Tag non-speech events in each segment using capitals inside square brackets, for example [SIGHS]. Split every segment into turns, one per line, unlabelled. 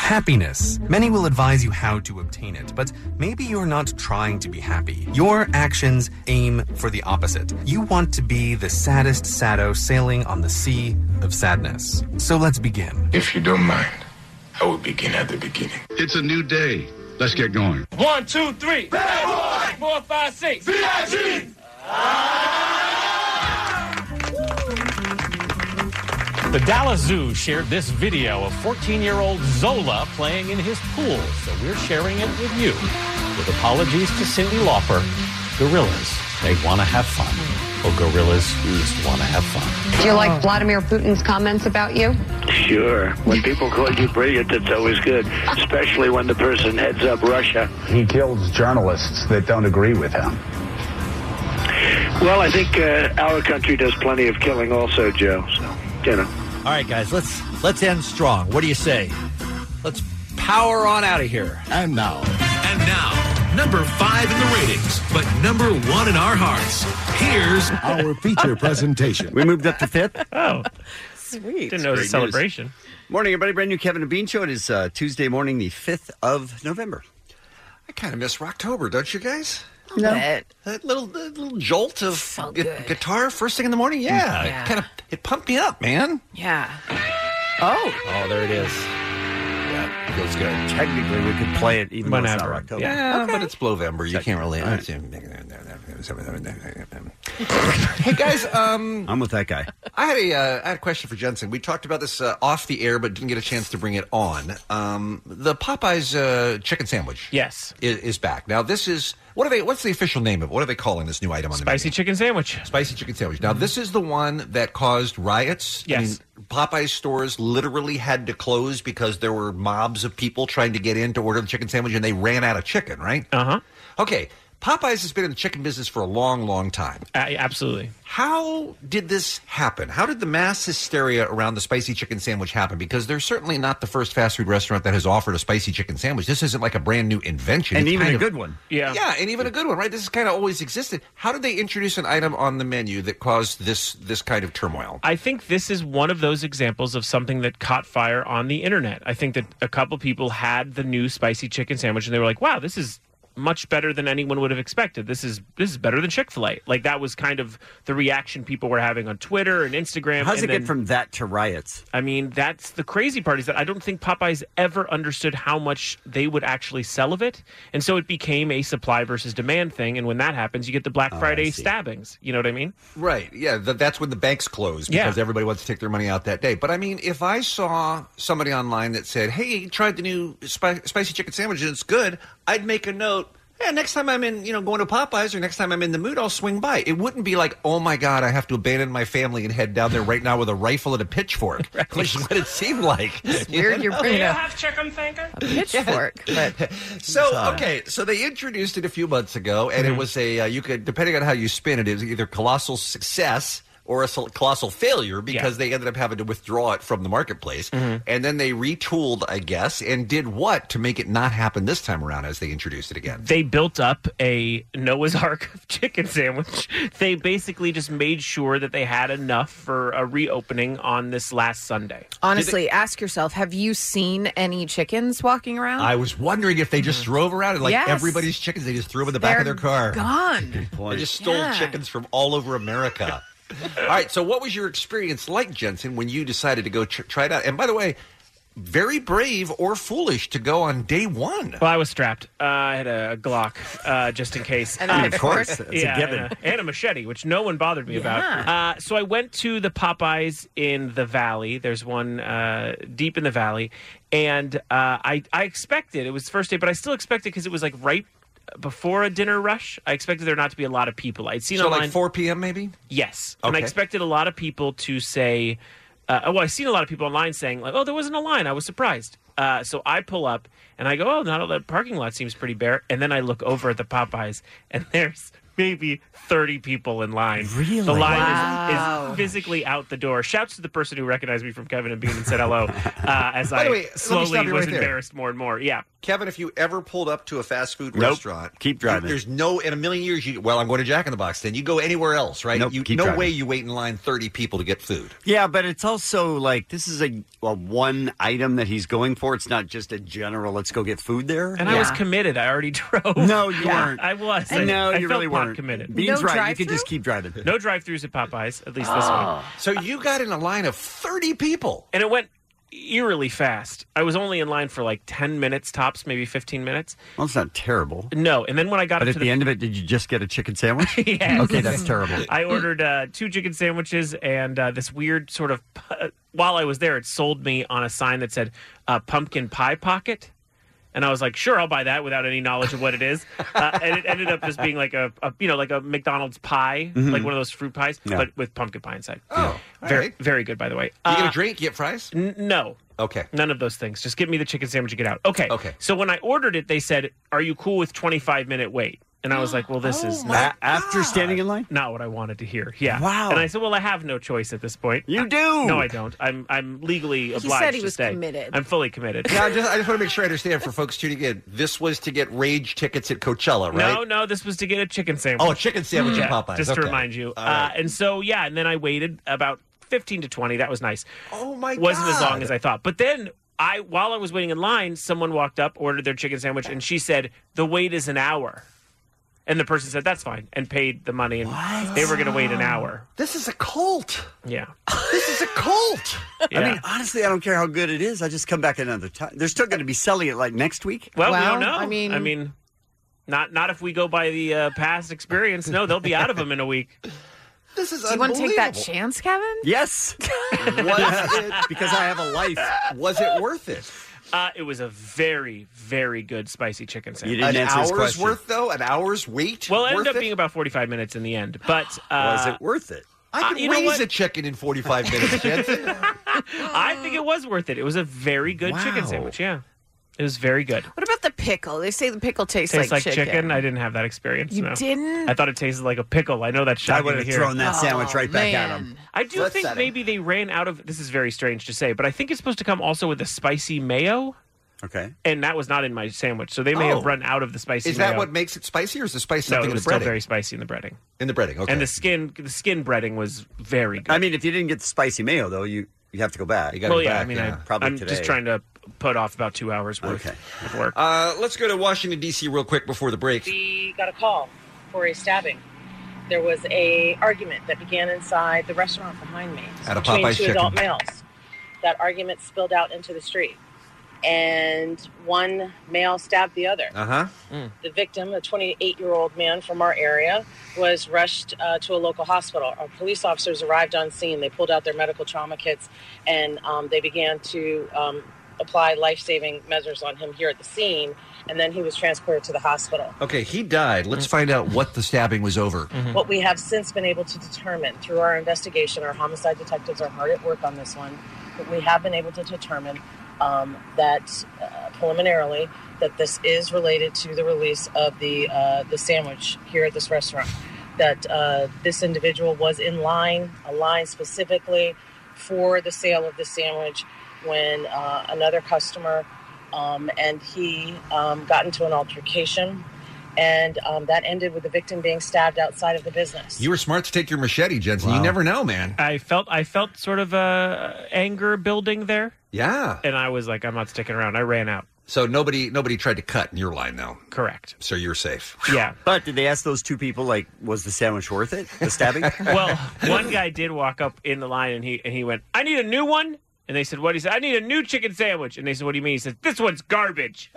Happiness. Many will advise you how to obtain it, but maybe you're not trying to be happy. Your actions aim for the opposite. You want to be the saddest sado sailing on the sea of sadness. So let's begin.
If you don't mind, I will begin at the beginning.
It's a new day. Let's get going.
One, two, three. Bad boy. Four, five, six. VIG. The Dallas Zoo shared this video of 14-year-old Zola playing in his pool, so we're sharing it with you. With apologies to Cindy Lauper, gorillas, they want to have fun. Well, gorillas who just want to have fun.
Do you
Oh.
like Vladimir Putin's comments about you?
Sure. When people call you brilliant, it's always good, especially when the person heads up Russia.
He kills journalists that don't agree with him.
Well, I think uh, our country does plenty of killing, also, Joe. So, you know,
All right, guys, let's let's end strong. What do you say? Let's power on out of here.
And now,
And now, number five in the ratings, but number one in our hearts. Here's
our feature presentation. Oh.
We moved up to fifth.
Sweet.
Didn't know it was a celebration.
Morning, everybody. Brand new Kevin and Bean Show. It is uh, Tuesday morning, the 5th of November.
I kind of miss Rocktober, don't you guys?
No.
But
That little that little jolt of
So
gu-
good.
guitar first thing in the morning, yeah,
Yeah.
kind of it pumped me up, man.
yeah,
Oh, there it is.
Yeah, feels good.
Technically, we could play it even though it's not
Whenever.
October.
Yeah, but it's Blovember. You can't really. hey guys, um,
I'm with that guy.
I had a uh, I had a question for Jensen. We talked about this uh, off the air, but didn't get a chance to bring it on. Um, the Popeyes uh, chicken sandwich,
Yes.
is, is back. Now this is what are they? What's the official name of it? What are they calling this new item on the
Spicy
menu?
chicken sandwich.
Spicy chicken sandwich. Now this is the one that caused riots.
Yes.
I mean, Popeyes stores literally had to close because there were mobs of people trying to get in to order the chicken sandwich, and they ran out of chicken. Right?
Uh huh.
Okay. Popeyes has been in the chicken business for a long, long time.
Absolutely.
How did this happen? How did the mass hysteria around the spicy chicken sandwich happen? Because they're certainly not the first fast food restaurant that has offered a spicy chicken sandwich. This isn't like a brand new invention.
And
It's
even
kind
a
of-
good one.
Yeah.
Yeah, and even a good one, right? This has kind of always existed. How did they introduce an item on the menu that caused this this kind of turmoil?
I think this is one of those examples of something that caught fire on the internet. I think that a couple people had the new spicy chicken sandwich and they were like, "Wow, this is much better than anyone would have expected. This is this is better than Chick-fil-A." Like that was kind of the reaction people were having on Twitter and Instagram.
How's it
and
get
then-
from that to riots?
I mean, that's the crazy part is that I don't think Popeyes ever understood how much they would actually sell of it. And so it became a supply versus demand thing. And when that happens, you get the
Oh,
Black Friday stabbings. You know what I mean?
Right. Yeah. Th- that's when the banks close because
Yeah.
everybody wants to take their money out that day. But I mean, if I saw somebody online that said, "Hey, you tried the new spi- spicy chicken sandwich and it's good," I'd make a note. Yeah, next time I'm in, you know, going to Popeyes or next time I'm in the mood, I'll swing by. It wouldn't be like, oh my God, I have to abandon my family and head down there right now with a rifle and a pitchfork, which is what it seemed like.
[LAUGHS]
weird. You're bringing a
have chicken finger?
[LAUGHS]
pitchfork, but
So okay, so they introduced it a few months ago, and it was a uh, you could depending on how you spin it, it was either colossal success or a sol- colossal failure because they ended up having to withdraw it from the marketplace, and then they retooled, I guess, and did what to make it not happen this time around as they introduced it again.
they built up a Noah's Ark of chicken sandwich. They basically just made sure that they had enough for a reopening on this last Sunday.
Honestly, ask yourself: Have you seen any chickens walking around?
I was wondering if they just drove around and like
Yes.
everybody's chickens, they just threw them in the back of their
They're
car.
Gone.
They just stole
Yeah.
chickens from all over America. all right. So, what was your experience like, Jensen, when you decided to go tr- try it out? And by the way, very brave or foolish to go on day one.
Well, I was strapped. Uh, I had a Glock uh, just in case.
And a
Um,
pitchfork. Of course, that's a
yeah,
given.
And a, and a machete, which no one bothered me
Yeah.
about. Uh, so I went to the Popeyes in the valley. There's one uh, deep in the valley, and uh, I I expected it was the first day, but I still expected because it was like right before a dinner rush. I expected there not to be a lot of people. I'd seen
so
online
like 4 p.m. maybe?
Yes, and I
Okay.
expected a lot of people to say, uh, "Well, I've seen a lot of people online saying like, oh, there wasn't a line. I was surprised." Uh, so I pull up and I go, "Oh, not all that parking lot seems pretty bare." And then I look over at the Popeyes and [LAUGHS] there's maybe 30 people in line. Really? The line is,
Wow.
is physically out the door. Shouts to the person who recognized me from Kevin and Bean and said hello uh, as
By
I
the way, let me
slowly
stop you
was
right there.
embarrassed more and more. Yeah.
Kevin, if you ever pulled up to a fast food
Nope.
restaurant,
Keep driving.
There's no in a million years. You well, I'm going to Jack in the Box. Then you go anywhere else, right?
Nope,
you,
keep
no
driving.
way you wait in line 30 people to get food.
Yeah, but it's also like this is a, a one item that he's going for. It's not just a general. Let's go get food there.
And I was committed. I already [LAUGHS] drove.
No, you
Yeah,
weren't.
I was. I-
No,
I
you
felt
really
not
weren't.
committed.
Bean's right. You could just keep driving.
No drive-throughs at Popeyes, at least this one.
Oh.
So you got in a line of 30 people.
And it went eerily fast. I was only in line for like 10 minutes tops, maybe 15 minutes.
Well, it's not terrible.
No, and then when I got
But
up
at
to
the, end of it, did you just get a chicken sandwich?
[LAUGHS] Yes.
Okay, that's terrible.
I ordered uh, two chicken sandwiches and uh, this weird sort of. while I was there, it sold me on a sign that said uh, "pumpkin pie pocket," and I was like, "Sure, I'll buy that" without any knowledge of what it is. Uh, and it ended up just being like a, a you know like a McDonald's pie,
Mm-hmm.
Mhm.
like one of those fruit pies,
Yeah.
but with pumpkin pie inside.
Oh,
very
right.
very good, by the way.
You get
Uh,
a drink, you get fries.
N- no.
Okay.
None of those things. Just give me the chicken sandwich and get out. Okay. Okay. So when I ordered it, they said, "Are you cool with 25 minute wait?" And I was like, "Well, this
[GASPS] Oh
is not
after standing in line.
Not what I wanted to hear." Yeah.
Wow.
And I said, "Well, I have no choice at this point."
You do?
no, I don't. I'm I'm legally obliged.
said he
to
was
stay.
committed.
I'm fully committed.
Yeah, I just, I just want to make sure I understand for folks tuning in. This was to get rage tickets at Coachella, right?
No, no, this was to get a chicken sandwich.
Oh, a chicken sandwich at
Yeah,
Popeyes.
Just to
Okay.
remind you.
All right.
Uh, and so, yeah, and then I waited about 15 to 20. That was nice.
Oh, my
Wasn't as long
God.
as I thought. But then I, while I was waiting in line, someone walked up, ordered their chicken sandwich, and she said, the wait is an hour. And the person said, that's fine, and paid the money. And they were going to wait an hour.
This is a cult.
Yeah.
This is a cult.
I mean, honestly, I don't care how good it is. I just come back another time. They're still going to be selling it like next week.
Well, we don't know. I mean, not not if we go by the uh, past experience. No, they'll be out of them in a week.
This is
Do you want to take that
unbelievable.
chance, Kevin?
Yes. [LAUGHS]
Was it,
because I have a life.
Was it worth it?
Uh, it was a very, very good spicy chicken sandwich.
an hour's worth though, an hour's wait.
Well, it ended
worth
up being about forty-five minutes in the end. But uh,
Was it worth it?
I could
you know
raise
what?
a chicken in forty-five minutes, Jensen.
[LAUGHS] I think it was worth it. It was a very good chicken
Wow.
sandwich. Yeah, it was very good.
What about the pickle? They say the pickle tastes,
Tastes like, chicken. I didn't have that experience.
You
no.
didn't?
I thought it tasted like a pickle. I know that's shocking.
would've
to hear.
thrown that sandwich Oh, right back at man. 'em.
I do
Let's
think
set 'em.
maybe they ran out of. This is very strange to say, but I think it's supposed to come also with a spicy mayo,
Okay.
and that was not in my sandwich. So they may
Oh.
have run out of the spicy.
Is that
mayo.
what makes it spicy, or is the spice
No,
something in
it
the
was
breading?
still very spicy in the breading.
in the breading, okay.
And the skin, the skin breading was very good.
I mean, if you didn't get the spicy mayo though, you you have to go back. You
well, yeah, I mean, I,
probably
I'm
today.
just trying to put off about two hours worth of work.
uh, let's go to Washington D.C. real quick before the break.
We got a call for a stabbing. There was a argument that began inside the restaurant behind me
At a
between
Popeye's
two
chicken.
adult males. That argument spilled out into the street, and one male stabbed the other.
Uh huh.
Mm.
The victim, a 28-year-old man from our area, was rushed uh, to a local hospital. Our police officers arrived on scene. They pulled out their medical trauma kits, and um, they began to um, apply life-saving measures on him here at the scene. And then he was transported to the hospital.
Okay, he died. Let's
Mm-hmm.
find out what the stabbing was over.
What we have since been able to determine through our investigation, our homicide detectives are hard at work on this one, but we have been able to determine um, that uh, preliminarily that this is related to the release of the uh, the sandwich here at this restaurant. That uh, this individual was in line, a line specifically for the sale of the sandwich when uh, another customer um, and he um, got into an altercation and um, that ended with the victim being stabbed outside of the business.
You were smart to take your machete, Jensen. You never know, man.
I felt I felt sort of uh, anger building there,
Yeah.
and I was like, I'm not sticking around. I ran out.
So nobody nobody tried to cut in your line though.
Correct.
So you're safe.
Yeah.
But did they ask those two people like, was the sandwich worth
[LAUGHS]
it? The stabbing?
Well, one guy did walk up in the line, and he and he went, "I need a new one." And they said, "What?" He said, "I need a new chicken sandwich." And they said, "What do you mean?" He said, "This one's garbage."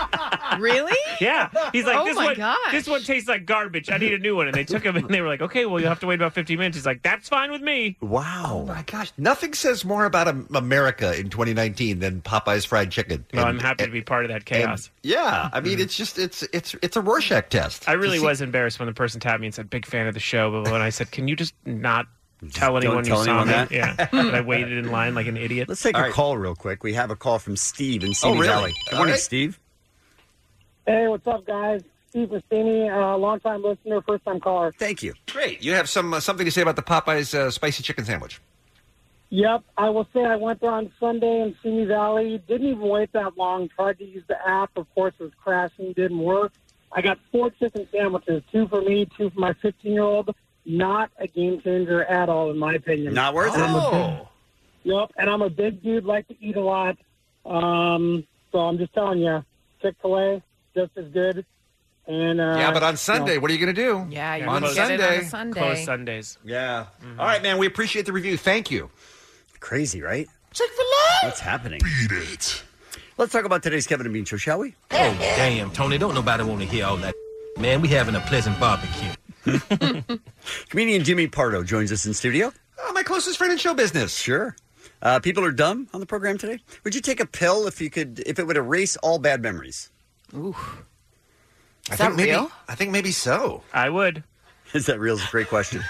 [LAUGHS] really?
Yeah. He's like,
Oh
"This
my
one,
gosh.
this one tastes like garbage. I need a new one." And they took him, and they were like, "Okay, well, you'll have to wait about 15 minutes." He's like, "That's fine with me."
Wow.
Oh my [LAUGHS] gosh! Nothing says more about um, America in 2019 than Popeye's fried chicken.
Well, I'm happy to be part of that
and-
chaos.
yeah, I mean, it's just it's it's it's a Rorschach test.
I really
To see-
was embarrassed when the person tapped me and said, "Big fan of the show," but when I said, "Can you just not tell
Don't
anyone
tell
you saw
anyone
me?"
that.
Yeah, and I waited in line like an idiot.
Let's take a call real quick. We have a call from Steve in Simi
really?
Valley. Good
All
morning,
right.
Steve.
Hey, what's up, guys? Steve Mastini, uh, longtime listener, first time caller.
Thank you.
Great. You have some uh, something to say about the Popeye's uh, spicy chicken sandwich?
Yep, I will say I went there on Sunday in Simi Valley. Didn't even wait that long. Tried to use the app. Of course, it was crashing. Didn't work. I got four chicken sandwiches, two for me, two for my 15 year old. Not a game changer at all, in my opinion.
Not worth it.
I'm a big- Yep, and I'm a big dude, like to eat a lot. Um, so I'm just telling you, Chick fil A, just as good. And uh,
yeah, but on
you
Sunday,
know.
what are you going to do?
Yeah, you
on
wouldn't get it on a Sunday. Close
uh,
Sundays. Mm-hmm.
Yeah. All right, man. We appreciate the review. Thank you.
Crazy, right?
Chick Fil
What's happening? Beat it. Let's talk about today's Kevin and Bean show, shall we?
Oh, damn, Tony, don't nobody want to hear
Oh,
all that. Man, we having a pleasant barbecue.
[LAUGHS] Comedian Jimmy Pardo joins us in studio.
Oh, my closest friend in show business.
Sure. Uh, people are dumb on the program today. Would you take a pill if you could, if it would erase all bad memories?
Ooh.
I think maybe, I think maybe so.
I would.
[LAUGHS] Is that real? Is a
[LAUGHS]
great question.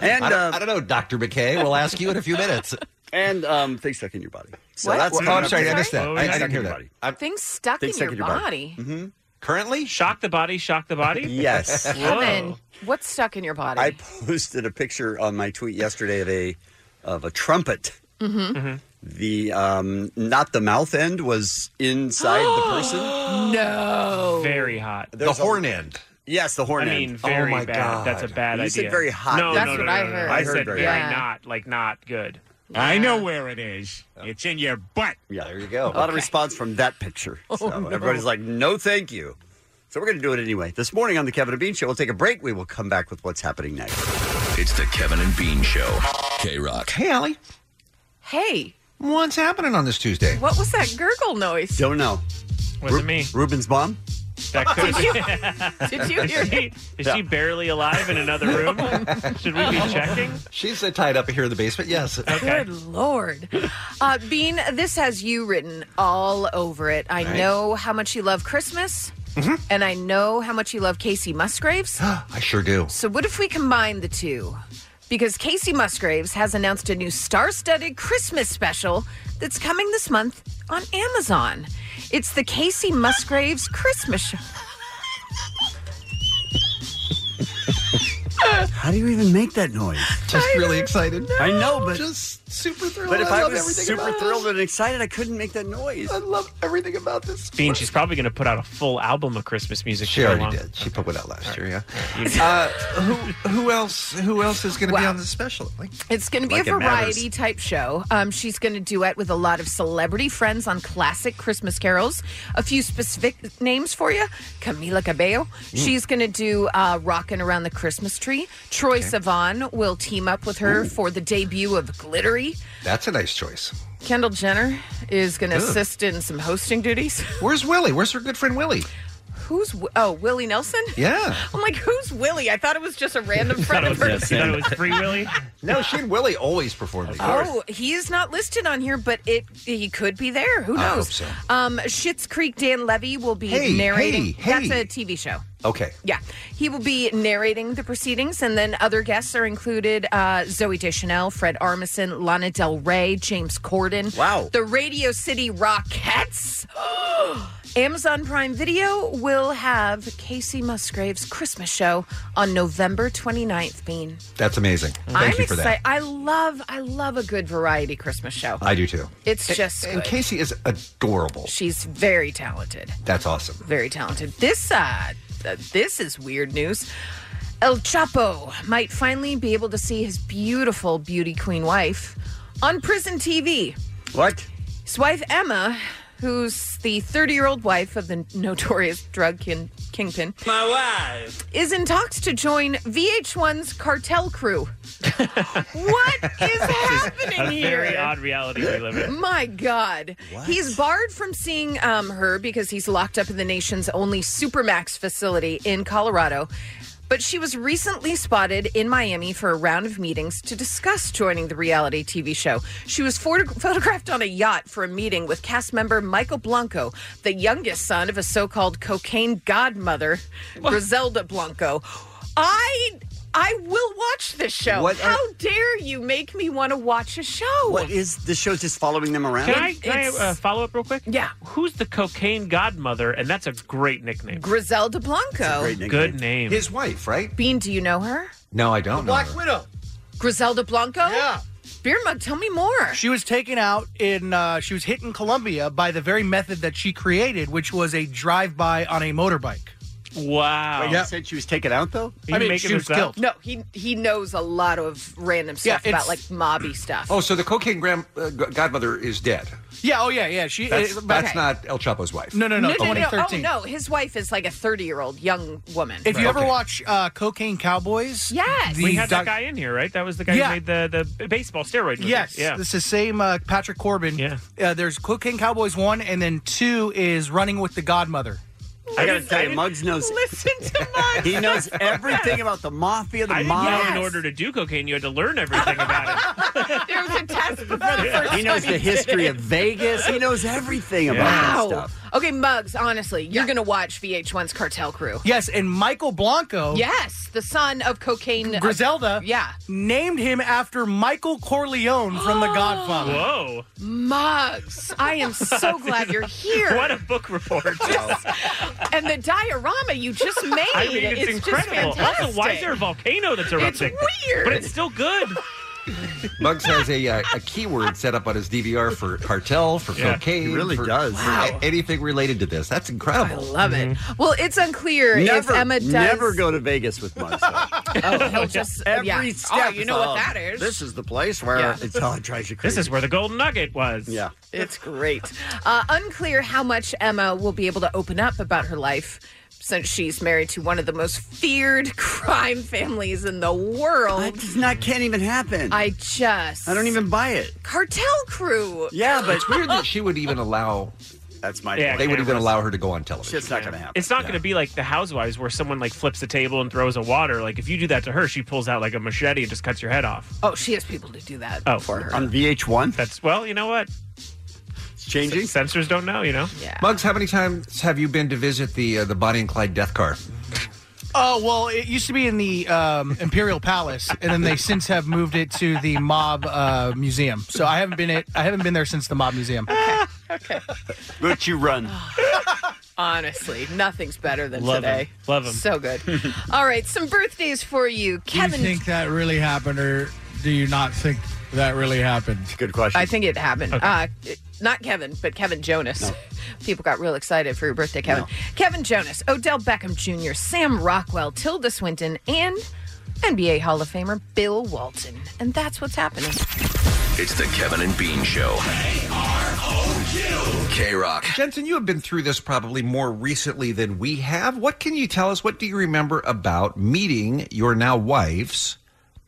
and
I
uh,
don't, I don't know, Doctor McKay. We'll ask you in a few minutes.
[LAUGHS] and um, things stuck in your body. So
What?
that's
Well, oh, I'm sorry, I missed that. I- I
Stuck
didn't
in
hear
your
that.
body.
Things stuck
Things
in
stuck
your
in your body.
body.
Currently,
shock the body, shock the body.
Yes.
Oh Kevin, what's stuck in your body?
I posted a picture on my tweet yesterday of a of a trumpet.
mm-hmm.
The um, not the mouth end was inside the person.
[GASPS]
No.
Very hot.
There's a-
end.
Yes, the horn
I
end. Oh.
mean, very bad. That's a bad
you
idea.
said very hot.
No,
That's
no, no,
what
no,
I
no, no.
heard.
I,
I heard
said
very
very,
hot.
not, like not good.
I know where it is. It's
[GASPS]
in your butt.
Oh Yeah, there you go. A lot of response from that picture. So
no.
everybody's like, no, thank you. So we're going to do it anyway. This morning on the Kevin and Bean Show, we'll take a break. We will come back with what's happening next.
It's the Kevin and Bean Show. K Rock.
Hey, Allie.
Hey,
What's happening on this Tuesday?
what was that gurgle noise?
Don't know.
Was it me?
Ruben's mom?
That could [LAUGHS]
[LAUGHS] Did you hear
is she, is she barely alive in another room? Should we be checking?
She's uh, tied up here in the basement. Yes.
Good lord. Uh, Bean, this has you written all over it. I
Nice.
know how much you love Christmas, and I know how much you love Casey Musgraves.
Mm-hmm.
[GASPS]
I sure
[LAUGHS]
do.
so, what if we combine the two? Because Casey Musgraves has announced a new star studded Christmas special that's coming this month on Amazon. It's the Casey Musgraves Christmas Show.
How do you even make that noise?
Just really excited.
I know, but
just super thrilled.
But if
I
I,
love
was
everything
super
about it.
thrilled and excited, I couldn't make that noise. I
love everything about this.
Bean, she's probably going to put out a full album of Christmas music.
She already did. She put one out last year. [LAUGHS] Yeah. Uh, who who else? Who else is going to be on this special? Like,
It's going to be
Like
a
it matters.
variety type show. Um, she's going to duet with a lot of celebrity friends on classic Christmas carols. A few specific names for you Camila Cabello.
Mm.
She's going to do uh, Rockin' Around the Christmas Tree. Troy Sivan will team up with her
Ooh.
for the debut of Glittery.
that's a nice choice.
Kendall Jenner is going to
Good.
assist in some hosting duties. [LAUGHS]
Where's Willie? Where's her good friend Willie?
Who's, Wi- oh, Willie Nelson?
Yeah.
I'm like, who's Willie? I thought it was just
[LAUGHS]
a random friend of hers.
Free Willie?
no, she and Willie always perform together.
Oh, he is not listed on here, but it he could be there. Who
I
knows?
hope
Um, Schitt's Creek Dan Levy will be
Hey, hey,
narrating.
hey.
That's a TV show.
Okay.
Yeah, he will be narrating the proceedings, and then other guests are included: uh, Zoe Deschanel, Fred Armisen, Lana Del Rey, James Corden. Wow! The Radio City Rockettes. Amazon Prime Video will have Casey Musgraves' Christmas show on November 29th, Bean.
That's amazing. Mm, Thank
I'm
you for
excited. I love I love a good variety Christmas show.
that. I do too.
It's
And-
just
and
good.
Casey is adorable.
She's very talented.
That's awesome.
Very talented. This uh th- this is weird news. El Chapo might finally be able to see his beautiful beauty queen wife on prison TV.
What?
His wife Emma, who's the 30 year old wife of the notorious drug kin- kingpin,
My wife.
is in talks to join VH1's cartel crew.
a
happening
very
here?
odd reality we live in.
My God. He's barred from seeing um, her because he's locked up in the nation's only Supermax facility in Colorado. But she was recently spotted in Miami for a round of meetings to discuss joining the reality TV show. She was photo- photographed on a yacht for a meeting with cast member Michael Blanco, the youngest son of a so called cocaine godmother, Griselda Blanco. I. I will watch this show.
What are-
How dare you make me want to watch a show?
What is the show just following them around?
Can I, can I
It's-
uh, follow up real quick?
Yeah.
Who's the cocaine godmother? And that's a great nickname.
Griselda Blanco.
Good name.
His wife, right?
Bean, do you know her?
No, I don't know.
Widow. Griselda Blanco? Yeah. Beer mug, tell me more.
She was taken out in, uh, she was hit in Colombia by the very method that she created, which was a drive by on a motorbike.
Wow.
Wait, you said she was taken out though.
I mean, she was killed.
No, he he knows a lot of random stuff
Yeah,
about like
it's-
mobby stuff.
Oh, so the cocaine grand, uh, g- godmother is dead.
Yeah, oh yeah, yeah. She
That's,
uh, but-
that's not El Chapo's wife.
No, no, no.
no, no. Oh [LAUGHS]
2013.
no, his wife is like a thirty-year-old young woman.
If you ever watch uh, Cocaine
[LAUGHS]
Cowboys,
Yes.
we had that guy in here, right? That was the guy
Yeah.
who made the, the baseball steroid. movie.
Yes,
Yeah.
this is same uh, Patrick Corbin. Yeah, uh, there's Cocaine Cowboys one, and then two is Running with the Godmother.
I gotta tell you, Muggs knows.
Listen to
[LAUGHS]
Muggs.
he knows everything about the mafia, the
I didn't
mob.
know in order to do cocaine, you had
[LAUGHS]
to learn everything about it.
there was a test before the first
He knows
time
the
did
history
it.
of Vegas. He [LAUGHS] knows everything about
Wow.
that stuff.
Okay, Muggs, honestly, you're going to watch VH1's Cartel Crew.
Yes, and Michael
Oh.
Blanco.
Yes, the son of cocaine.
Griselda.
yeah.
Named him after Michael Corleone from The Godfather.
Whoa.
Muggs, I
[LAUGHS]
[LAUGHS]
am so glad you're here.
What a book report.
and the diorama
[LAUGHS]
you just made.
I mean, it's,
is
incredible.
Just fantastic.
Also, why is there a volcano that's erupting?
weird.
But it's still good.
Muggs has a, uh, a keyword set up on his DVR for cartel, for
Yeah,
cocaine.
he really
for
does.
a- anything related to this. That's incredible. I
love it.
Mm-hmm.
Well, it's unclear
Never,
if Emma does.
never go to Vegas with Muggs.
Oh,
[LAUGHS]
he'll just
Every
yeah.
step.
Oh, you know
is,
what
"Oh,
that is.
This is the place where [LAUGHS]
Yeah.
it's
[LAUGHS]
all it drives you crazy.
This is where the golden nugget was.
Yeah.
It's great.
[LAUGHS]
Uh, unclear how much Emma will be able to open up about her life since she's married to one of the most feared [LAUGHS] crime families in the world. That
does not can't even happen.
I just
I don't even buy it.
cartel crew.
Yeah, but
it's weird that she would even allow.
That's my.
Yeah,
they would even
cameras.
allow her to go on television.
It's not going to happen.
It's not going to be like the Housewives where someone like flips a table and throws a water. Like if you do that to her, she pulls out like a machete and just cuts your head off.
Oh, she has people to do that
Oh,
for her.
on VH1.
That's well, you know what?
It's changing.
Censors don't know, you know.
Yeah.
Muggs, how many times have you been to visit the uh, the Bonnie and Clyde death car?
Oh well, it used to be in the um, Imperial Palace, and then they since have moved it to the Mob uh, Museum. So I haven't been it. I haven't been there since the Mob Museum.
But you run.
[LAUGHS] Honestly, nothing's better than
Love 'em.
Oh, today.
Love 'em.
So good.
[LAUGHS]
All right, some birthdays for you, Kevin.
Do you think that really happened, or do you not think that really happened?
Good question.
I think it happened.
Okay.
Uh, not Kevin, but Kevin Jonas. [LAUGHS] People got real excited for your birthday, Kevin. Kevin Jonas, Odell Beckham Jr., Sam Rockwell, Tilda Swinton, and NBA Hall of Famer Bill Walton. And that's what's happening.
It's the Kevin and Bean Show. K Rock.
Jensen, you have been through this probably more recently than we have. What can you tell us? What do you remember about meeting your now wife's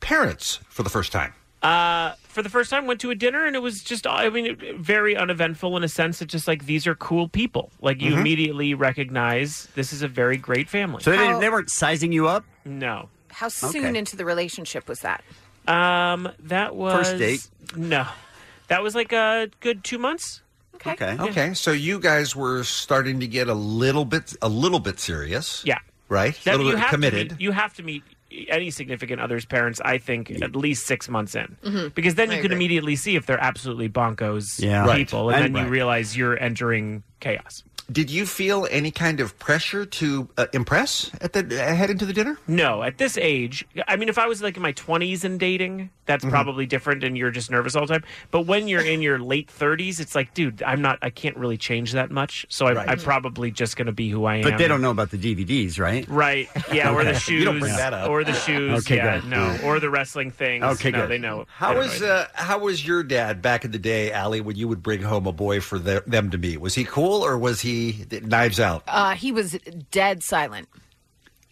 parents for the first time?
Uh, for the first time, went to a dinner and it was just, I mean, it- very uneventful in a sense. It's just like these are cool people. Like you
Mhm.
immediately recognize this is a very great family.
So they,
How-
didn't, they weren't sizing you up.
No.
How soon
Okay.
into the relationship was that?
Um, that was
First date?
No, that was like a good two months.
Okay.
Okay. So you guys were starting to get a little bit a little bit serious.
Yeah.
Right?
That
a little
you
bit
have to
committed.
meet- you have to meet any significant other's parents. I think at least six months in, because then
I
you can
agree.
immediately see if they're absolutely bonkos
Yeah. Right.
people,
And-
and, then you
Right.
Uh-huh.
realize you're entering chaos.
Did you feel any kind of pressure to uh, impress at the uh, head into the dinner?
No, at this age, I mean, if I was like in my 20s and dating, that's
Mm-hmm.
Mhm.
probably different and you're just nervous all the time. But when you're in your late 30s, it's like, dude, I'm not, I can't really change that much. So I,
Right.
I'm probably just going to be who I am.
But they don't know about the DVDs, right?
Right. Yeah, or the
Okay.
shoes.
You don't bring that up.
Or the shoes.
Okay,
yeah,
good.
no. Or the wrestling things.
Okay,
no,
good.
they know.
How
they know
was uh, how was your dad back in the day, Allie, when you would bring home a boy for the, them to meet? Was he cool or was he knives out? Oh.
Uh, he was dead silent.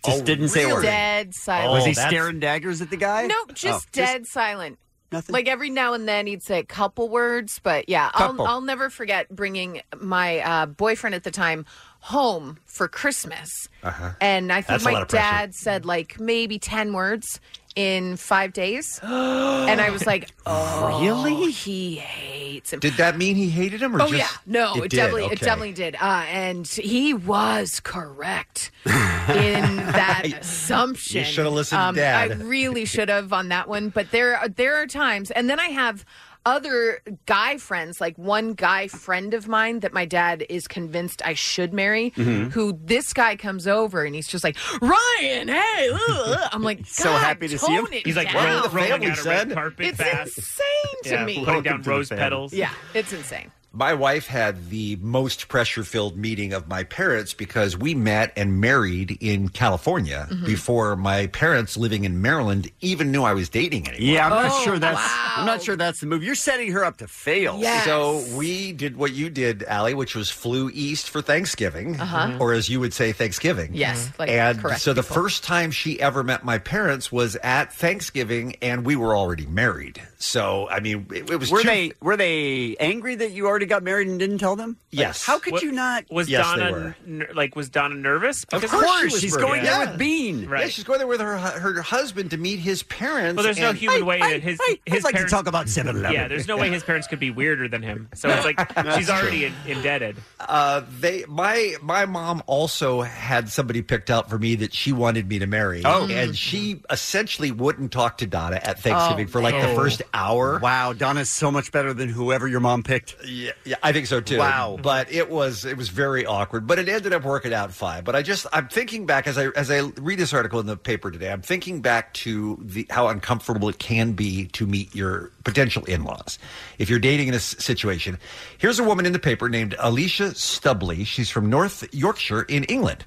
Just didn't say a word.
Dead silent.
was he staring daggers at the guy?
No, just
Oh,
dead silent. Nothing. Like every now and then he'd say a couple words, but yeah, I'll,
Couple.
I'll never forget bringing my uh, boyfriend at the time home for Christmas.
Uh-huh.
And I think
That's a lot
my
of pressure.
dad said like maybe 10 words in five days. [GASPS] and I was like, oh, really? He hates him.
Did that mean he hated him? Or
oh
just,
yeah, no, it,
did,
definitely, it
okay.
definitely did. Uh, and he was correct in that assumption.
You shoulda listened to
Um,
Dad.
I really should have on that one, but there, are- there are times, and then I have other guy friends, like one guy friend of mine that my dad is convinced I should marry.
Mhm.
Who this guy comes over and he's just like Ryan, hey, ugh." I'm like,
So
"God,
happy to see him."
tone it
He's like
down."
roll- rolling out a red carpet
It's
fast.
insane to
Yeah,
me.
putting down rose petals.
Yeah, it's insane.
My wife had the most pressure filled meeting of my parents because we met and married in California
Mhm.
before my parents living in Maryland even knew I was dating anyone.
Yeah, I'm
Oh,
not sure that's I'm not sure that's the move. You're setting her up to fail.
So we did what you did, Allie, which was flew east for Thanksgiving,
Mm-hmm.
Uh-huh.
or as you would say, Thanksgiving.
Yes, like
and
correct
so the
people.
first time she ever met my parents was at Thanksgiving, and we were already married. So I mean, it, it was
were
two-
they were they angry that you already got married and didn't tell them? Like,
Yes.
how could
What-
you not?
Was Donna ner- like was Donna nervous?
Of
Because
course,
she was
she's
nervous.
going there with Bean.
Right.
Yeah, she's going there with her hu- her husband to meet his parents.
Well, there's no
and-
human way that his his parents, Yeah, there's no way his parents could be weirder than him. So
[LAUGHS]
it's like she's
That's
already
true.
in, indebted.
[LAUGHS] Uh, they my my mom also had somebody picked out for me that she wanted me to marry.
Oh.
and she
Mm-hmm.
essentially wouldn't talk to Donna at Thanksgiving
Oh,
for like
man.
the first hour.
Wow, Donna's so much better than whoever your mom picked.
Yeah, yeah, I think so too.
Wow.
but it was it was very awkward. But it ended up working out fine. But I just I'm thinking back as I as I read this article in the paper today. I'm thinking back to the how uncomfortable it can be to meet your potential in laws if you're dating in a s- situation. Here's a woman in the paper named Alicia Stubley. She's from North Yorkshire in England.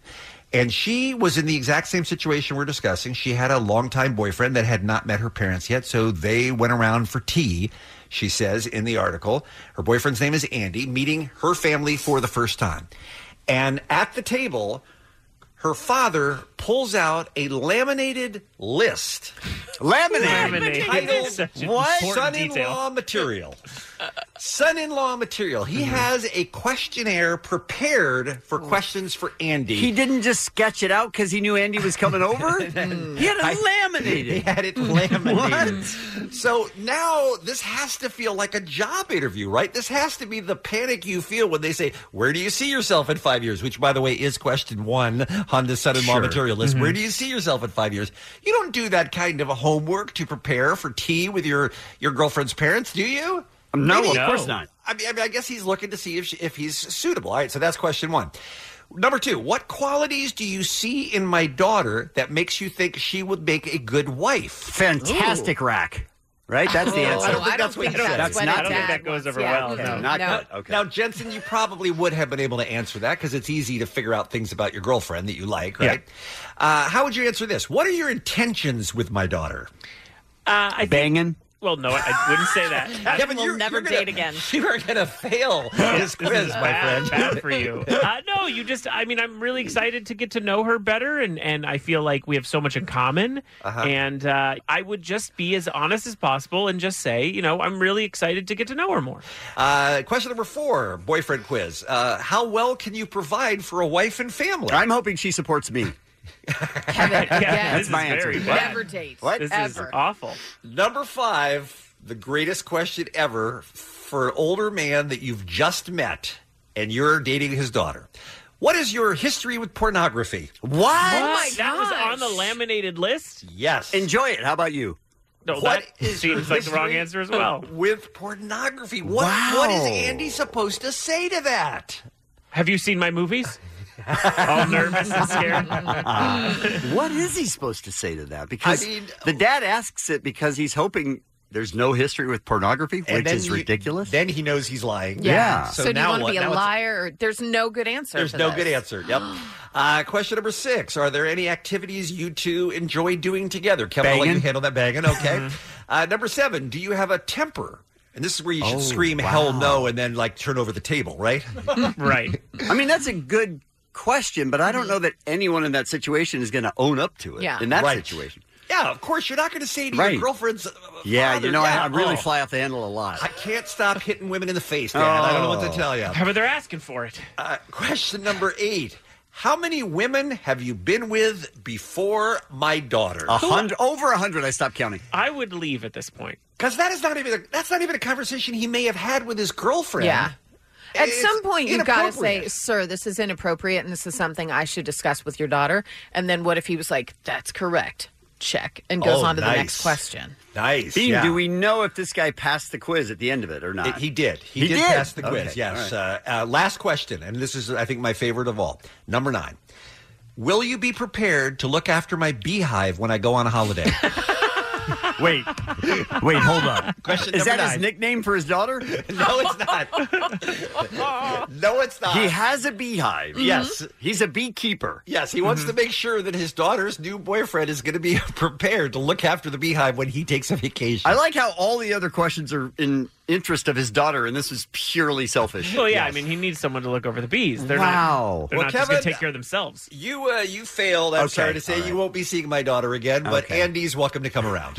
And she was in the exact same situation we're discussing. She had a longtime boyfriend that had not met her parents yet, so they went around for tea, she says in the article. Her boyfriend's name is Andy, meeting her family for the first time. And at the table, her father pulls out a laminated list.
Laminated. Laminated.
Titled,
Such an
What?
important
Son in law material. Son in law material. He
Mm-hmm.
has a questionnaire prepared for questions for Andy.
Mm. He didn't just sketch it out because he knew Andy was coming
[LAUGHS]
over. he had it
I-
laminated.
He had it laminated. so now this has to feel like a job interview, right? This has to be the panic you feel when they say, "Where do you see yourself in five years?" Which, by the way, is question one on the son-in-law
Sure.
material list.
Mhm.
Where do you see yourself in five years? You don't do that kind of a homework to prepare for tea with your your girlfriend's parents, do you?
No, of course not.
I mean, I mean, I guess he's looking to see if she, if he's suitable. All right, so that's question one. Number two, what qualities do you see in my daughter that makes you think she would make a good wife?
Fantastic rack, right? That's the
Oh,
answer.
I don't think I that's don't what think he said. that's what
not.
his dad
goes
over yeah, well, okay. no.
Not
No.
good. Okay.
Now, Jensen, you probably would have been able to answer that because it's easy to figure out things about your girlfriend that you like, right? Uh, how would you answer this? What are your intentions with my daughter?
Uh, I
Banging.
Well, no, I, I wouldn't say that.
Yeah, but
will
you're- [LAUGHS] you're gonna- You are going to
[LAUGHS]
fail this quiz, my friend.
Bad for you. Uh, no, you just. I mean, I'm really excited to get to know her better, and and I feel like we have so much in common.
Uh-huh.
And uh, I would just be as honest as possible and just say, you know, I'm really excited to get to know her more.
Uh, question number four, boyfriend quiz. Uh, how well can you provide for a wife and family?
I'm hoping she supports
[LAUGHS]
me.
That's
That's my answer.
Never date.
What?
Ever.
awful.
Number five, the greatest question ever for an older man that you've just met and you're dating his daughter. What is your history with pornography?
Oh
What?
Oh
that was on the laminated list.
Yes.
Enjoy it. How about you?
No,
What
that
is your
seems like the wrong
history [LAUGHS]
answer as well.
With pornography. What,
Wow.
what is Andy supposed to say to that?
Have you seen
[LAUGHS]
my movies? All nervous and scared.
[GASPS] what is he supposed to say to that? Because
mean-
the dad asks it because he's hoping there's no history with pornography,
And
which
then
is
you-
ridiculous. Then he knows he's lying.
Yeah.
Yeah.
So, do you want to be a liar? Or, there's no good answer.
There's
for
no
this.
good answer.
[GASPS]
Yep. Uh, question number six: Are there any activities you two enjoy doing together? Kevin, I'll let you
Banging. Mm-hmm.
handle that banging. Okay. uh, number seven: Do you have a temper? And this is where you should
Oh,
scream
wow.
"hell no" and then like turn over the table,
[LAUGHS]
right?
right.
I mean, that's a good question, but I don't know that anyone in that situation is going to own up to it
Yeah.
in that
Right.
situation.
Yeah, of course you're not going to say to
Right.
your girlfriend's. uh,
Yeah,
father,
you know, I-
"Yeah,
I, really
oh,
fly off the handle a lot.
I can't stop hitting women in the face, Dad. I don't know what
Oh.
to tell you.
But they're asking for it.
Uh, question number eight. How many women have you been with before my daughter?
A hundred, over a hundred. I stopped counting.
I would leave at this point.
Because that is not even a, that's not even a conversation he may have had with his girlfriend.
Yeah. At
It's
some point, you've got to say,
inappropriate.
"Sir, this is inappropriate, and this is something I should discuss with your daughter." And then, what if he was like, "That's correct," check, and goes
Oh,
on to the
nice. [LAUGHS]
next question.
Nice.
Bean,
yeah.
do we know if this guy passed the quiz at the end of it or not?
He did. He, did, pass the quiz. yes. Uh, uh, last question, and this is, I think, my favorite of all. Number nine. Will you be prepared to look after my beehive when I go on a
[LAUGHS]
holiday?
wait, wait, hold on.
Question
is
number
that his
nine.
nickname for his
[LAUGHS]
daughter?
no, it's
[LAUGHS]
not. no, it's not.
He has a beehive.
Mhm. Yes.
He's a beekeeper.
Yes, he
Mm-hmm.
wants to make sure that his daughter's new boyfriend is going to be [LAUGHS] prepared to look after the beehive when he takes a vacation.
I like how all the other questions are in interest of his daughter, and this is purely selfish.
Oh,
Well, yeah, I mean, he needs someone to look over the
Mm-hmm.
bees. They're
Wow.
not. They're
Well,
not just going to
Kevin,
take care of themselves.
You uh, you failed. I'm
Okay,
sorry to say
all right.
you won't be seeing my daughter again, but Andy's welcome to come
[LAUGHS]
around.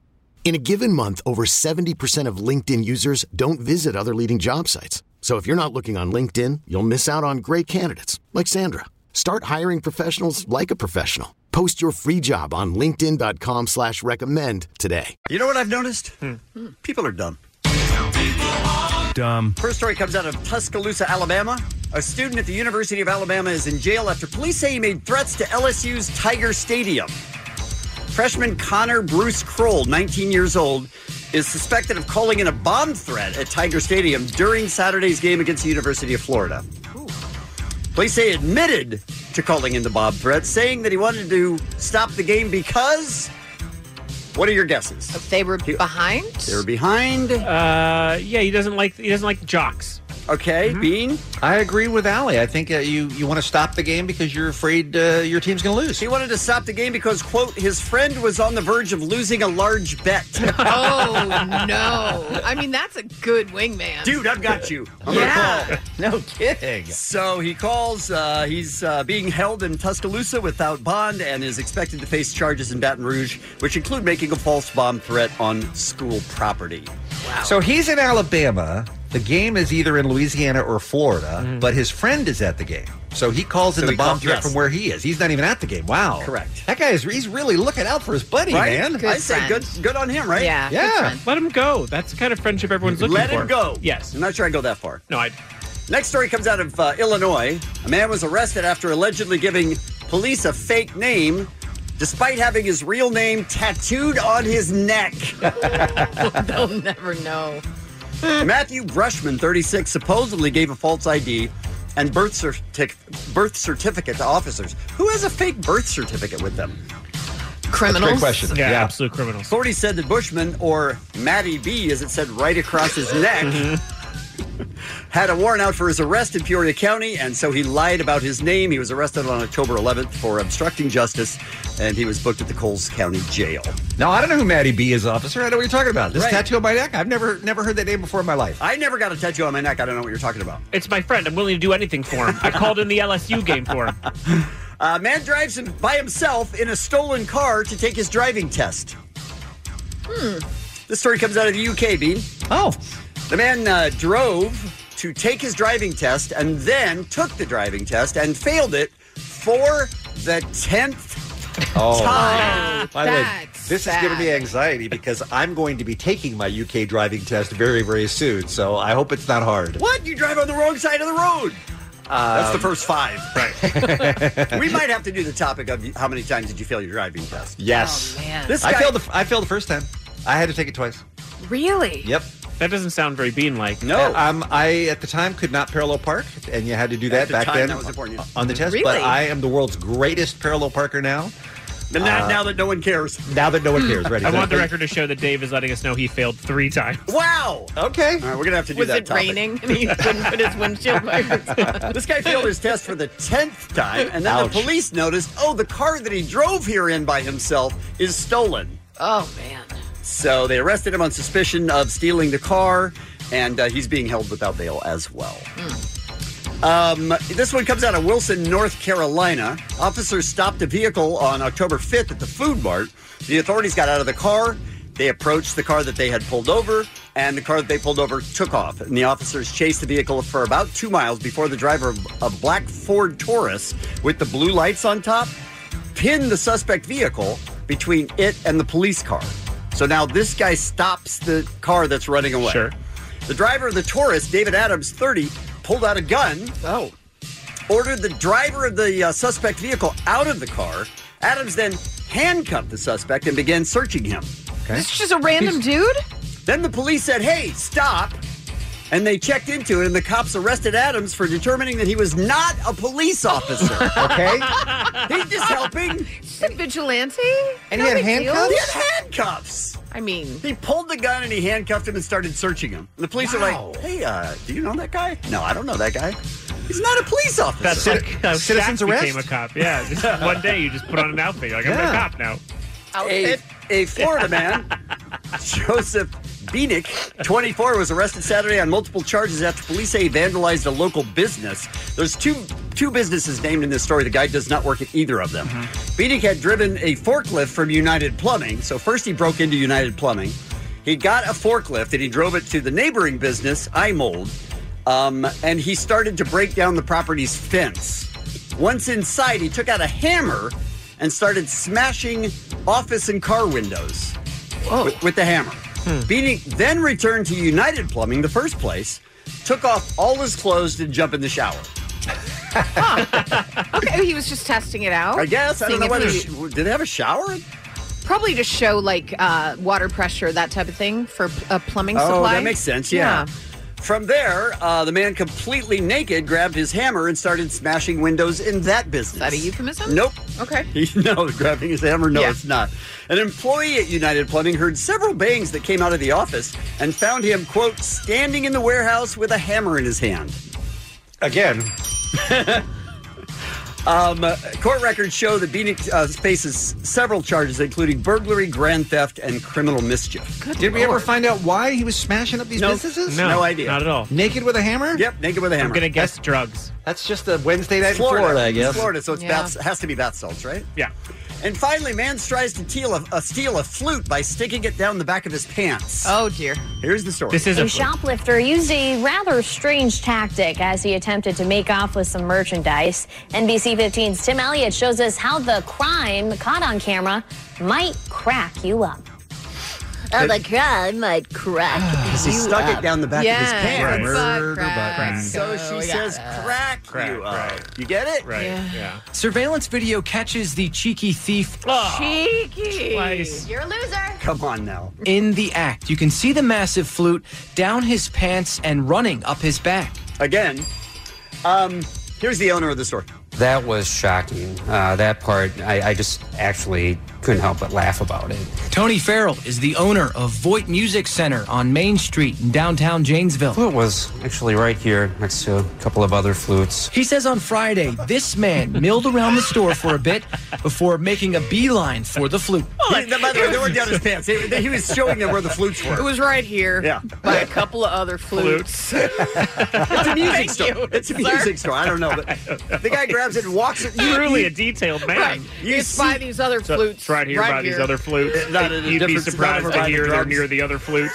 In a given month, over 70% of LinkedIn users don't visit other leading job sites. So if you're not looking on LinkedIn, you'll miss out on great candidates like Sandra. Start hiring professionals like a professional. Post your free job on linkedin.com/recommend slash recommend today.
You know what I've noticed? People are dumb.
Dumb.
First story comes out of Tuscaloosa, Alabama. A student at the University of Alabama is in jail after police say he made threats to LSU's Tiger Stadium. Freshman Connor Bruce Kroll, 19 years old, is suspected of calling in a bomb threat at Tiger Stadium during Saturday's game against the University of Florida. Police say he admitted to calling in the bomb threat, saying that he wanted to stop the game because. What are your guesses?
If they were behind,
They were behind.
Uh, yeah, he doesn't like he doesn't like jocks.
Okay, Bean.
Mm-hmm. I agree with Allie. I think uh, you you want to stop the game because you're afraid uh, your team's going to lose.
He wanted to stop the game because, quote, his friend was on the verge of losing a large bet.
[LAUGHS] oh no! I mean, that's a good wingman. [LAUGHS]
Dude, I've got you. I'm
Yeah.
No kidding. So he calls. Uh, he's uh, being held in Tuscaloosa without bond and is expected to face charges in Baton Rouge, which include making a false bomb threat on school property.
So he's in Alabama. The game is either in Louisiana or Florida, but his friend is at the game. So he calls in
Mm-hmm. So
the
he
bomb
called-
threat
yes.
from where he is. He's not even at the game. Wow.
Correct.
That guy is he's really looking out for his buddy,
Right?
man.
Good I say friend. good- good on him, right? Yeah, good
Yeah.
friend.
Let him go. That's the kind of friendship everyone's looking
Let
for.
him go.
Yes.
I'm not sure I go that far.
No, I.
Next story comes out of uh, Illinois. A man was arrested after allegedly giving police a fake name, despite having his real name tattooed on his [LAUGHS] neck.
They'll never know.
Matthew Brushman, 36, supposedly gave a false ID and birth, certi- birth certificate to officers. Who has a fake birth certificate with them?
Criminals. question.
Yeah,
Yeah.
absolute criminals.
Authorities said that Bushman, or Matty B, as it said right across his neck, [LAUGHS] had a warrant out for his arrest in Peoria County, and so he lied about his name. He was arrested on October 11th for obstructing justice, and he was booked at the Coles County Jail.
Now I don't know who Maddie B is, officer. I know what you're talking about. This
Right.
tattoo on my neck. I've never never heard that name before in my life.
I never got a tattoo on my neck. I don't know what you're talking about.
It's my friend. I'm willing to do anything for him. I called in the LSU game for
[LAUGHS]
him.
A Uh, man drives him by himself in a stolen car to take his driving test. Hmm. This story comes out of the UK, Bean.
Oh.
The man uh, drove to take his driving test and then took the driving test and failed it for the 10th time.
Oh, By the way, this is giving me anxiety because I'm going to be taking my UK driving test very, very soon. So I hope it's not hard.
What? You drive on the wrong side of the road. That's the
Um,
first five.
[LAUGHS]
Right. we might have to do the topic of how many times did you fail your driving test?
Yes.
Oh,
This
I
guy-
failed. The, I failed the first time. I had to take it twice.
Really?
Yep.
That doesn't sound very bean like.
No. Um, I at the time could not parallel park, and you had to do that
At the
back
time,
then
that was important, yeah.
on the test. But
Really?
I am the world's greatest parallel parker now. Uh,
And
that- now
that no one cares.
Now that no one cares. Right.
I want the
exactly.
record to show that Dave is letting us know he failed three times.
Wow.
Okay.
All right, we're gonna have to do
Was
that.
it
topic.
raining [LAUGHS] and he couldn't put his
[LAUGHS]
windshield wipers on?
this guy failed his test for the tenth time, and then
Ouch.
the police noticed. Oh, the car that he drove here in by himself is stolen.
Oh man.
So they arrested him on suspicion of stealing the car, and uh, he's being held without bail as well. Um, this one comes out of Wilson, North Carolina. Officers stopped a vehicle on October 5th at the food mart. The authorities got out of the car. They approached the car that they had pulled over, and the car that they pulled over took off. And the officers chased the vehicle for about two miles before the driver of a black Ford Taurus with the blue lights on top pinned the suspect vehicle between it and the police car. So now this guy stops the car that's running away.
Sure.
The driver of the Taurus, David Adams, 30, pulled out a gun. Oh. Ordered the driver of the uh, suspect vehicle out of the car. Adams then handcuffed the suspect and began searching him. Okay.
This is just a random dude?
Then the police said, hey, stop. And they checked into it, and the cops arrested Adams for determining that he was not a police officer. [LAUGHS]
Okay.
He's just helping.
He's Hmm. a vigilante.
And
No
he had
big deal.
handcuffs? He had handcuffs.
I mean,
he pulled the gun and he handcuffed him and started searching him. And the police are like, hey, uh, do you know that guy? No, I don't know that guy. He's not a police officer.
That's how- how Shaq became a cop. Yeah, just one day you just put on an outfit. You're like, I'm
Yeah.
a cop now.
A, a Florida man, Joseph Beanick, 24, was arrested Saturday on multiple charges after police say he vandalized a local business. There's two two businesses named in this story. The guy does not work at either of them. Beanick had driven a forklift from United Plumbing. So first he broke into United Plumbing. He got a forklift and he drove it to the neighboring business, iMold, um, and he started to break down the property's fence. Once inside, he took out a hammer and started smashing office and car windows with, with the hammer.
Hmm.
Beanie then returned to United Plumbing, the first place, took off all his clothes and jumped in the shower.
okay, he was just testing it out.
I guess I don't
Oh, Seeing
know
if
whether
he-
did they have a shower?
probably to show like uh, water pressure, that type of thing for a plumbing
oh,
supply.
that makes sense. Yeah. From there, uh, the man completely naked grabbed his hammer and started smashing windows in that business. Is that a euphemism? Nope.
Okay.
[LAUGHS] no, grabbing his hammer. No,
Yeah.
it's not. An employee at United Plumbing heard several bangs that came out of the office and found him, quote, standing in the warehouse with a hammer in his hand. Again. [LAUGHS] um, court records show that Beanick uh, faces several charges, including burglary, grand theft, and criminal mischief.
Did we ever find out why he was smashing up these
No.
businesses?
No, No idea. not at
all.
Naked with a hammer?
Yep, naked with a hammer.
gonna guess drugs.
That's just a Wednesday night
Florida,
in Florida, I
It's
guess.
Florida, so it's
Yeah.
bath, has to be bath salts, right?
Yeah.
And finally, man tries to steal a, a steal a flute by sticking it down the back of his pants.
Oh dear!
Here's the story.
a shoplifter used a rather strange tactic as he attempted to make off with some merchandise. NBC 15's Tim Elliott shows us how the crime caught on camera might crack you up.
Oh, the
crime might
[SIGHS]
crack.
He stuck it down the back of his
Yeah,
pants.
butt Murder crack. butt crack.
So she
yeah.
says, "Crack,
Crack,
you up." You get it?
Oh, Right. Yeah.
Surveillance video catches the cheeky thief.
Ah.
Ah.
Cheeky. You're a loser.
Come on now.
In the act, you can see the massive flute down his pants and running up his back.
Again, um, here's the owner of the store.
That was shocking. Uh, that part, I, I just actually
couldn't help but laugh about it.
Tony Farrell is the owner of Voight Music Center on Main Street in downtown Janesville.
Flute was actually right here next to a couple of other flutes.
He says on Friday, this man milled around the store for a bit before making a beeline for the flute.
Oh,
He- by the way, they were
[LAUGHS]
down his pants. He, he was showing them where the flutes were.
It was right here
Yeah.
by a couple of other flutes.
It's a music store. It's a music store. I don't know, but the guy grabs it and walks it. You,
Truly
you-
a detailed man.
Right. It's by these other
So
flutes.
it's right here by these other flutes.
Not at a
You'd be
different- not
surprised
over
to
by the
hear they're
drums.
near the other flutes.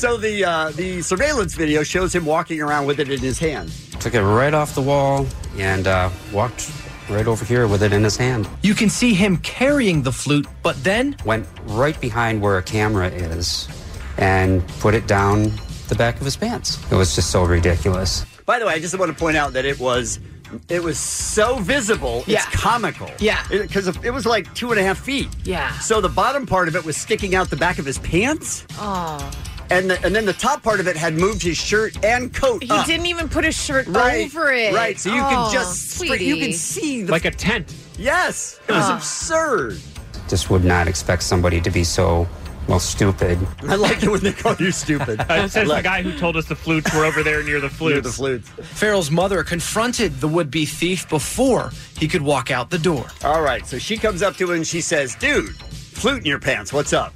[LAUGHS] so the uh, the surveillance video shows him walking around with it in his hand.
Took it right off the wall and uh, walked right over here with it in his hand.
You can see him carrying the flute, but then
Went right behind where a camera is and put it down the back of his pants. It was just so ridiculous.
By the way, I just want to point out that it was it was so visible.
Yeah.
It's comical.
Yeah.
because it, was like two and a half feet.
[LAUGHS] Yeah.
So the bottom part of it was sticking out the back of his pants,
Oh.
and the, and then the top part of it had moved his shirt and coat.
He
up.
didn't even put his shirt
Ah. Right,
over it.
right, so you can
Oh,
just sp- you can
sweetie.
see the
like a tent.
Yes, it was
Huh.
absurd.
Just would not expect somebody to be so, well, stupid.
I like it when they call you stupid.
Uh, [LAUGHS] it says the guy who told us the flutes were over
[LAUGHS]
there near the flutes.
flutes.
Farrell's mother confronted the would be thief before he could walk out the door.
All right, so she comes up to him and she says, "Dude, flute in your pants. What's up?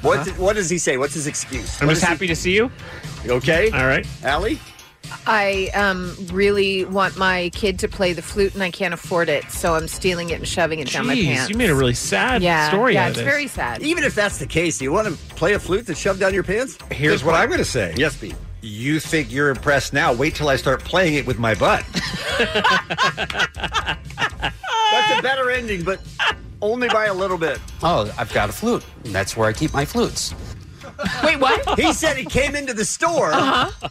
What's it- what does he say? What's his excuse?
Mm-hmm. Uh-huh. I'm
What
just
does he-
happy to see you.
You okay?
All right.
Allie?
I um, really want my kid to play the flute and I can't afford it, so I'm stealing it and shoving it down my pants.
you made a really sad
yeah,
story
yeah,
out of
it's
this.
very sad.
Even if that's the case, do you want to play a flute that's shoved down your pants?
Here's what I'm going to say.
Yes, Pete.
You think you're impressed now? Wait till I start playing it with my butt.
That's a better ending, but only by a little bit.
Oh, I've got a flute. That's where I keep my flutes.
Wait, what? Uh-huh.
He said he came into the store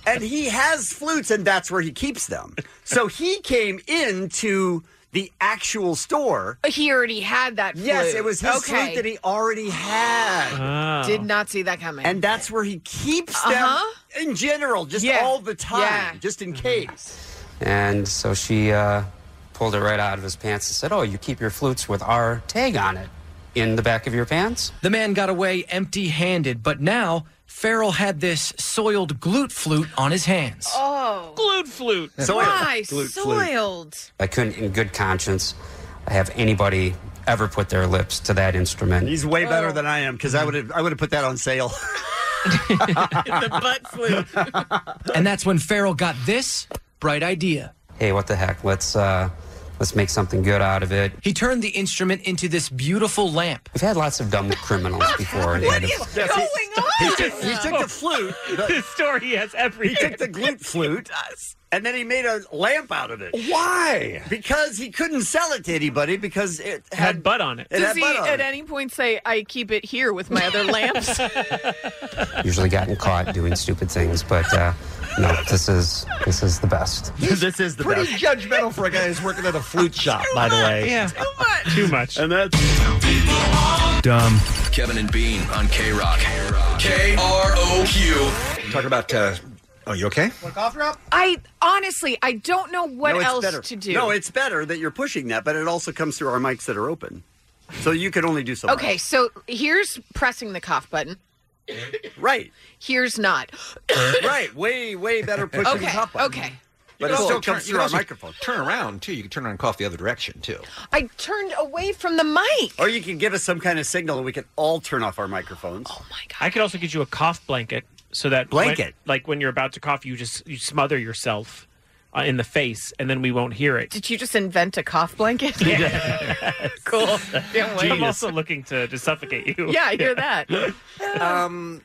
and he has flutes and that's where he keeps them. So he came into the actual store.
He already had that flute.
Yes, it was his
okay.
flute that he already had.
Did not see that coming.
And that's where he keeps them
Uh-huh.
in general, just
Yeah.
all the time,
Yeah.
just in
Mm-hmm.
case.
And so she uh, pulled it right out of his pants and said, Oh, you keep your flutes with our tag on it in the back of your pants?
The man got away empty handed, but now Farrell had this soiled glute flute on his
[LAUGHS]
hands.
oh.
[LAUGHS]
Glued flute.
Soiled.
Why?
Glute flute.
Soiled.
I couldn't, in good conscience, have anybody ever put their lips to that instrument. Oh.
He's way better than I am because I would have I would have put that on sale.
[LAUGHS] And that's when Farrell got this bright idea.
hey, what the heck? Let's uh, let's make something good out of it.
He turned the instrument into this beautiful lamp.
We've had lots of dumb criminals before. that have-
Yes, he, he, took, he took the flute, the,
This [LAUGHS] story
[LAUGHS]
has
he
everything.
took
[LAUGHS]
the glute flute, and then he made a lamp out of it
Why?
because he couldn't sell it to anybody because it had,
had butt on it.
It
Does
had
he
butt on
at
it.
any point say, I keep it here with my other lamps?
usually gotten caught doing stupid things, but uh, no, this is this is the best.
[LAUGHS]
this is the
Pretty
best.
judgmental for a guy who's working at a flute shop, by the way.
Yeah. Too much. Too much.
And that's
Dumb.
Kevin and Bean on K Rock. K R O Q.
Talk about. Uh, oh, you okay?
Cough drop?
I honestly, I don't know what
No, it's
else
better.
to do.
No, it's better that you're pushing that, but it also comes through our mics that are open. So you can only do so much.
okay. So here's pressing the cough button.
Right.
Here's not.
right. Way, way better pushing the
okay.
top button.
Okay.
But
You can
it still
also turn-
comes
you
through
can
our
also
microphone.
Turn around too. You can turn around and cough the other direction too.
I turned away from the mic.
Or you can give us some kind of signal and we can all turn off our microphones.
Oh
I could also get you a cough blanket so that when-
Blanket?
like when you're about to cough, you just you smother yourself uh, in the face, and then we won't hear it.
Did you just invent a cough blanket? cool.
[LAUGHS]
Can't wait.
I'm also looking to, to suffocate you.
Yeah, I hear that.
Um,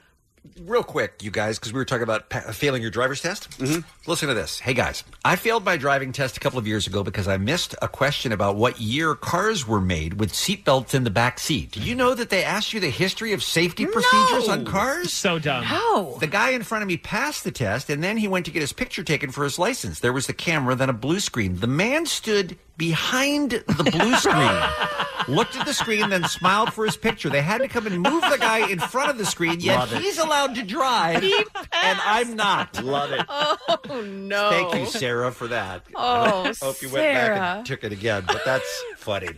real quick, you guys, because we were talking about pa- uh, failing your driver's test. Mm-hmm. Listen to this. Hey, guys, I failed my driving test a couple of years ago because I missed a question about what year cars were made with seatbelts in the back seat. Do you know that they asked you the history of safety procedures on cars?
So dumb.
Oh.
The guy in front of me passed the test, and then he went to get his picture taken for his license. There was the camera, then a blue screen. The man stood behind the blue screen, looked at the screen, then smiled for his picture. They had to come and move the guy in front of the screen, yet he's allowed to drive, and I'm not.
Love it.
Oh [LAUGHS] no.
Thank you, Sarah, for that.
[LAUGHS] Oh,
[LAUGHS] Hope you went back
Sarah. [LAUGHS]
and took it again, but that's funny.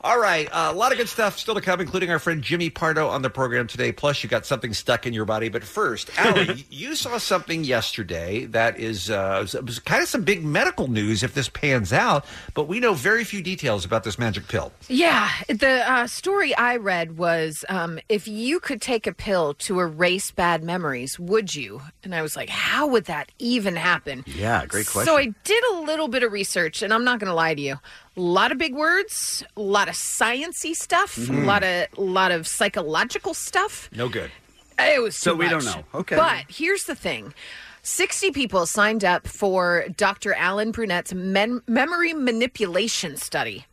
All right, uh, a lot of good stuff still to come, including our friend Jimmy Pardo on the program today. Plus, you got something stuck in your body. But
[LAUGHS]
first, Allie, you saw something yesterday that is uh, was- was kind of some big medical news if this pans out. But we know very few details about this magic pill.
Yeah, the uh, story I read was um, if you could take a pill to erase bad memories, would you? And I was like, how would that even happen?
Yeah, great
So
question.
I did a little bit of research, and I'm not going to lie to you. A lot of big words, a lot of sciency stuff,
Mhm.
Mm-hmm.
a lot of lot of psychological stuff.
No good.
It was
So
too
we don't
much.
know. Okay.
But here's the thing. 60 people signed up for Dr. Alan Brunette's men- memory manipulation study.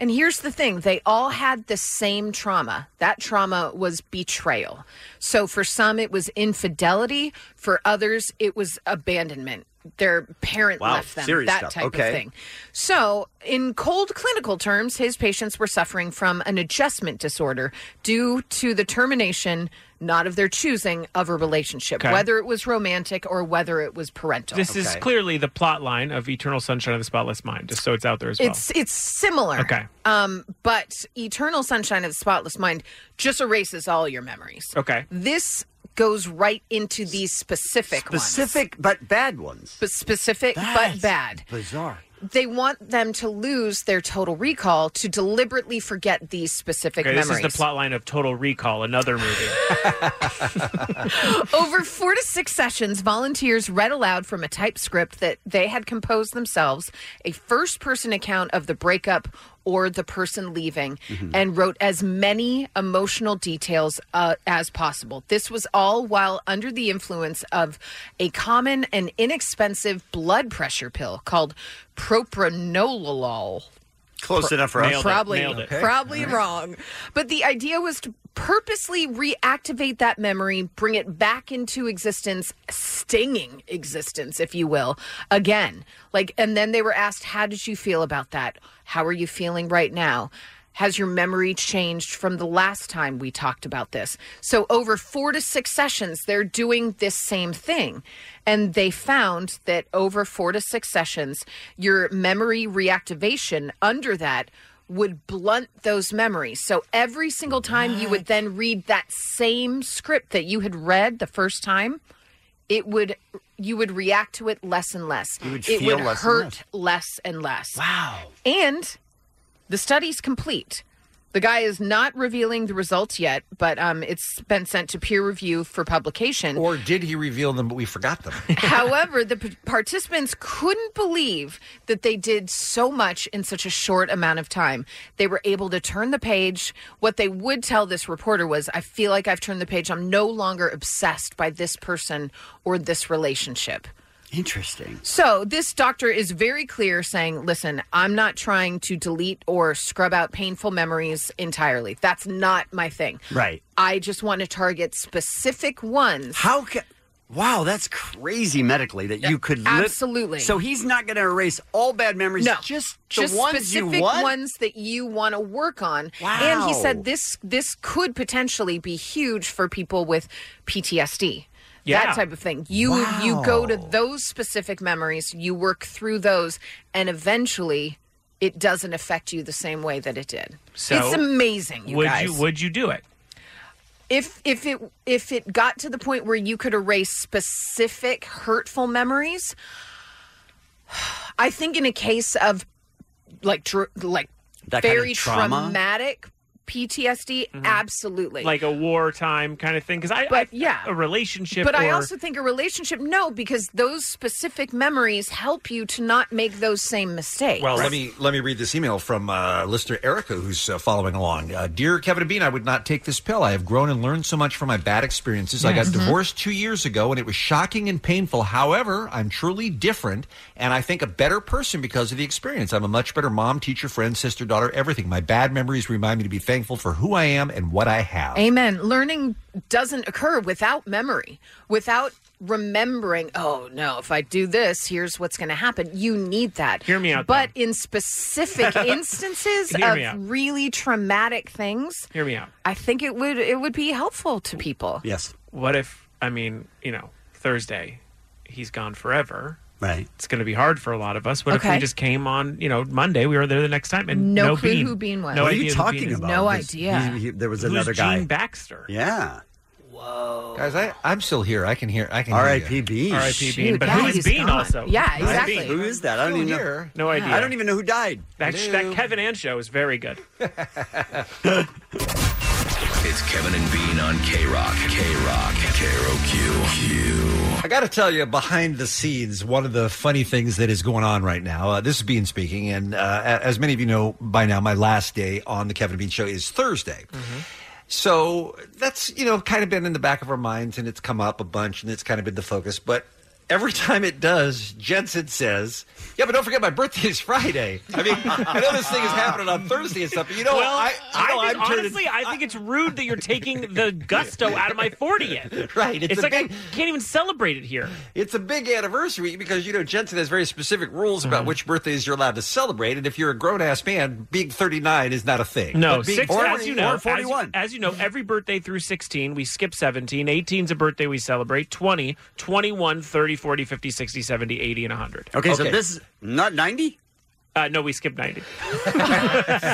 And here's the thing they all had the same trauma. That trauma was betrayal. So for some, it was infidelity. For others, it was abandonment. Their parent
Wow,
left them,
serious
that
stuff.
type
Okay.
of thing. So, in cold clinical terms, his patients were suffering from an adjustment disorder due to the termination, not of their choosing, of a relationship,
Okay.
whether it was romantic or whether it was parental.
This is clearly the plot line of Eternal Sunshine of the Spotless Mind, just so it's out there as well.
It's it's similar.
Okay.
Um, but Eternal Sunshine of the Spotless Mind just erases all your memories.
Okay.
This goes right into these specific
Specific but bad ones.
But specific but bad.
Bizarre.
They want them to lose their total recall to deliberately forget these specific
Okay, this
memories.
is the plot line of Total Recall, another movie.
[LAUGHS] Over four to six sessions, volunteers read aloud from a typescript that they had composed themselves a first person account of the breakup or the person leaving
Mhm.
and wrote as many emotional details uh, as possible. This was all while under the influence of a common and inexpensive blood pressure pill called propranolol.
Close enough for us. Nailed it,
Probably,
nailed it. Okay.
probably
All right.
wrong. But the idea was to purposely reactivate that memory, bring it back into existence, stinging existence, if you will, again. Like, and then they were asked, How did you feel about that? How are you feeling right now? Has your memory changed from the last time we talked about this? So, over four to six sessions, they're doing this same thing. And they found that over four to six sessions, your memory reactivation under that would blunt those memories. So every single time you would then read that same script that you had read the first time, it would you would react to it less and less.
You would
it
feel
would
less and
hurt less. and less. Wow. And the study's complete. The guy is not revealing the results yet, but um, it's been sent to peer review for publication.
Or did he reveal them, but we forgot them?
However, the p- participants couldn't believe that they did so much in such a short amount of time. They were able to turn the page. What they would tell this reporter was, I feel like I've turned the page. I'm no longer obsessed by this person or this relationship.
Interesting.
So, this doctor is very clear saying, listen, I'm not trying to delete or scrub out painful memories entirely. That's not my thing.
Right.
I just want to target specific ones.
How can. Wow, that's crazy medically that you could li-
absolutely.
So he's not going to erase all bad memories.
No,
just the
just
ones you
specific
want.
ones that you want to work on.
Wow.
And he said this this could potentially be huge for people with PTSD.
Yeah.
That type of thing. You you go to those specific memories, you work through those, and eventually it doesn't affect you the same way that it did.
So
it's amazing, you
would
guys.
you would you do it?
if if it if it got to the point where you could erase specific hurtful memories i think in a case of like dr- like
That kind of
very
trauma?
traumatic ptsd absolutely
Mm-hmm. Like a wartime kind of thing? Because I, I yeah, a relationship.
but I
or-
also think a relationship, no, because those specific memories help you to not make those same mistakes.
Well, let me let me read this email from uh, listener Erica, who's uh, following along. Uh, Dear Kevin and Bean, I would not take this pill. I have grown and learned so much from my bad experiences. I got
Yes. Mhm.
divorced two years ago, and it was shocking and painful. However, I'm truly different, and I think a better person because of the experience. I'm a much better mom, teacher, friend, sister, daughter, everything. My bad memories remind me to be thankful for who I am and what I have.
Amen. Learning doesn't occur without memory, without remembering, oh no, if I do this, here's what's going to happen. You need that. Hear me
out,
But
[LAUGHS]
in specific instances
Hear
of
me out.
really traumatic things,
Hear me out.
I think it would it would be helpful to people.
Yes.
What if I mean, you know, Thursday, he's gone forever.
Right.
It's going to be hard for a lot of us. What if
Okay.
we just came on, you know, Monday? We were there the next time and
No
no,
clue
Bean.
who Bean was.
No
What are
idea
you
who Bean
talking
is.
about? No This- idea.
He- he- there was
Who's
another guy.
Gene Baxter.
Yeah.
Whoa. Guys, I, I'm still here. I can hear. I can.
R.I.P. Bean.
R.I.P.
Shoot,
Bean. But
yeah,
who is
he's
Bean
gone.
also?
Yeah,
Who is
exactly.
Bean?
Who is that? I don't
Still
even know.
here.
No idea.
I don't even know who died.
That, that Kevin Ann show is
[LAUGHS]
very good.
It's Kevin and Bean on K Rock. K Rock. K Rock. Q.
I got to tell you, behind the scenes, one of the funny things that is going on right now. Uh, this is Bean speaking, and uh, a- as many of you know by now, my last day on the Kevin and Bean show is Thursday.
Mm-hmm.
So that's you know kind of been in the back of our minds, and it's come up a bunch, and it's kind of been the focus. But every time it does, Jensen says, "Yeah, but don't forget my birthday is Friday." I mean, I know this thing is happening on Thursday and stuff, but you know,
well,
I, you know,
I think,
I'm turning-
honestly, I think it's rude that you're taking
[LAUGHS]
the gusto out of my 40th.
Right, it's
It's,
a
like
big-
I can't even celebrate it here.
It's a big anniversary because you know Jensen has very specific rules about
Mm-hmm.
which birthdays you're allowed to celebrate, and if you're a grown ass man, being 39 is not a thing.
No,
But being
six,
40
as you know,
or
as you-
41.
As, you know, every birthday through 16, we skip 17. 18's a birthday we celebrate. 20, 21, 30, 40, 50, 60, 70, 80, and 100.
Okay, so this is not 90?
Uh, no, we
[LAUGHS]
skipped 90.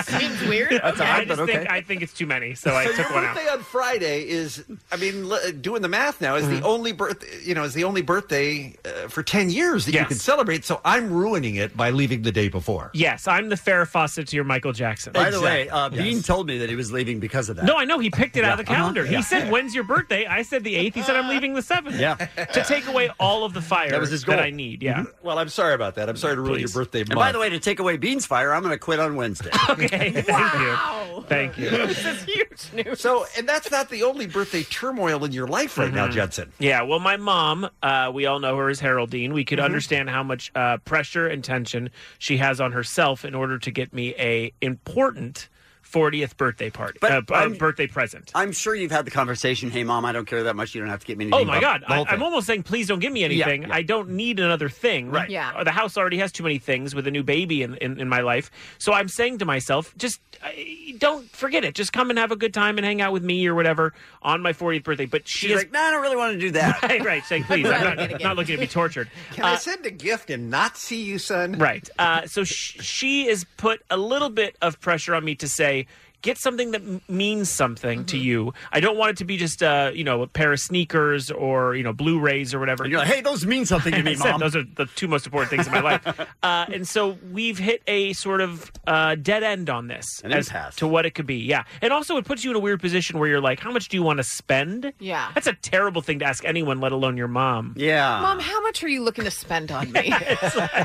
Seems weird.
I just think, I think it's too many, so I
So your
took one out.
birthday on Friday is, I mean, l- doing the math now is
Mm-hmm.
the only birth, you know, is the only birthday uh, for ten years that you can celebrate. So I'm ruining it by leaving the day
[LAUGHS]
before.
Yes, I'm the Farrah Fawcett to your Michael Jackson.
By the way, uh, Yes.
Bean told me that he was leaving because of that.
No, I know he picked it out of the
Yeah, uh-huh,
calendar.
yeah.
He said, "When's your birthday?" I said the eighth. He said, "I'm leaving the seventh.
Yeah.
to take away all of the fire
That was his goal. Mm-hmm.
I need. Yeah,
Well, I'm sorry about that. I'm sorry to ruin
Please.
your birthday.
And
month.
by the way, to take away Bean's fire, I'm going to quit on [LAUGHS] Wednesday.
okay.
Wow.
Thank you.
This
is huge news.
So, and that's not the only birthday turmoil in your life right now,
Mhm.
Judson.
Yeah, well, my mom, uh, we all know her as Haroldine. We could
Mm-hmm.
understand how much uh, pressure and tension she has on herself in order to get me a important 40th birthday party,
But
uh, b- uh,
I'm-
birthday present.
I'm sure you've had the conversation. Hey, mom, I don't care that much. You don't have to get me anything.
Oh my
but
God!
the
I,
whole
I'm
thing."
almost saying, please don't give me
Yeah,
anything.
yeah.
I don't need another thing.
Right.
Yeah.
Uh, The house already has too many things with a new baby in, in, in my life. So I'm saying to myself, just uh, don't forget it. Just come and have a good time and hang out with me or whatever on my 40th birthday. But she
She's
is
like, no, I don't really want to do that.
[LAUGHS] right, right. Saying, please,
[LAUGHS]
I'm not, not looking to be tortured. Uh,
Can I send a gift and not see you, son?
Right. Uh, so sh- she has put a little bit of pressure on me to say, get something that m- means something to
Mm-hmm.
you. I don't want it to be just, uh, you know, a pair of sneakers or, you know, Blu-rays or whatever.
you're like, hey, those mean something to me,
[LAUGHS] I said,
Mom.
Those are the two most important things in
[LAUGHS]
my life. Uh, and so we've hit a sort of uh, dead end on this.
An
as
impasse.
To what it could be. Yeah. And also it puts you in a weird position where you're like, how much do you want to spend?
Yeah.
That's a terrible thing to ask anyone, let alone your mom.
Yeah.
Mom, how much are you looking to spend on me?
[LAUGHS]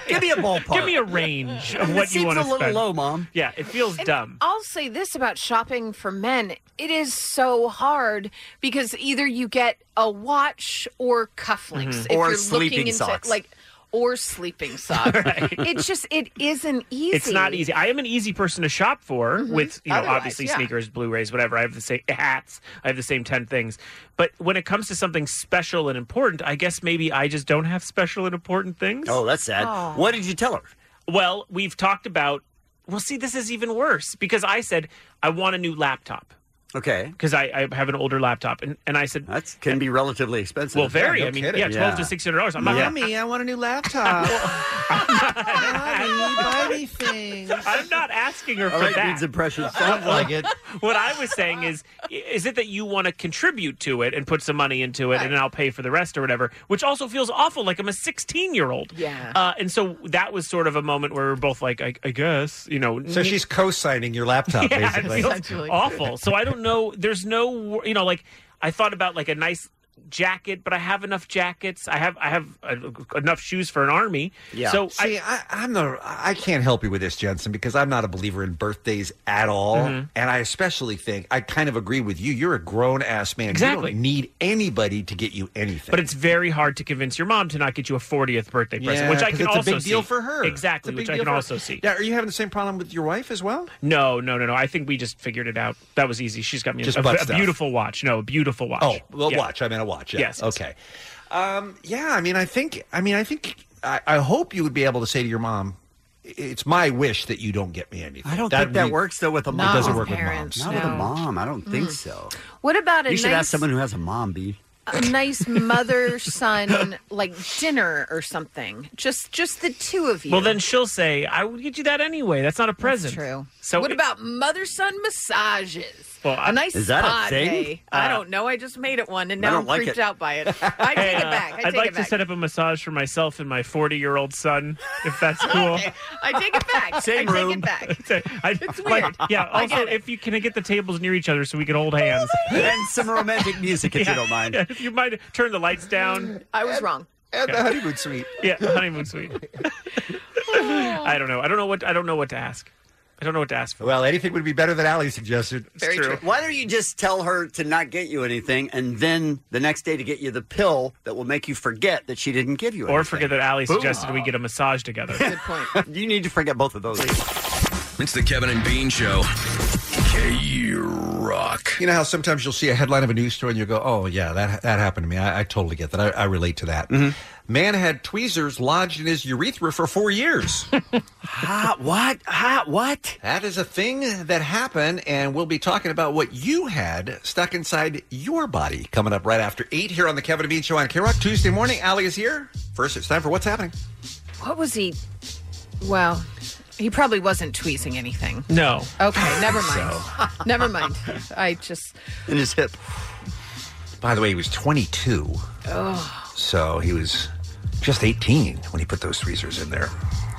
Give me a ballpark. Give me a range of
It
what
seems
you want
a
to
little
spend.
low,
Mom.
Yeah, it feels dumb.
I'll say this about shopping for men. It is so hard because either you get a watch or cufflinks.
Mhm.
Mm-hmm.
If
Or
you're
sleeping
looking into,
socks.
Like,
[LAUGHS]
or sleeping socks. It's just, it isn't easy. Mm-hmm.
It's not easy. I am an easy person to shop for with, you know,
Otherwise,
obviously
yeah.
sneakers, Blu-rays, whatever. I have the same [LAUGHS] hats. I have the same 10 things. But when it comes to something special and important, I guess maybe I just don't have special and important things.
Oh, that's sad.
Oh.
What did you tell her?
Well, we've talked about Well, see, this is even worse because I said I want a new laptop.
Okay.
Because I, I have an older laptop, and, and I said
that can be relatively expensive.
Well, very.
Yeah, no
I mean,
kidding.
yeah, twelve
Yeah.
to six hundred dollars. I'm not.
Mommy, I want a new laptop. [LAUGHS] Mommy, buy me things.
[LAUGHS] I'm not asking her
All
for
right,
that.
Bean's
[LAUGHS]
impression. Sounds like it.
What I was saying is, is it that you want to contribute to it and put some money into it, and then I'll pay for the rest or whatever, which also feels awful. Like I'm a 16 year old.
Yeah.
Uh, and so that was sort of a moment where we are both like, I, I guess, you know.
So she's co-signing your laptop,
[LAUGHS] yeah,
basically.
It feels awful. So I don't know. There's no, you know, like I thought about like a nice jacket, but I have enough jackets. I have I have uh, enough shoes for an army. So
see, I, I, am the I can't help you with this, Jensen, because I'm not a believer in birthdays at all,
Mhm.
and I especially think I kind of agree with you. You're a grown ass man.
Exactly.
You don't need anybody to get you anything.
But it's very hard to convince your mom to not get you a 40th birthday present,
Yeah,
which I
'cause
can
it's a
also
big deal
see.
for her.
Exactly,
It's a
which
big
I
deal
can
for her.
also see.
Yeah, are you having the same problem with your wife as well?
No, no, no, no. I think we just figured it out. That was easy. She's got me a-
Just
a,
butt
a
stuff.
beautiful watch. No, a beautiful watch.
Oh, well,
Yeah.
watch. I mean, a watch. Yeah.
Yes, yes.
Okay. Um, yeah. I mean, I think. I mean, I think. I, I hope you would be able to say to your mom, "It's my wish that you don't get me anything."
I don't think that works though with a
It
mom.
doesn't work with moms.
Not with a mom. I don't think
Mm.
so.
What about a
You should
nice
ask someone who has a mom, Bean.
a nice
[LAUGHS]
mother son like dinner or something. Just just the two of you.
Well, then she'll say, "I would get you that anyway. That's not a present." true. So
what
it-
about mother son massages?
Well, I-
a nice
Is that a
spa
thing?
day. I
Uh,
don't know. I just made it one, and
I
now
don't
I'm
like
creeped
it. Uh,
out
[LAUGHS]
by it. I take it back. I
I'd
take
like
it
to
back.
set up a massage for myself and my 40 year old son, if
[LAUGHS]
that's cool.
I take it
[LAUGHS]
back.
Same
I
room.
take it back.
I,
It's
like,
weird.
yeah.
I
Also,
get it.
if you can get the tables near each other so we can hold
[LAUGHS]
hands
and some romantic music,
if you don't mind. if you might turn the lights down.
I was wrong.
And the honeymoon suite.
Yeah, the honeymoon
[LAUGHS]
suite. I don't know. I don't know what. I don't know what to ask. I don't know what to ask for.
Well, anything would be better than Ali suggested.
Very true. Why don't you just tell her to not get you anything, and then the next day to get you the pill that will make you forget that she didn't give you anything?
Or forget that Ali suggested we get a massage together. Good
point. [LAUGHS] you need to forget both of those.
It's the Kevin and Bean Show. K Rock.
You know how sometimes you'll see a headline of a news story and you'll go, "Oh yeah, that that happened to me. I, I totally get that. I, I relate to that." Man had tweezers lodged in his urethra for four [LAUGHS] years. Hot what? Hot what? That is a thing that happened, and we'll be talking about what you had stuck inside your body coming up right after eight here on the Kevin and Bean Show on K Rock Tuesday morning. Allie is here. First, it's time for what's happening.
What was he? Well, he probably wasn't tweezing anything.
No. [LAUGHS]
Okay, never mind. [LAUGHS] Never mind. I just.
In his hip. By the way, he was 22.
Oh,
So he was just 18 when he put those tweezers in there.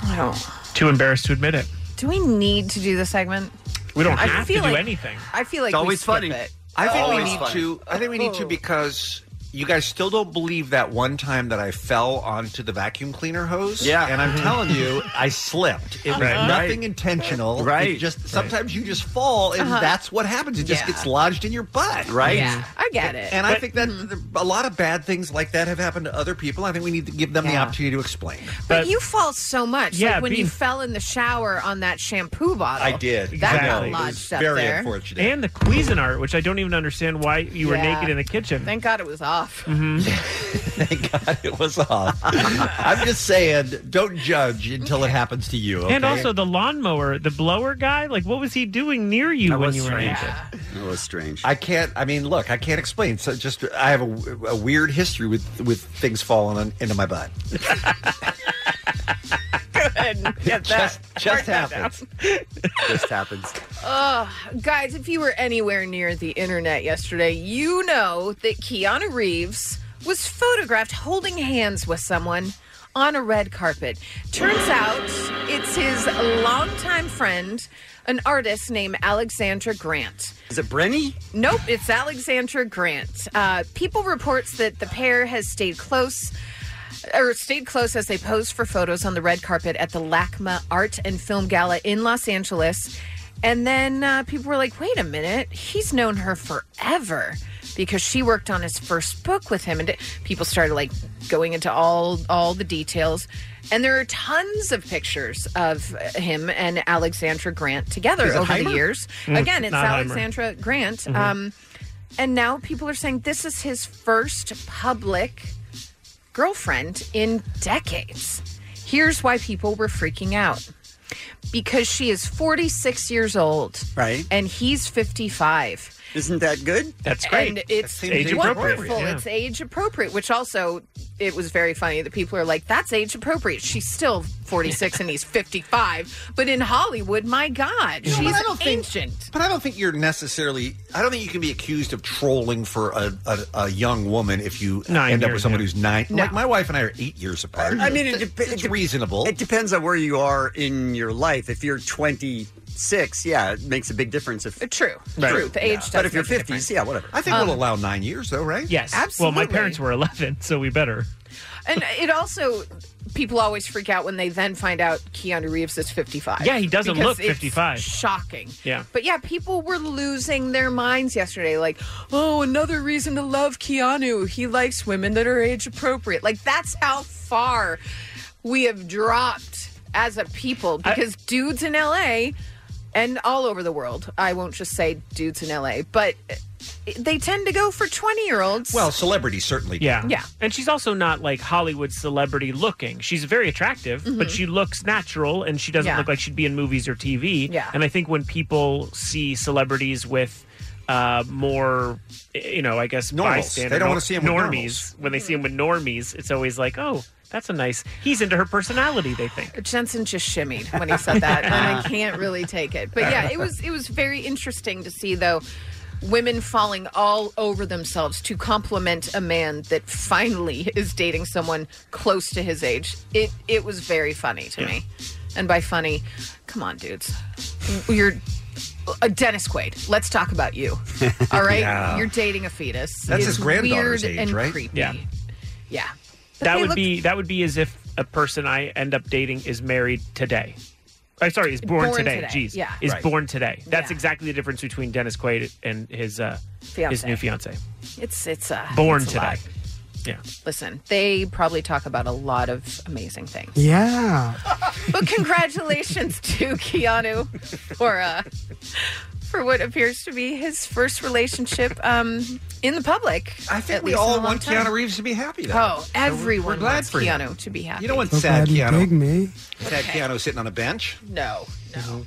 I don't.
Too embarrassed to admit it.
Do we need to do the segment?
We don't
I
have to
feel
do
like-
anything.
I feel like
It's always
we skip
funny.
It.
I think we
Always
need
funny.
to. I think we need to
Oh.
because you guys still don't believe that one time that I fell onto the vacuum cleaner hose.
Yeah.
and I'm
Mhm.
telling you, I slipped. It was
Right.
nothing
Right.
intentional.
Right.
It just
Right.
sometimes you just fall, and
Uh-huh.
that's what happens. It just
Yeah.
gets lodged in your butt.
Right. Yeah,
I get it.
And I
But-
think that
Mm-hmm.
a lot of bad things like that have happened to other people. I think we need to give them the
Yeah.
opportunity to explain.
But, you fall so much.
Yeah,
like when
being-
you fell in the shower on that shampoo bottle.
I did.
That
Exactly.
got
It was
lodged up
very
there.
unfortunate.
And the Cuisinart, which I don't even understand why you were
Yeah.
naked in the kitchen. Mm-hmm.
Thank God it was off.
it was off. I'm just saying, don't judge until it happens to you.
And also the lawnmower, the blower guy. Like, what was he doing near you when you were naked?
That was strange. I can't. I mean, look, I can't explain. So just, I have a, a weird history with with things falling on, into my butt.
Good. Get that.
Just- just
Mark that
happens.
down.
Just happens.
Oh, guys, if you were anywhere near the internet yesterday, you know that Keanu Reeves was photographed holding hands with someone on a red carpet. Turns out it's his longtime friend, an artist named Alexandra Grant.
Is it Brenny?
Nope, it's Alexandra Grant. Uh, people reports that the pair has stayed close. Or stayed close as they posed for photos on the red carpet at the LACMA Art and Film Gala in Los Angeles. And then uh, people were like, wait a minute, he's known her forever because she worked on his first book with him. And people started like going into all, all the details. And there are tons of pictures of uh, him and Alexandra Grant together
Is it
over the
Heimer?
years.
Mm,
Again, it's
not Heimer.
Alexandra. Sandra Grant.
Mhm.
Um, and now people are saying this is his first public girlfriend in decades. Here's why people were freaking out because she is 46 years old.
Right.
And he's 55.
Isn't that good?
That's
And it's wonderful. It's age appropriate, which also it was very funny that people are like, "That's age appropriate." She's still 46 and he's 55, but in Hollywood, my God,
No, but
she's
I don't think-
ancient.
But I don't think you're necessarily. I don't think you can be accused of trolling for a, a, a young woman if you
Nine
end up
years,
with someone
yeah.
who's nine.
No.
Like my wife and I are eight years apart.
I mean, it, dep-
it's reasonable.
It depends on where you are in your life. If you're 26, yeah, it makes a big difference. If
true, true, the age does
But if you're
make a
50s, yeah, whatever.
I think
Um,
we'll allow nine years though, right?
Yes. Well, my
Absolutely.
parents were 11, so we better.
And it also, people always freak out when they then find out Keanu Reeves is 55.
Yeah, he doesn't
Because
look
it's
55.
Shocking.
Yeah.
But yeah, people were losing their minds yesterday. Like, oh, another reason to love Keanu. He likes women that are age appropriate. Like, that's how far we have dropped as a people because dudes in LA and all over the world, I won't just say dudes in LA, but they tend to go for 20 year olds.
Well, celebrities certainly. do.
Yeah.
Yeah.
And she's also not like Hollywood celebrity looking. She's very attractive, but
Mhm.
she looks natural and she doesn't
Yeah.
look like she'd be in movies or TV.
Yeah.
And I think when people see celebrities with uh, more, you know, I guess
Normals.
bystander
They don't wanna see him with
normies. When they see
Mm-hmm.
him with normies, it's always like, oh, that's a nice. He's into her personality. They think.
Jensen just shimmied when he said that,
[LAUGHS]
[LAUGHS]
and I can't really take it. But yeah, it was it was very interesting to see though women falling all over themselves to compliment a man that finally is dating someone close to his age. It it was very funny to me. And by funny, come on dudes. You're uh, Dennis Quaid. Let's talk about you.
[LAUGHS]
All right?
Yeah.
You're dating a fetus.
That's
It's
his granddaughter's
weird
age,
and
right?
Creepy.
Yeah.
Yeah. But
that
they
would
looked
be that would be as if a person I end up dating is married today. I'm sorry, is born,
Born
today.
today,
Jeez,
yeah.
is
Right.
born today. That's exactly the difference between Dennis Quaid and his uh, his
Fiancé.
new fiance.
It's it's uh,
Born
it's a
today.
lot.
Yeah.
Listen, they probably talk about a lot of amazing things.
Yeah.
But congratulations to Keanu for uh, for what appears to be his first relationship um, in the public.
I think
at
we
least in a
all
long
want
time.
Keanu Reeves to be happy. Though.
Oh,
So we're-
everyone
we're glad
wants
for him.
Keanu to be happy.
You know what's sad, Keanu?
Big me.
Sad Keanu sitting on a bench.
No, no.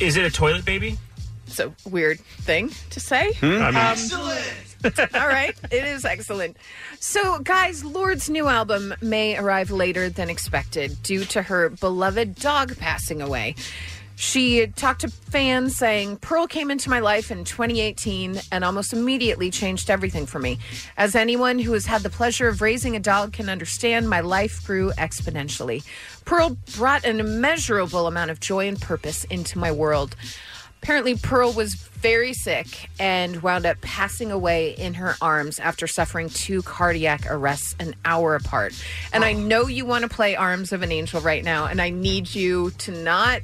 Is it a toilet baby?
It's a weird thing to say.
Hmm?
Um,
I mean-
[LAUGHS] All right, it is excellent. So, guys, Lord's new album may arrive later than expected due to her beloved dog passing away. She talked to fans saying, Pearl came into my life in 2018 and almost immediately changed everything for me. As anyone who has had the pleasure of raising a dog can understand, my life grew exponentially. Pearl brought an immeasurable amount of joy and purpose into my world. Apparently, Pearl was very sick and wound up passing away in her arms after suffering two cardiac arrests an hour apart. And I know you want to play Arms of an Angel right now, and I need you to not.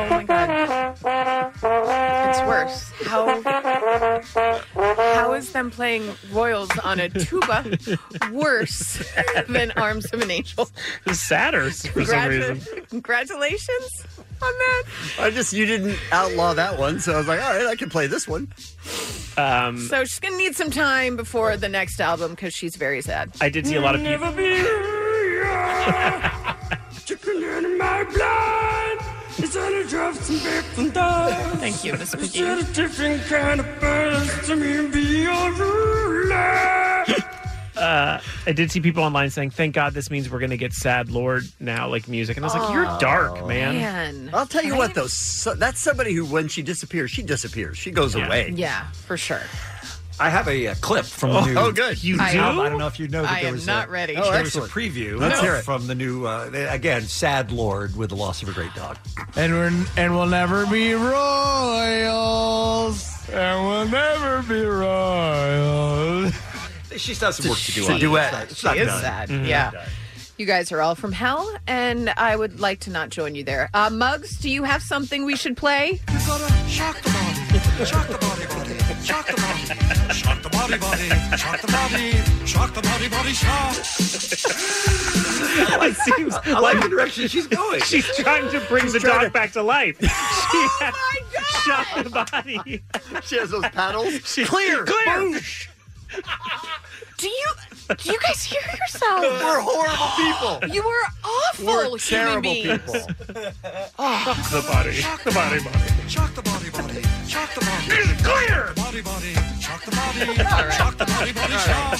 Oh my god. It's worse. How how is them playing royals on a tuba worse than Arms of an Angel?
Sadder for some
Congratu-
reason.
Congratulations on that.
I just you didn't outlaw that one, so I was like, all right, I can play this one.
Um,
So she's gonna need some time before the next album because she's very sad.
I did see a lot of people.
Thank you, Miss Piggy.
Said a different kind of birds to me and be a ruler.
Uh, I did see people online saying, "Thank God this means we're going to get sad Lord now, like music." And I was like, "You're dark, man."
I'll tell you what, though, so, that's somebody who, when she disappears, she disappears. She goes away.
Yeah, for sure.
I have a, uh clip from
oh,
the new.
Oh, good.
You
I- do?
album.
I don't know if you know that I there am was a- not ready.
Oh,
There
there
was
was
a
a preview.
Let's hear it.
from the new. Uh, again, sad lord with the loss of a great dog.
And we're and we'll never be royals. And we'll never be royals.
She's got some work to do.
She
on it.
duet.
It's not- it's
She
not
is
done.
sad.
Mm-hmm.
Mhm.
Yeah.
Not done.
You guys are all from hell, and I would like to not join you there. Uh, Mugs, do you have something we should play?
Shock the body, shock the body, body, shock the body, shock the body, body, shock the body, shock the body, body,
[LAUGHS]
shock.
it seems
I like the direction
she's going.
She's trying to bring the dog back to life. She
Oh
had shot the body.
She has those paddles.
She,
Clear.
clear.
Do you do you guys hear
[LAUGHS]
yourself?
We're horrible
people. You are awful
We're
human
terrible
beings.
[LAUGHS]
[LAUGHS]
people.
Shock the body. Shock the body, body.
Shock the body, body, shock the body. It's clear. Body, body, shock the body, shock the body, body, shock.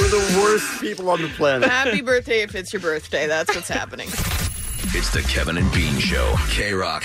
We're the worst people on the planet.
Happy birthday if it's your birthday. That's what's happening.
It's the Kevin and Bean Show. K Rock.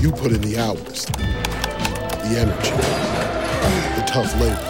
You put in the hours, the energy, the tough labor.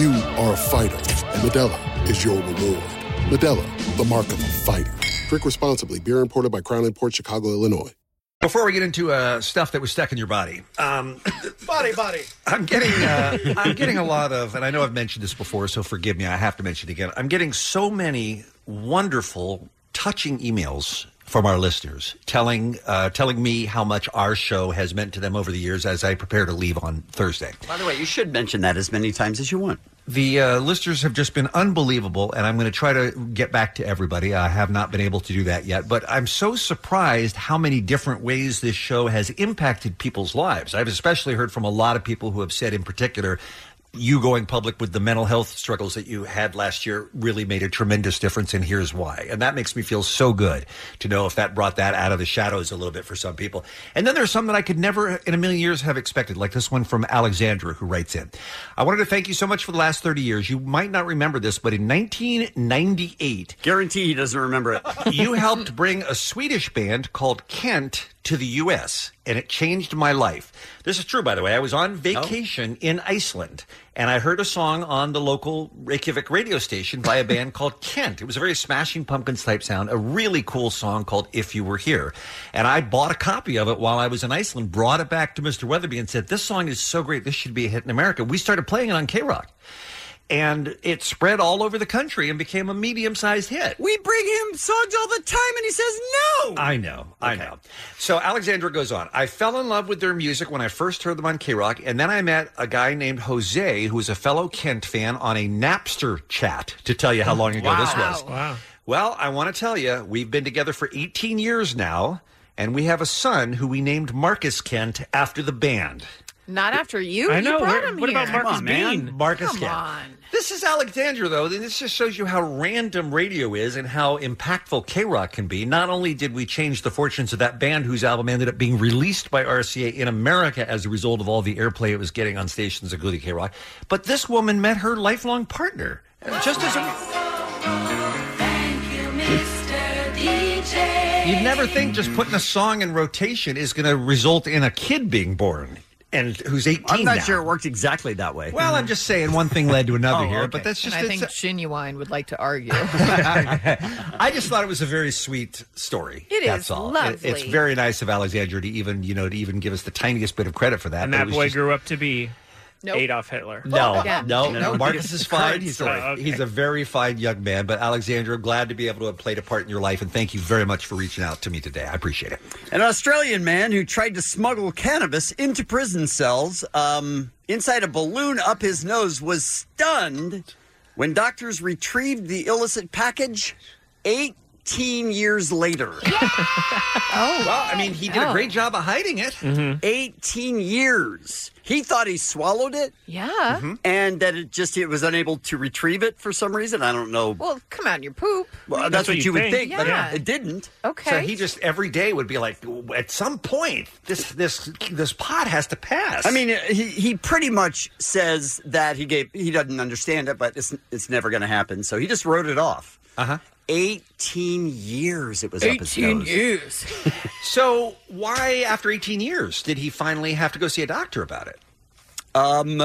You are a fighter, and Medella is your reward. Medella, the mark of a fighter. Drink responsibly. Beer imported by Crown Port Chicago, Illinois.
Before we get into uh, stuff that was stuck in your body, um,
Body, body.
I'm getting uh,
[LAUGHS]
I'm getting a lot of, and I know I've mentioned this before, so forgive me. I have to mention it again. I'm getting so many wonderful, touching emails from our listeners telling uh, telling me how much our show has meant to them over the years. As I prepare to leave on Thursday,
By the way, you should mention that as many times as you want.
the uh, listeners have just been unbelievable, and I'm going to try to get back to everybody. I have not been able to do that yet, but I'm so surprised how many different ways this show has impacted people's lives. I've especially heard from a lot of people who have said, in particular, you going public with the mental health struggles that you had last year really made a tremendous difference, and here's why. And that makes me feel so good to know if that brought that out of the shadows a little bit for some people. And then there's some that I could never in a million years have expected, like this one from Alexandra who writes in I wanted to thank you so much for the last 30 years. You might not remember this, but in 1998,
guarantee he doesn't remember it,
you helped bring a Swedish band called Kent to the U.S., and it changed my life. This is true, by the way. I was on vacation in Iceland, and I heard a song on the local Reykjavik radio station by a band called Kent. It was a very Smashing Pumpkins type sound, a really cool song called If You Were Here. And I bought a copy of it while I was in Iceland, brought it back to Mr. Weatherby, and said, This song is so great. This should be a hit in America. We started playing it on K Rock. And it spread all over the country and became a medium sized hit.
We bring him songs all the time, and he says no.
I know, I know. So Alexandra goes on. I fell in love with their music when I first heard them on K Rock, and then I met a guy named Jose, who was a fellow Kent fan, on a Napster chat to tell you how long ago this was.
Wow.
Well, I want to tell you, we've been together for 18 years now, and we have a son who we named Marcus Kent after the band.
Not after you. You brought him here.
Marcus
Come
Kent.
on.
This is Alexandria, though. and This just shows you how random radio is and how impactful K Rock can be. Not only did we change the fortunes of that band whose album ended up being released by RCA in America as a result of all the airplay it was getting on stations, including K Rock, but this woman met her lifelong partner. Uh, Just as a, you'd never think just putting a song in rotation is going to result in a kid being born and who's 18
I'm not
now.
sure it worked exactly that way.
Well, I'm just saying one thing [LAUGHS] led to another here, but that's
And
just
I
it's-
think Genuine would like to argue.
I just thought it was a very sweet story.
It is
That's all. It- it's
lovely.
very nice of Alexandra to even, you know, to even give us the tiniest bit of credit for that.
And
but it
that
was
boy
just-
grew up to be
Nope.
Adolf Hitler.
Oh,
No,
Yeah.
no,
No. Oh,
no. Marcus
[LAUGHS]
is fine. He's,
Current
a,
story.
he's a very fine young man. But Alexandra, I'm glad to be able to have played a part in your life, and thank you very much for reaching out to me today. I appreciate it.
An Australian man who tried to smuggle cannabis into prison cells um, inside a balloon up his nose was stunned when doctors retrieved the illicit package 18
[LAUGHS]
years later.
oh, well, I mean, he did a great job of hiding it.
18 years. He thought he swallowed it.
Yeah.
Mm-hmm.
And that it just, it was unable to retrieve it for some reason. I don't know.
Well, come out your poop.
Well, that's, what, you would think,
Yeah.
but it didn't.
Okay.
So he just every day would be like, at some point, this this this pot has to pass.
I mean, he he pretty much says that he gave he doesn't understand it, but it's it's never going to happen. So he just wrote it off. Uh
Uh-huh.
huh. Eighteen years it was up his
18
nose.
years. so why, after 18 years, did he finally have to go see a doctor about it?
Um,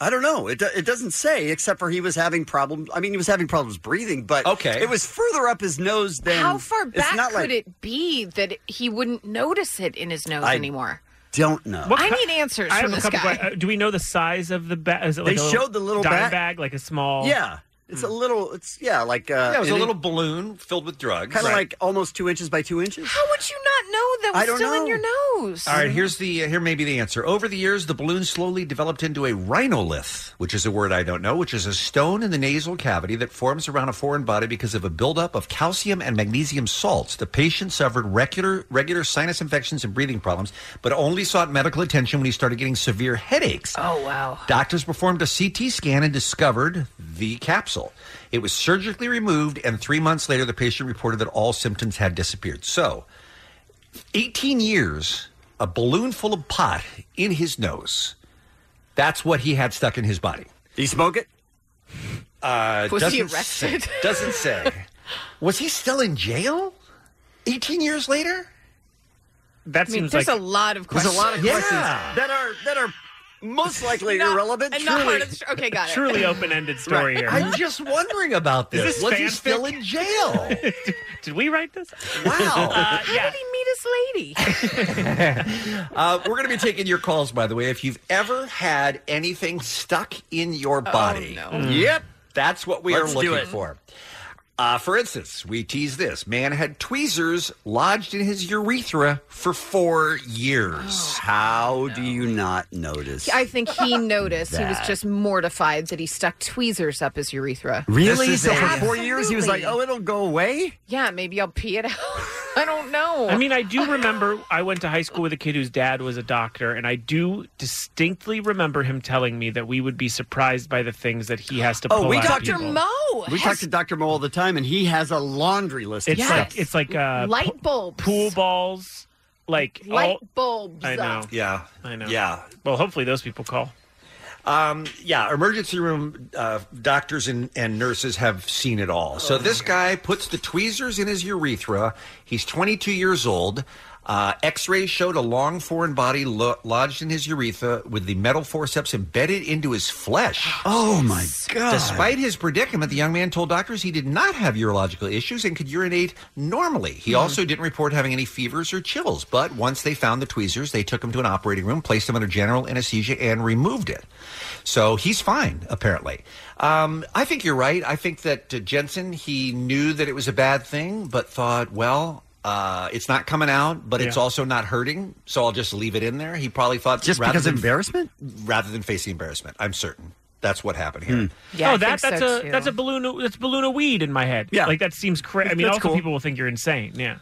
I don't know. It do- it doesn't say except for he was having problems. I mean, he was having problems breathing, but
Okay.
it was further up his nose than
How far
it's
back
not
could
like-
it be that he wouldn't notice it in his nose
I-
anymore?
Don't know.
I need answers
I have
from
a
this
couple.
guy.
que- uh, do we know the size of the bag? Is it like
They
a
showed the little
dime
bag-
like a small.
Yeah, it's a little. It's yeah, like uh,
yeah, it was a little balloon filled with drugs.
kind of like almost two inches by two inches.
How would you not know that
I
was
don't
still in your nose?
All right, here's the uh, here may be the answer. Over the years, the balloon slowly developed into a rhinolith, which is a word I don't know, which is a stone in the nasal cavity that forms around a foreign body because of a buildup of calcium and magnesium salts. The patient suffered regular regular sinus infections and breathing problems, but only sought medical attention when he started getting severe headaches.
Oh wow.
Doctors performed a CT scan and discovered the capsule. It was surgically removed, and three months later, the patient reported that all symptoms had disappeared. So, 18 years, a balloon full of pot in his nose. That's what he had stuck in his body.
Did he smoke it?
Uh,
Was he
doesn't say-
arrested?
doesn't say. Was he still in jail? 18 years later?
That
I mean, there's a lot of
There's
questions.
a lot of questions.
that are that are
[LAUGHS]
most likely
Not-
irrelevant.
and not part of the sh- okay, got it. [LAUGHS] Truly
open-ended story here.
I'm just wondering about
Is
this.
this
Was he
fanfic? Uh,
still in
[LAUGHS]
jail?
Did we write this?
Wow.
How did he meet his lady?
uh, we're going to be taking your calls, by the way. If you've
Ever had anything stuck in your body?
no.
Hmm.
Mm. Yep.
that's what we
Let's
are
do
looking
it.
for. Uh, for instance, we tease this man had tweezers lodged in his urethra for four years.
How do you not notice?
I think he noticed. He was
That.
just mortified that he stuck tweezers up his urethra.
Really? So for four years, he was like,
Absolutely.
"Oh, it'll go away."
Yeah, maybe I'll pee it out. [LAUGHS] I don't know.
I mean, I do remember I went to high school with a kid whose dad was a doctor, and I do distinctly remember him telling me that we would be surprised by the things that he has to pull
Oh, we
out
talked
people.
We talk to Dr. Mo all the time, and he has a laundry list.
It's
of
like
stuff.
it's like uh,
Light
po-
bulbs.
pool balls, like
Light
all-
bulbs.
I know.
up.
Yeah,
I know.
Yeah.
Well, hopefully those people call.
Um, yeah, emergency room uh, doctors and, and nurses have seen it all. so this guy puts the tweezers in his urethra. He's 22 years old. Uh, X-rays showed a long foreign body lo- lodged in his urethra with the metal forceps embedded into his flesh.
Oh my God.
Despite his predicament, the young man told doctors he did not have urological issues and could urinate normally. He
Mhm.
also didn't report having any fevers or chills. But once they found the tweezers, they took him to an operating room, placed him under general anesthesia, and removed it. So he's fine, apparently. Um, I think you're right. I think that uh, Jensen, he knew that it was a bad thing, but thought, well, uh, it's not coming out, but it's
Yeah.
also not hurting, so I'll just leave it in there. He probably thought
Just
rather
because
than,
embarrassment,
rather than face the embarrassment. I'm certain that's what happened
Hmm.
here.
oh, that that's a that's a balloon of- that's balloon of weed in my head. Yeah, like that seems crazy. I mean,
That's
also
cool.
people will think you're insane. Yeah,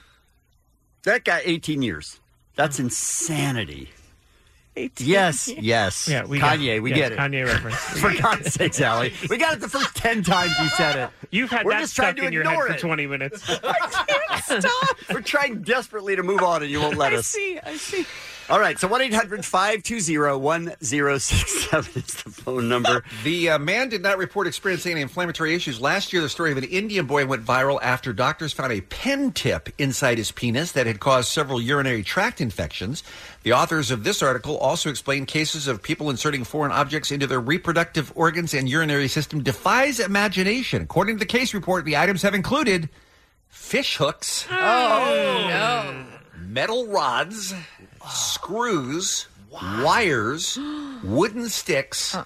that guy, eighteen years. That's
Mm.
insanity. [LAUGHS] Yes, yes.
Yeah, we
Kanye,
get it.
we
Yes,
get it.
Kanye
[LAUGHS]
reference.
For God's
[LAUGHS]
sakes, Allie. We got it the first 10 times you said it.
You've had
We're
that
just trying
stuck
to
in your head
ignore
for
it. [LAUGHS]
20 minutes.
[LAUGHS]
Stop. We're trying desperately to move on and you won't let
I
us.
see. I see.
All right, so 1 800 520 1067 is the phone number.
[LAUGHS] The uh, man did not report experiencing any inflammatory issues. Last year, the story of an Indian boy went viral after doctors found a pen tip inside his penis that had caused several urinary tract infections. The authors of this article also explain cases of people inserting foreign objects into their reproductive organs and urinary system defies imagination. According to the case report, the items have included fish hooks,
no.
metal rods, screws, wires, wooden sticks,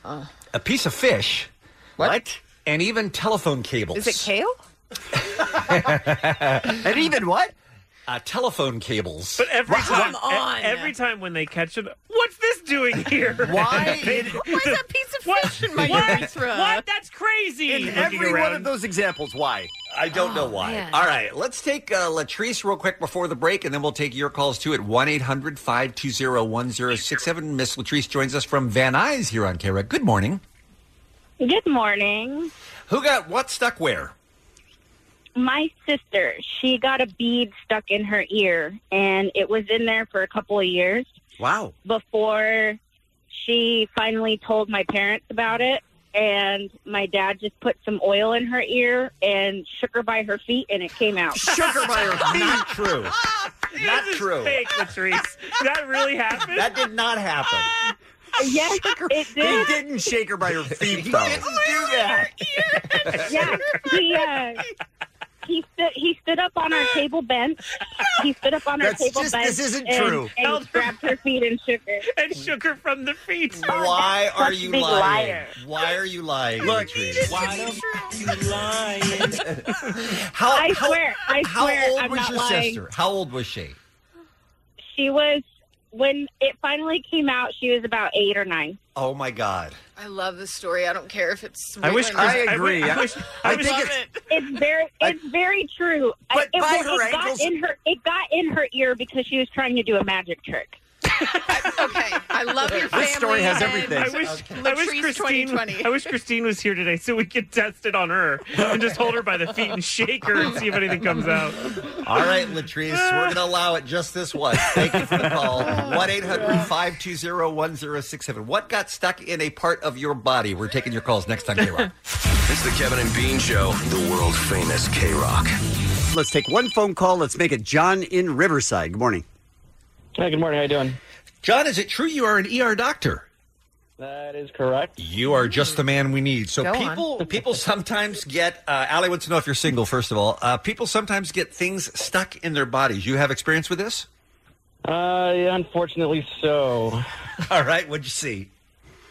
a piece of fish.
What?
And even telephone cables. [LAUGHS]
Is it kale?
and even what?
Uh, telephone cables.
But every
Come
time, e-
on.
every time when they catch him, what's this
[LAUGHS]
doing here?
Why
[LAUGHS] They-
in-
Why is that piece of fish in my
What?
urethra?
What? That's crazy.
In
Looking
every one
around.
of those examples, why?
I don't know why.
man.
All right, let's take uh, Latrice real quick before the break, and then we'll take your calls too at 1 800 520 1067. Miss Latrice joins us from Van Nuys here on KREC. Good morning.
Good morning.
Who got what stuck where?
My sister, she got a bead stuck in her ear, and it was in there for a couple of years
Wow.
before she finally told my parents about it. And my dad just put some oil in her ear and shook her by her feet, and it came out.
Shook [LAUGHS] her by
[LAUGHS]
her feet. Not true. Not true.
Fake, Latrice. that really happened?
That did not happen.
[LAUGHS] Yes, it
He
did.
didn't shake her by
[LAUGHS]
her feet, though. [LAUGHS]
yeah, he uh, he stood he stood up on our table bench. He stood up on our
That's
table
just-
bench.
this isn't
and,
true.
And
Held her-
grabbed her feet and shook her.
[LAUGHS] and shook her from the feet.
Why
are you
big
lying?
liar.
Why are you lying?
Look,
Latrice?
you lying?
How,
I
how-
swear, I
how
swear
old
I'm
was
not
your
lying.
sister? How old was she?
She was when it finally came out. She was about eight or nine.
Oh my God.
I love this story. I don't care if it's.
I wish-
written.
I agree. I wish-
I
I
love
think
it.
It's very, it's very true. I-
But
it,
by
well,
her
it
ankles-
got in her, it got in her ear because she was trying to do a magic trick.
I love your family.
This story has
and
everything.
I wish, I wish
Latrice
Christine.
2020.
I wish Christine was here today so we could test it on her and just hold her by the feet and shake her and see if anything comes out.
All right, Latrice, we're going to allow it just this once. Thank you for the
[LAUGHS]
call. 1 800 520 1067. What got stuck in a part of your body? We're taking your calls next time, K Rock.
It's the Kevin and Bean Show, the world famous K Rock.
Let's take one phone call. Let's make it John in Riverside. Good morning.
Hey, good morning. How you doing?
John, is it true you are an ER E doctor?
That is correct.
You are just the man we need. So
Go on.
people people sometimes get uh Allie wants to know if you're single, first of all. Uh people sometimes get things stuck in their bodies. You have experience with this?
Uh, yeah, unfortunately, so.
[LAUGHS] All right, what'd you see?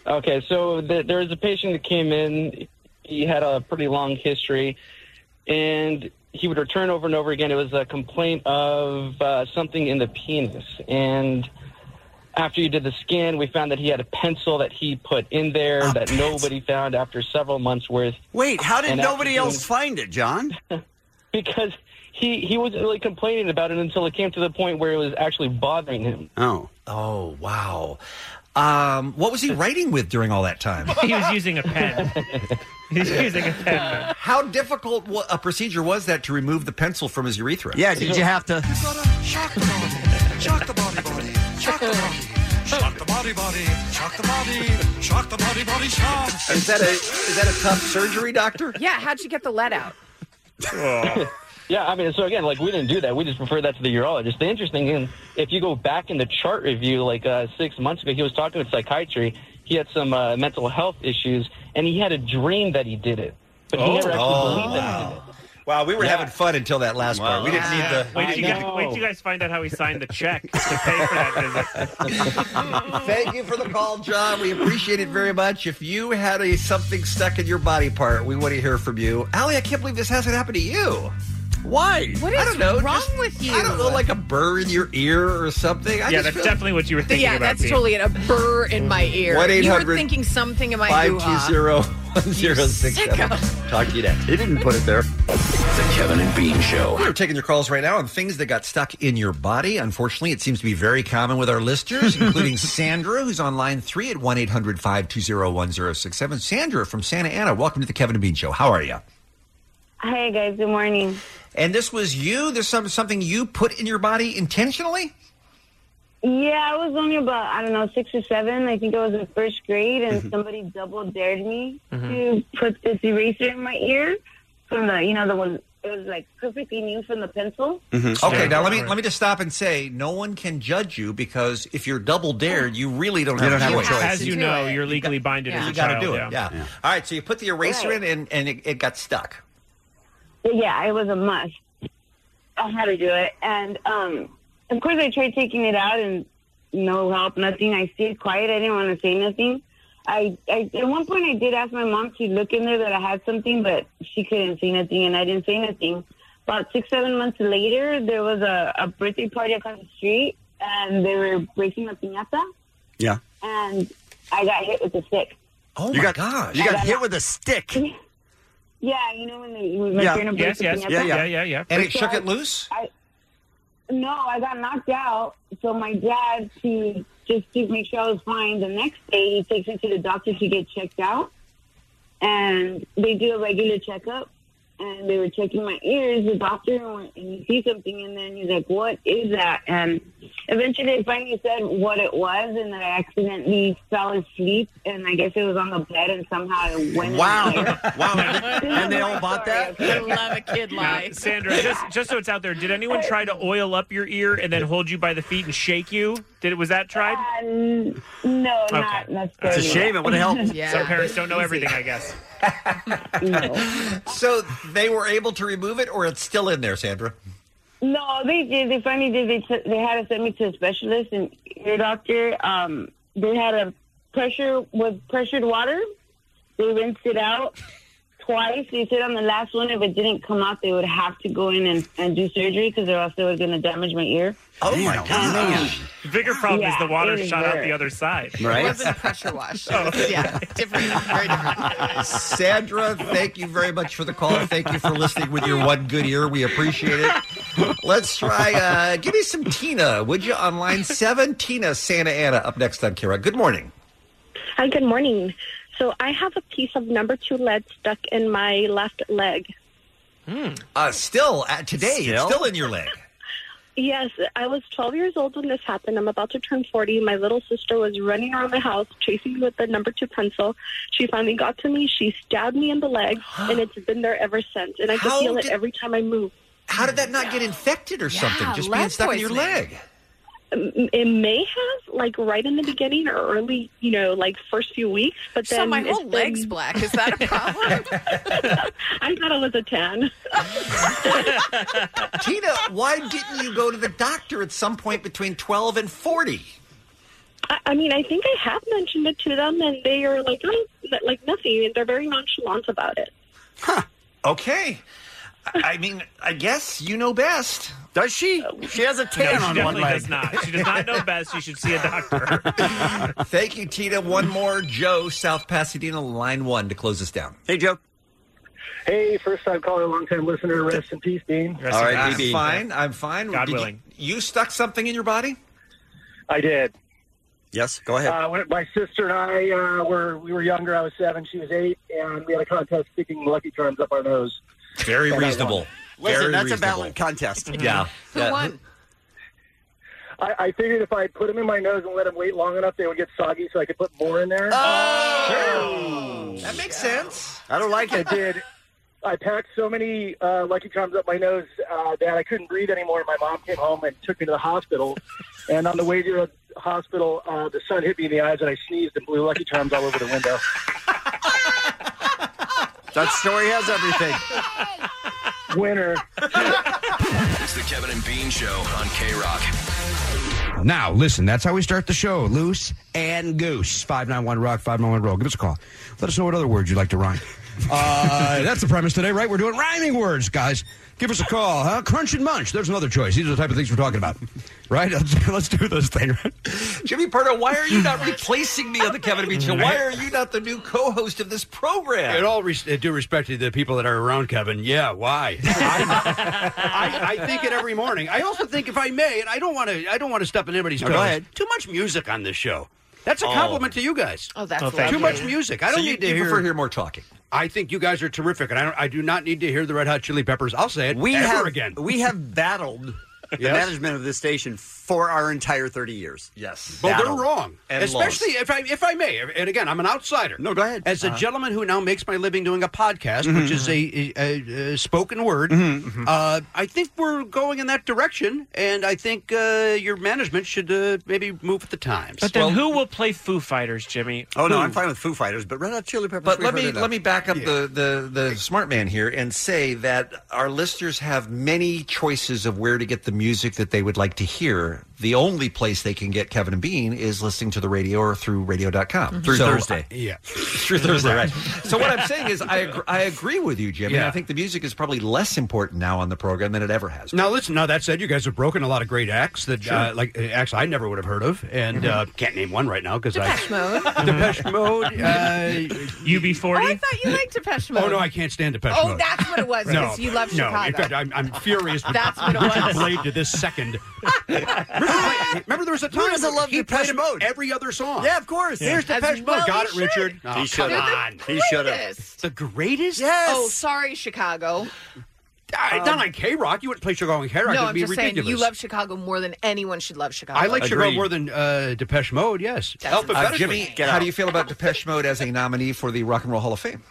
Okay, so th- there was a patient that came in. He had a pretty long history, and he would return over and over again. It was a complaint of uh, something in the penis, and after you did the scan, we found that he had a pencil that he put in there that nobody found after several months worth.
Wait, how did
And after
nobody
doing-
else find it, John?
[LAUGHS] because he he wasn't really complaining about it until it came to the point where it was actually bothering him.
Oh.
Oh, wow. Um what was he writing with during all that time?
he was using a pen. [LAUGHS] He's using a pen.
How difficult wa- a procedure was that to remove the pencil from his urethra?
Yeah, did you have to-
Shock the body, shock the body, body, shock the body, shock the body, body, shock the body, shock the body, body, shock.
Is that a is that a tough surgery, doctor?
Yeah, how'd you get the lead out?
[LAUGHS] yeah, I mean, so again, like we didn't do that. We just referred that to the urologist. The interesting thing, if you go back in the chart review, like uh, six months ago, he was talking with psychiatry. He had some uh, mental health issues, and he had a dream that he did it, but
Oh,
he never actually believed that he did it.
Oh, Wow, we were
Yeah.
having fun until that last part. We didn't need the.
Wait till, you
I
guys,
know.
wait till you guys find out how he signed the check
[LAUGHS]
to pay for that visit.
Thank you for the call, John. We appreciate it very much. If you had a something stuck in your body part, we want to hear from you. Allie, I can't believe this hasn't happened to you. Why?
What
I
is
don't know.
wrong
just-
with you?
I don't know, like a burr in your ear or something. I
Yeah,
just
that's
feel-
definitely what you were thinking
yeah,
about.
that's totally it. A burr in my ear. You were
1-800
thinking something in my hoo-ha.
520-1067. Talk to you next. He didn't put it there. The
Kevin and Bean Show.
We're taking your calls right now on things that got stuck in your body. Unfortunately, it seems to be very common with our listeners, [LAUGHS] including Sandra, who's on line three at 1 800 520 1067. Sandra from Santa Ana, welcome to the Kevin and Bean Show. How are you?
Hey guys, good morning.
And this was you? There's some, something you put in your body intentionally?
Yeah, I was only about I don't know six or seven. I think I was in first grade, and somebody double dared me
Mhm.
to put this eraser in my ear from the you know the one it was like perfectly new from the pencil.
Okay,
Yeah.
now let me let me just stop and say no one can judge you because if you're double dared, you really don't
You
have,
don't
a
have a
choice.
choice. As you know, you're legally binded as a
You got to
child,
do it. Yeah.
yeah.
Yeah. All right, so you put the eraser in and, and it, it got stuck.
Yeah, it was a must. I had to do it, and um, of course I tried taking it out, and no help, nothing. I stayed quiet. I didn't want to say nothing. I, I at one point I did ask my mom to look in there that I had something, but she couldn't say nothing, and I didn't say nothing. About six seven months later, there was a, a birthday party across the street, and they were breaking a piñata,
Yeah.
and I got hit with a stick.
Oh
you
my
got,
gosh.
You
I
got
got
hit
it.
with a stick.
[LAUGHS] Yeah, you know when they when like,
Yeah.
you're in a
Yes,
break
yes.
with
Yeah,
piñata?
yeah, yeah, yeah. And it
So
shook it
I-
loose?
I, no, I got knocked out. So my dad, to just to make sure I was fine, the next day he takes me to the doctor to get checked out, and they do a regular checkup. And they were checking my ears. The doctor went and he sees something in there, and he's like, "What is that?" And eventually, they finally said what it was, and that I accidentally fell asleep, and I guess it was on the bed, and somehow it went. in
Wow.
my ear.
and they all bought that?
I
love a kid
lie. Sandra, just just so it's out there, did anyone try to oil up your ear and then hold you by the feet and shake you? Did was that tried?
Um, no,
Okay.
not necessarily.
It's a shame. It
would [LAUGHS]
would've helped.
Yeah.
Some parents don't know everything, I guess.
[LAUGHS] So they were able to remove it, or it's still in there, Sandra.
No, they did. They finally did. They t- they had to send me to a specialist and ear doctor. Um, they had a pressure with pressured water. They rinsed it out twice. They said on the last one, if it didn't come out, they would have to go in and, and do surgery because or else it was going to damage my ear.
Oh my gosh.
The bigger problem is the
Yeah,
water
it is
shot out
very-
the other side.
Right. It
wasn't pressure wash.
Oh. [LAUGHS]
Yeah, different. Very different.
Sandra, thank you very much for the call. Thank you for listening with your one good ear. We appreciate it. Let's try. Uh, give me some Tina, would you? On line seven, Tina Santa Ana up next on Kira. Good morning.
Hi, good morning. So I have a piece of number two lead stuck in my left leg.
Uh, still uh, today,
Still?
it's still in your leg.
Yes, I was 12 years old when this happened. I'm about to turn 40. My little sister was running around the house chasing me with the number two pencil. She finally got to me. She stabbed me in the leg, and it's been there ever since. And I can
How
feel it
did-
every time I move.
How did that not get infected or something? Just being
lead
stuck in your
poisoning.
leg.
Um, it may have like right in the beginning or early, you know, like first few weeks. But
So
then
my
it's
whole leg's black. Is that
[LAUGHS]
a problem?
I thought it was a tan.
Tina, why didn't you go to the doctor at some point between 12 and 40?
I, I mean, I think I have mentioned it to them, and they are like, oh, like nothing, and they're very nonchalant about it.
Okay. I I mean, I guess you know best.
Does she? She has a
no, she definitely does not. She does not know best. You should see a doctor.
[LAUGHS] Thank you, Tina. One more, Joe, South Pasadena, line one to close us down.
Hey, Joe.
Hey, first time caller, long time listener. Rest in peace, Dean.
All right, I'm fine. I'm fine.
God
Did you-
willing.
You, stuck something in your body?
I did.
Yes, go
Uh, when my sister and I uh, were we were younger. I was seven, she was eight, and we had a contest sticking Lucky Charms up our nose.
Very
And I won.
reasonable.
Listen,
Very
that's
reasonable.
a ballot contest.
Yeah. Who Yeah. won? I, I figured if I put them in my nose and let them wait long enough, they would get soggy, so I could put more in there.
Oh, that makes sense.
I don't like
it. I did. I packed so many uh, Lucky Charms up my nose uh, that I couldn't breathe anymore. My mom came home and took me to the hospital. and on the way to the hospital, uh, the sun hit me in the eyes, and I sneezed and blew Lucky Charms all over the window.
That story has everything.
[LAUGHS]
Winner.
It's the Kevin and Bean Show on K Rock.
Now, listen, that's how we start the show. Loose and goose. 591 Rock, 591 Roll. Give us a call. Let us know what other words you'd like to rhyme. Uh, that's the premise today, right? We're doing rhyming words, guys. Give us a call, huh? Crunch and munch. There's another choice. These are the type of things we're talking about, right? Let's, let's do this thing, right?
Jimmy Pardo, why are
[LAUGHS]
you not replacing me on the Kevin and Bean
Mm-hmm.
Show? Why are you not the new co-host of this program?
In all res-
uh,
due respect to the people that are around Kevin, yeah, why? I, I think it every morning. I also think, if I may, and I don't want to, I don't want to step on anybody's
No,
toes.
go ahead.
Too much music on this show. That's a
Oh.
compliment to you guys.
Oh, that's
too
Oh, thank lovely.
much
you.
music. I
So
don't
you-
need to
you
hear.
prefer hear
more talking.
I think you guys are terrific, and I don't. I do not need to hear the Red Hot Chili Peppers. I'll say it.
We
ever
have
again.
we have
[LAUGHS]
battled the
Yes.
management of this station for our entire thirty years.
Yes,
But they're wrong, especially if I if I may. And again, I'm an outsider. No, go ahead. As a
Uh-huh.
gentleman who now makes my living doing a podcast, which is a,
Mm-hmm.
a, a spoken word, uh, I think we're going in that direction, and I think uh, your management should uh, maybe move with the times.
But then who will play Foo Fighters, Jimmy?
Oh, no,
Who?
I'm fine
with Foo Fighters, but Red Hot Chili Peppers.
But let me let me back up the, the the smart man here and say that our listeners have many choices of where to get the music that they would like to hear. The only place they can get Kevin and Bean is listening to the radio or through radio.com.
Mm-hmm.
Through
So-
Thursday.
uh,
Yeah.
[LAUGHS] through Thursday,
[LAUGHS]
right. So what I'm saying is I agree, I agree with you, Jimmy.
Yeah.
I think the music is probably less important now on the program than it ever has.
Now listen. Now that said, you guys have broken a lot of great acts that, uh,
Sure.
like uh, acts I never would have heard of, and
Mm-hmm.
uh, can't name one right now because I [LAUGHS]
Depeche
Mode. UB40.
Oh, I thought you liked Depeche Mode.
Oh no, I can't stand Depeche
Oh,
Mode.
that's what it was, 'cause you love
no. In
Chicago.
fact, I'm, I'm furious.
[LAUGHS]
With
That's what it
Richard
was.
Blade to this
[LAUGHS]
second. Richard Blade- remember, there was a time
doesn't
when
love
he
Depeche
played
Mode?
every other song.
Yeah, of course.
Here's
As
Depeche Mode.
well he
Got it,
should.
Richard. Oh,
He should
come
have.
on.
He should have.
Greatest.
The greatest.
Oh, sorry, Chicago.
I- not on K Rock. You wouldn't play Chicago on K Rock.
Oh, um, no,
It'd
I'm
be
just
ridiculous.
saying you love Chicago more than anyone should love Chicago.
I like Chicago more than uh, Depeche Mode. Yes,
Uh,
alphabetically.
Jimmy, how do you feel about Depeche Mode as a nominee for the Rock and Roll Hall of Fame?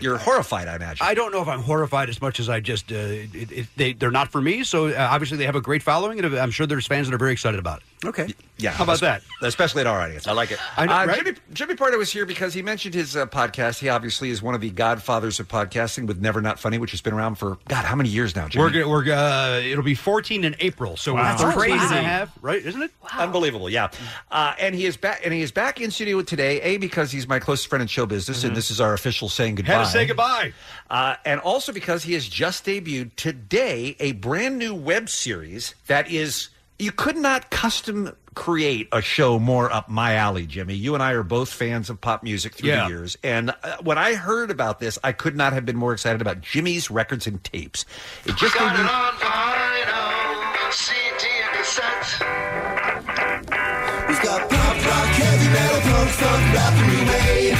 You're horrified, I imagine.
I don't know if I'm horrified as much as I just uh, it, it, they they're not for me. So uh, obviously they have a great following, and I'm sure there's fans that are very excited about it.
Okay,
Yeah,
How about that?
Especially at our audience. I
like it.
I know,
uh,
right?
Jimmy, Jimmy Pardo is here because he mentioned his uh, podcast. He obviously is one of the godfathers of podcasting with Never Not Funny, which has been around for, God, how many years now, Jimmy?
We're gonna, we're uh, it'll be 14 in April, so
Wow.
it's
That's
13 and
crazy.
a half, right? Isn't it?
Unbelievable, yeah. Uh, and he is back. And he is back in studio today. A because he's my closest friend in show business, and this is our official saying goodbye.
Mm-hmm. Had to say goodbye.
Uh, and also because he has just debuted today a brand new web series that is you could not custom create a show more up my alley, Jimmy. You and I are both fans of pop music through
Yeah.
the years, and uh, when I heard about this, I could not have been more excited about Jimmy's records and tapes. It just
Got
debuted-
it on vinyl, CD and cassette. We've got pop rock, heavy metal, punk funk, rap and new wave.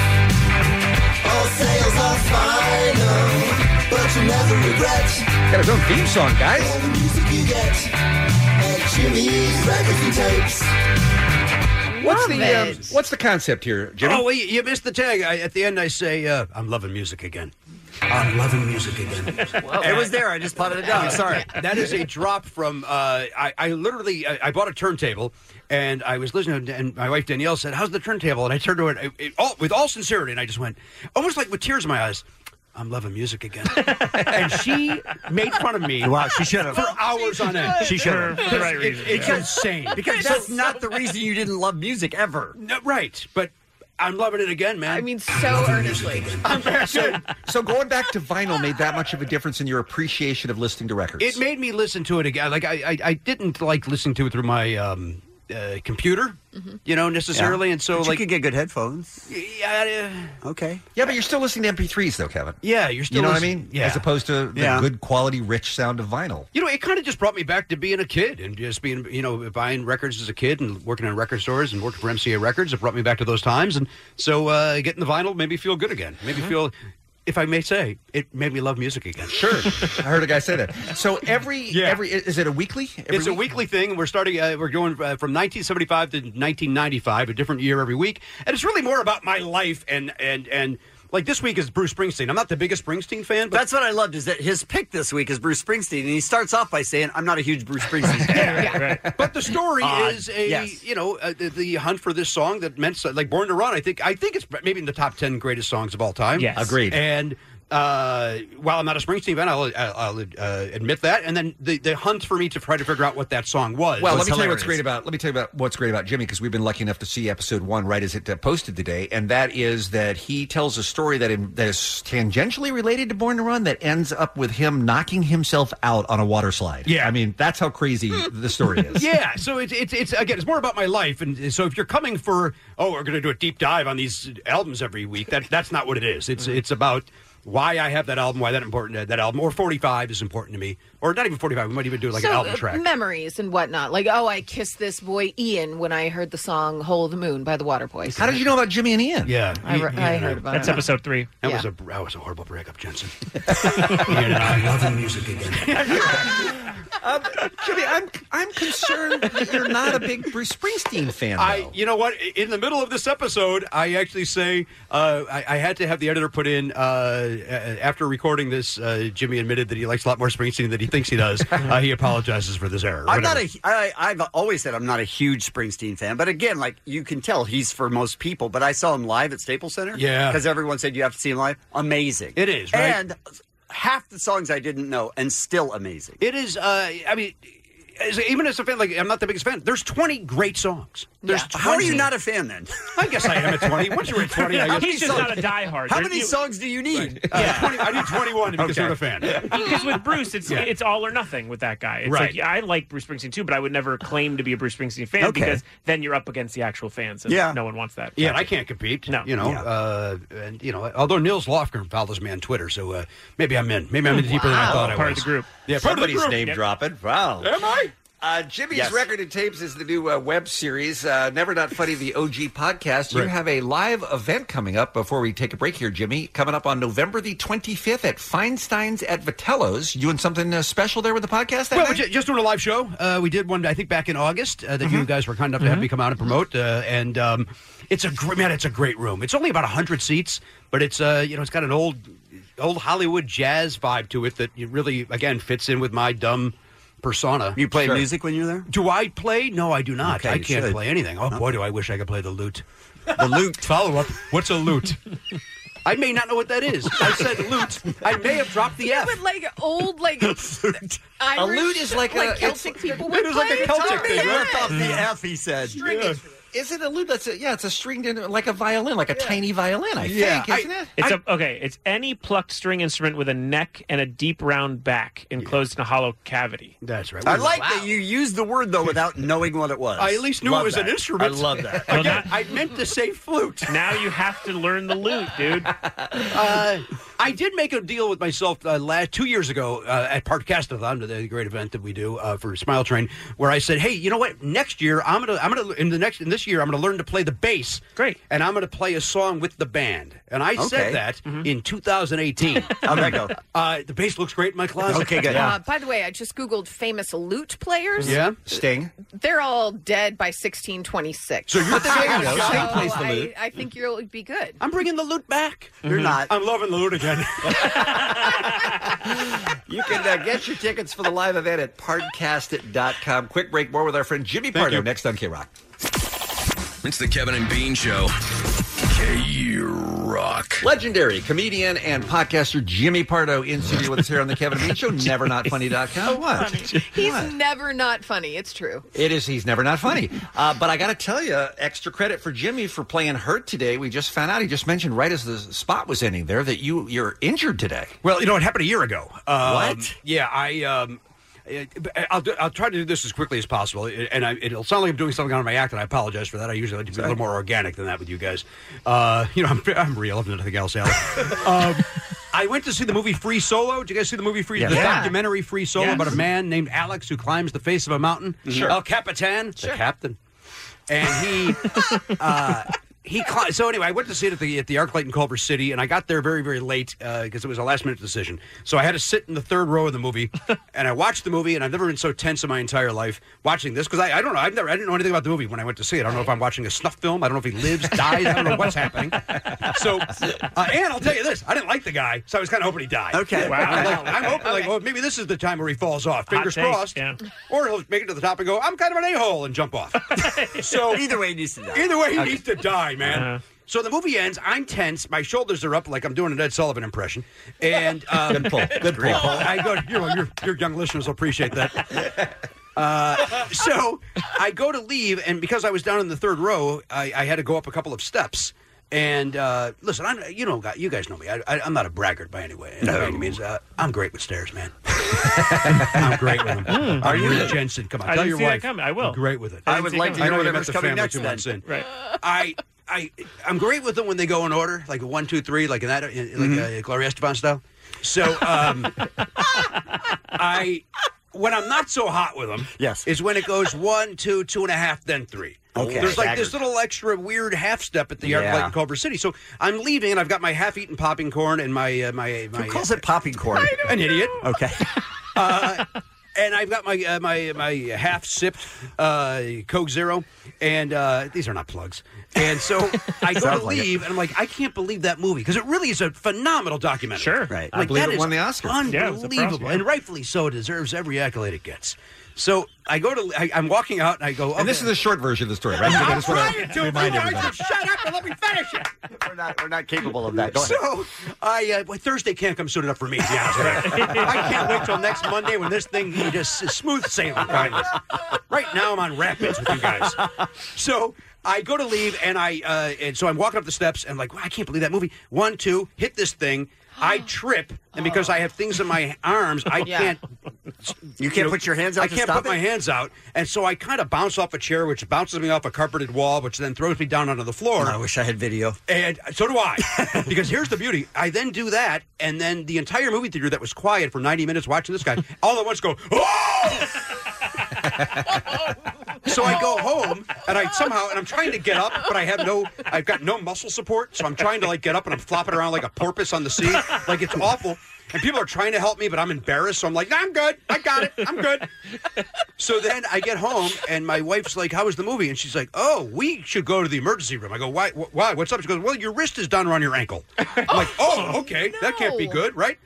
All sales are final, but you never regret.
got his own theme song, guys.
All the music you get at Jimmy's Records and Tapes.
What's
love
the um,
it.
what's the concept here, Jimmy?
Oh, well, you, you missed the tag. I, at the end, I say, uh, "I'm loving music again." I'm loving music again.
[LAUGHS] It was there. I just plotted it down.
I'm sorry. [LAUGHS] That is a drop from. Uh, I, I literally I, I bought a turntable and I was listening, and my wife Danielle said, "How's the turntable?" And I turned to her it, it, all, with all sincerity, and I just went, almost like with tears in my eyes. I'm loving music
[LAUGHS]
again, and she made fun of me.
Wow, she should have.
for hours on end.
She should have.
Because it- It's
[LAUGHS]
insane
Because that's not the reason you didn't love music ever.
No, right, but I'm loving it again, man. I mean,
so earnestly.
[LAUGHS] [LAUGHS] so, so going back to vinyl made that much of a difference in your appreciation of listening to records.
It made me listen to it again. Like I, I, I didn't like listening to it through my um, uh, computer, you know, necessarily. And so,
But you
like,
could get good headphones.
Yeah, uh,
Okay.
Yeah, but you're still listening to MP3s though, Kevin.
Yeah, you're still
You know what I
listening-
mean?
yeah.
As opposed to the
Yeah.
good quality, rich sound of vinyl.
you know, it kind of just brought me back to being a kid and just being, you know, buying records as a kid and working in record stores and working for MCA Records. It brought me back to those times. And so, uh, getting the vinyl made me feel good again. Made me feel, if I may say, it made me love music again.
Uh-huh. Sure, [LAUGHS] I heard a guy say that. So every every is it a weekly? Every
it's a weekly thing. We're starting. Uh, we're going uh, from 1975 to 1995, a different year every week, and it's really more about my life and and and like this week is Bruce Springsteen. I'm not the biggest Springsteen fan, but
That's what I loved is that his pick this week is Bruce Springsteen, and he starts off by saying, "I'm not a huge [LAUGHS] Bruce Springsteen fan."
but the story
Uh,
Odd.
is a
Yes.
you know uh, the, the hunt for this song that meant so, like Born to Run. I think I think it's maybe in the top ten greatest songs of all time.
Yes. Agreed.
And uh, while I'm not a Springsteen fan, I'll, I'll, I'll uh, admit that. And then the, the hunt for me to try to figure out what that song was.
Well, let
was
me tell you what's
hilarious.
great about let me tell you about what's great about Jimmy because we've been lucky enough to see episode one right as it uh, posted today, and that is that he tells a story that in, that is tangentially related to Born to Run that ends up with him knocking himself out on a water slide. Yeah, I mean that's how crazy the story is.
yeah, so it's it's it's again, it's more about my life, and so if you're coming for oh, we're going to do a deep dive on these albums every week, that that's not what it is. It's it's about why I have that album, why that important uh, that album, or 45 is important to me, or not even 45. We might even do like
so,
an album
uh,
track.
memories and whatnot. Like, oh, I kissed this boy Ian when I heard the song "Hole of the Moon" by the Waterboys.
How did you know about Jimmy and Ian?
Yeah,
I, re- I heard about it.
three. That was
Yeah.
a that was a horrible breakup, [LAUGHS] Jensen. Ian and I loving music again.
[LAUGHS] Um, Jimmy, I'm I'm concerned that you're not a big Bruce Springsteen fan.
I, you know what? In the middle of this episode, I actually say uh, I, I had to have the editor put in uh, a- after recording this. Uh, Jimmy admitted that he likes a lot more Springsteen than he thinks he [LAUGHS] does. Uh, he apologizes for this error.
I'm
Whatever.
not a. I, I've always said I'm not a huge Springsteen fan, but again, like you can tell, he's for most people. But I saw him live at Staples Center.
Yeah.
because everyone said you have to see him live. Amazing.
It is, right?
And half the songs I didn't know, and still amazing.
It is. Uh, I mean, as, even as a fan, like I'm not the biggest fan. There's 20 great songs. There's
How are you
20.
not a fan then?
I guess I am at 20. Once you're at 20,
[LAUGHS]
[LAUGHS]
I
How
guess
many songs- How
[LAUGHS]
many
You-
songs do you need?
Uh, 20 I need 21 to be considered a fan.
Because with Bruce, it's
Yeah.
it's all or nothing with that guy. It's
Right.
like yeah, I like Bruce Springsteen too, but I would never claim to be a Bruce Springsteen fan
Okay.
because then you're up against the actual fans, and
Yeah.
no one wants that.
Yeah, I can't compete. No, you know, uh, and you know, although Nils Lofgren follows me on Twitter, so uh, maybe I'm in. Maybe I'm in
[LAUGHS]
deeper than I
Wow.
thought I
Part of
was.
the group.
Yeah, part
Somebody's
of the group.
name
Yep.
dropping. Wow.
Am I?
Uh, Jimmy's
Yes.
Record and Tapes is the new uh, web series, uh, Never Not Funny, the OG podcast. You
Right.
have a live event coming up before we take a break here, Jimmy. Coming up on November the 25th at Feinstein's at Vitello's. You doing something uh, special there with the podcast that
Well,
night?
we're ju- just doing a live show. Uh, we did one, I think, back in August uh, that you
Mm-hmm.
guys were kind enough to have me come out and promote. Uh, and um, it's a great man. It's a great room. It's only about hundred seats, but it's uh, you know it's got an old old Hollywood jazz vibe to it that it really again fits in with my dumb persona.
You play music when you're there?
Do I play? No, I do not.
Okay,
I
you
can't
should.
play anything. Oh boy, do I wish I could play the
[LAUGHS]
lute.
The lute.
Follow up. What's a
[LAUGHS]
lute? I may not know what that is. I said lute. I may have dropped the
You
F.
would like
[LAUGHS]
old like Irish,
A lute is like a-
[LAUGHS]
Celtic people.
It was like a Celtic thing.
Ripped off the F, he said.
String
Yeah.
instrument. Is it a lute? That's a, yeah, it's a stringed in like a violin, like a tiny violin, I think, isn't it?
It's a, okay. It's any plucked string instrument with a neck and a deep round back enclosed in a hollow cavity.
That's right.
I like that you used the word though without [LAUGHS] knowing what it was.
I at least knew it
Love
was an
that.
instrument.
I love [LAUGHS] that.
Well, Again,
I meant to say flute.
Now you have to learn the lute, dude.
[LAUGHS] uh, I did make a deal with myself uh, last two years ago uh, at Parkcastathon, the great event that we do uh, for Smile Train, where I said, "Hey, you know what? Next year, I'm gonna, I'm gonna in the next in this this year I'm going to learn to play the bass. Great. And I'm going to play a song with the band. And I
Okay.
said that
Mm-hmm.
in 2018. How'd that go? Uh, the bass looks great in my closet.
Okay,
Uh, by the way, I just Googled famous lute players.
Yeah.
Sting.
They're all dead by 1626.
So you're saying, though,
So
Sting plays the lute.
I, I think you'll be good.
I'm bringing the lute back.
Mm-hmm.
You're not.
I'm loving the lute again. [LAUGHS]
You can uh, get your tickets for the live event at pardcastit.com. Quick break, more with our friend Jimmy Pardo next on K Rock.
It's the Kevin and Bean Show. K Rock.
Legendary comedian and podcaster Jimmy Pardo in studio with us here on the Kevin
[LAUGHS]
and Bean Show, nevernotfunny.com. What?
He's never not funny. It's true.
It is. He's never
[LAUGHS]
not funny. Uh, but I got to tell you, extra credit for Jimmy for playing hurt today. We just found out. He just mentioned right as the spot was ending there that you you're injured today.
Well, you know, it happened a year ago. Um,
What?
Yeah, I. Um, I- I'll, do, I'll try to do this as quickly as possible, and I, it'll sound like I'm doing something out of my act, and I apologize for that. I usually like to be a little more organic than that with you guys. Uh, you know, I'm, I'm real. I've done nothing else,
[LAUGHS]
Alan. um, I went to see the movie Free Solo. Did you guys see the movie Free?
Yes.
The
Yeah.
documentary Free Solo
Yes.
about a man named Alex who climbs the face of a mountain.
Sure.
El Capitan, the captain, and
[LAUGHS]
he. uh, he cli- so anyway, I went to see it at the at the ArcLight in Culver City, and I got there very very late because it was a last minute decision. So I had to sit in the third row of the movie, and I watched the movie, and I've never been so tense in my entire life watching this because I, I don't know I've never I didn't know anything about the movie when I went to see it. I don't know if I'm watching a snuff film. I don't know if he lives, dies. I don't know what's happening. So, uh, and I'll tell you this, I didn't like the guy, so I was kind of hoping he died.
Okay. Wow.
I'm, like, I'm hoping like, well, maybe this is the time where he falls off. Fingers
take,
crossed. Or he'll make it to the top and go, I'm kind of an a hole and
[LAUGHS]
jump off. so
Either way, he needs to die.
Either way, he
Okay.
needs to die, man.
Uh-huh.
So the movie ends. I'm tense. My shoulders are up, like I'm doing an Ed Sullivan impression.
[LAUGHS]
And um,
Good pull. Good
Great
pull.
I go. Your, your, your young listeners will appreciate that. Uh, so I go to leave, and because I was down in the third row, I, I had to go up a couple of steps. And uh, listen, I'm, you know, you guys know me. I, I, I'm not a braggart by any way. No. By any means, uh, I'm great with stairs, man. [LAUGHS] I'm great with them.
Hmm. Are
I'm
you?
really Jensen? Come on,
I
tell your
didn't see that
wife.
coming. I will.
I'm great with it.
I I didn't would see it like to coming.
I
know
only
whatever's
met the
coming
family
next
two
then.
months in.
Right.
I. I, I'm great with them when they go in order, like a one, two, three, like in that, in, like
Mm-hmm.
uh, Gloria Estefan style. So, um, I when I'm not so hot with them, yes, is when it goes one, two, two and a half, then three.
Okay.
There's like this little extra weird half step at the yard
Yeah.
in Culver City. So I'm leaving, and I've got my half-eaten popping corn and my uh, my my. Who calls
it popping corn?
[LAUGHS] An idiot.
[LAUGHS] Okay.
Uh, and I've got my uh, my my half sipped uh, Coke Zero, and uh, these are not plugs. And so I go
Sounds
to
like it.
leave, and I'm like, I can't believe that movie because it really is a phenomenal documentary. Sure, right.
I believe
that
it
is
won the Oscar. Yeah, it was a prize,
Unbelievable,
yeah.
and rightfully so. It deserves every accolade it gets. So I go to, I, I'm walking out, and I go,
And this is the short version of the story,
[LAUGHS]
right?
I'm
I just wanna
trying to.
remind
Why don't you
everybody.
Shut up and let me finish it.
We're not. We're not capable of that. Go ahead.
So, I uh, well, Thursday can't come soon enough for me. To be honest with you. I can't wait till next Monday when this thing just is smooth sailing. Right, right now, I'm on rapids with you guys. So I go to leave, and I uh, and so I'm walking up the steps, and like wow, I can't believe that movie. One, two, hit this thing. I trip, and because I have things in my arms, I
Yeah.
can't
[LAUGHS] You can't put your hands out
I
to
can't
stop
put my
it?
hands out, and so I kind of bounce off a chair, which bounces me off a carpeted wall, which then throws me down onto the floor. I
wish I had video.
And so do
[LAUGHS]
I, because here's the beauty: I then do that, and then the entire movie theater that was quiet for 90 minutes watching this guy, all at once go, "Oh!" so I go home, and I somehow, and I'm trying to get up, but I have no, I've got no muscle support, so I'm trying to like get up, and I'm flopping around like a porpoise on the sea, like it's awful. And people are trying to help me, but I'm embarrassed, so I'm like, "Nah, I'm good, I got it, I'm good. So then I get home, and my wife's like, "How was the movie?" And she's like, "Oh, we should go to the emergency room." I go, "Why? wh- Why? What's up?" She goes, "Well, your wrist is down around your ankle." I'm like, "Oh, okay, that can't be good, right?"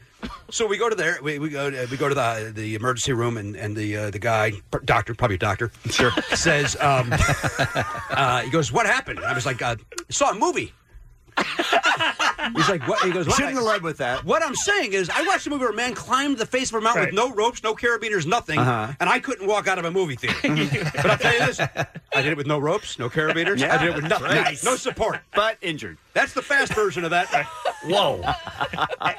So we go to there. We, we go. To, we go to the the emergency room, and and the uh, the guy, pr- doctor, probably a doctor, sure, [LAUGHS] says, um, uh, he goes, "What happened?" And I was like, uh, I "Saw a movie." [LAUGHS] He's like, what? He goes, what? shouldn't have led with that. What I'm saying is, I watched a movie where a man climbed the face of a mountain with no ropes, no carabiners, nothing,
Uh-huh.
and I couldn't walk out of a movie theater. but I'll tell you this: I did it with no ropes, no carabiners.
Yeah.
I did it with nothing,
Nice.
no support,
but injured.
That's the fast version of that.
Whoa!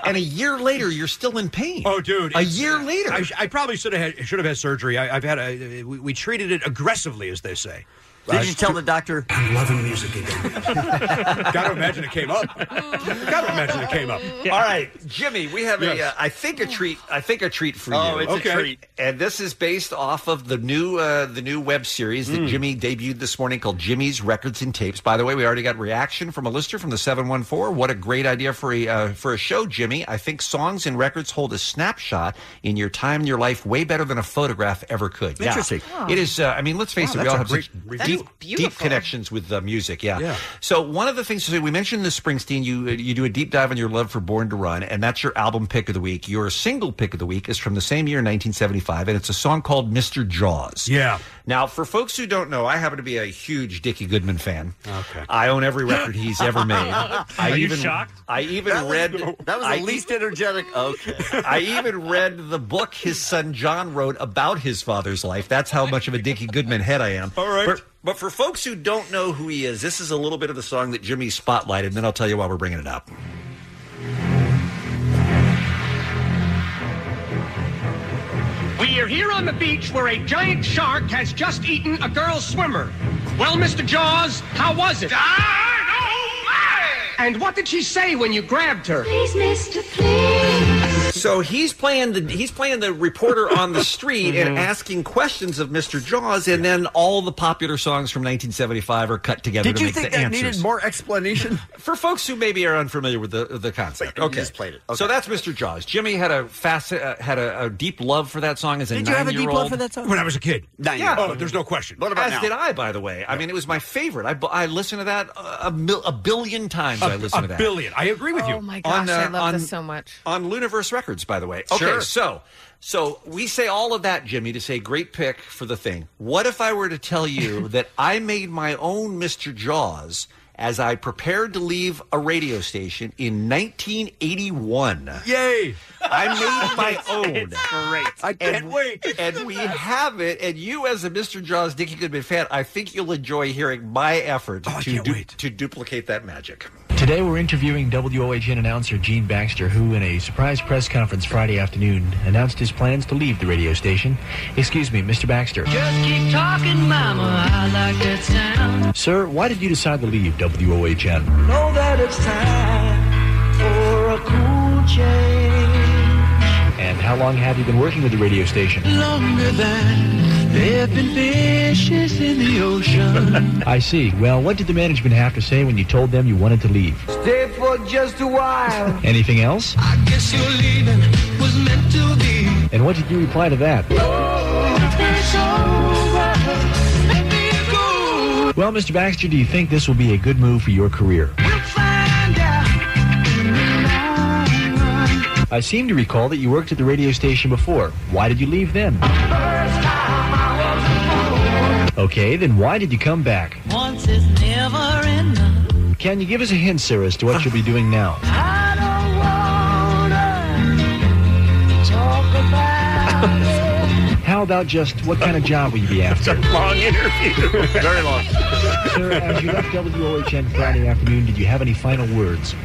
and a year later, you're still in pain.
Oh, dude!
A
it's-
year later,
uh, I, sh- I probably should have had, should have had surgery. I, I've had a we, we treated it aggressively, as they say.
Did you tell the doctor? I'm loving
[LAUGHS]
music again.
Got to imagine it came up. Got to imagine it came up.
[LAUGHS] All right, Jimmy, we have a, uh,
Yes.
I think a treat. I think a treat for
Oh,
you.
it's a Okay. treat.
And this is based off of the new uh, the new web series
Hmm.
that Jimmy debuted this morning called Jimmy's Records and Tapes. By the way, we already got reaction from a listener from the seven one four. What a great idea for a uh, for a show, Jimmy. I think songs and records hold a snapshot in your time in your life way better than a photograph ever could. Yeah.
Interesting. Oh.
It is. Uh, I mean, let's face
Wow,
it. We
that's
all
a
have such
great
deep,
review.
deep connections with uh, music. Yeah. So one of the things to say, we mentioned the Springsteen. You you do a deep dive on your love for Born to Run, and that's your album pick of the week. Your single pick of the week is from the same year, 1975, and it's a song called "Mr. Jaws."
Yeah.
Now, for folks who don't know, I happen to be a huge Dickie Goodman fan. Okay. I own every record he's ever made. I
[LAUGHS] Are you
even,
shocked?
I even
That was-
read.
that was the least
energetic. Okay. I even read the book his son John wrote about his father's life. That's how much of a Dickie Goodman head I am. All right. But, but for folks who don't know who he is, this is a little bit of the song that Jimmy spotlighted, and then I'll tell you why we're bringing it up.
We are here on the beach where a giant shark has just eaten a girl swimmer. Well, Mr. Jaws, how was it? And what did she say when you grabbed her? Please, Mr. Please.
So he's playing the he's playing the reporter on the street
Mm-hmm.
and asking questions of Mr. Jaws, and then all the popular songs from 1975 are cut together.
Did
to
you
make
think
the
that
answers.
needed more explanation?
[LAUGHS] For folks who maybe are unfamiliar with the the concept,
you
okay,
just played it.
So that's Mr. Jaws. Jimmy had a faci- uh, had a, a deep love for that song as a
Did you have a deep
nine-year-old.
love for that song? When I was a kid.
yeah.
Nine-year-old. Oh, there's no question. What about
As
now?
did I, by the way. I mean, it was my favorite. I, bu- I listened to that a, a, mil- a billion times.
A-
I listened
a
to that
billion. I agree with
Oh my gosh, I love this so much.
uh, on Luniverse Records, by the way. Okay,
Sure.
so so we say all of that, Jimmy, to say great pick for the thing. What if I were to tell [LAUGHS] you that I made my own Mr. Jaws as I prepared to leave a radio station in 1981?
Yay!
I made [LAUGHS] my own.
great. I can't
And-
wait. [LAUGHS]
And we have it. And you, as a Mr. Jaws Dickie Goodman fan, I think you'll enjoy hearing my effort
Oh,
to, du- to duplicate that magic.
Today, we're interviewing WOHN announcer Gene Baxter, who, in a surprise press conference Friday afternoon, announced his plans to leave the radio station. Excuse me, Mr. Baxter.
Just keep talking, Mama. I like that sound.
Sir, why did you decide to leave WOHN?
Know that it's time for a cool change.
And how long have you been working with the radio station?
Longer than there have been fishes in the ocean.
[LAUGHS] I see. Well, what did the management have to say when you told them you wanted to leave?
Stay for just a while.
Anything else?
I guess your leaving was meant to be.
And what did you reply to that?
It's over. Let me go.
Well, Mr. Baxter, do you think this will be a good move for your career?
Find out in the long run.
I seem to recall that you worked at the radio station before. Why did you leave then? Okay, then why did you come back?
Once is never enough.
Can you give us a hint, sir, as to what you'll be doing now?
I don't wanna talk about
How about just what kind of job will you be after?
long interview. [LAUGHS] Very long.
sir, as you left WOHN Friday afternoon, did you have any final words?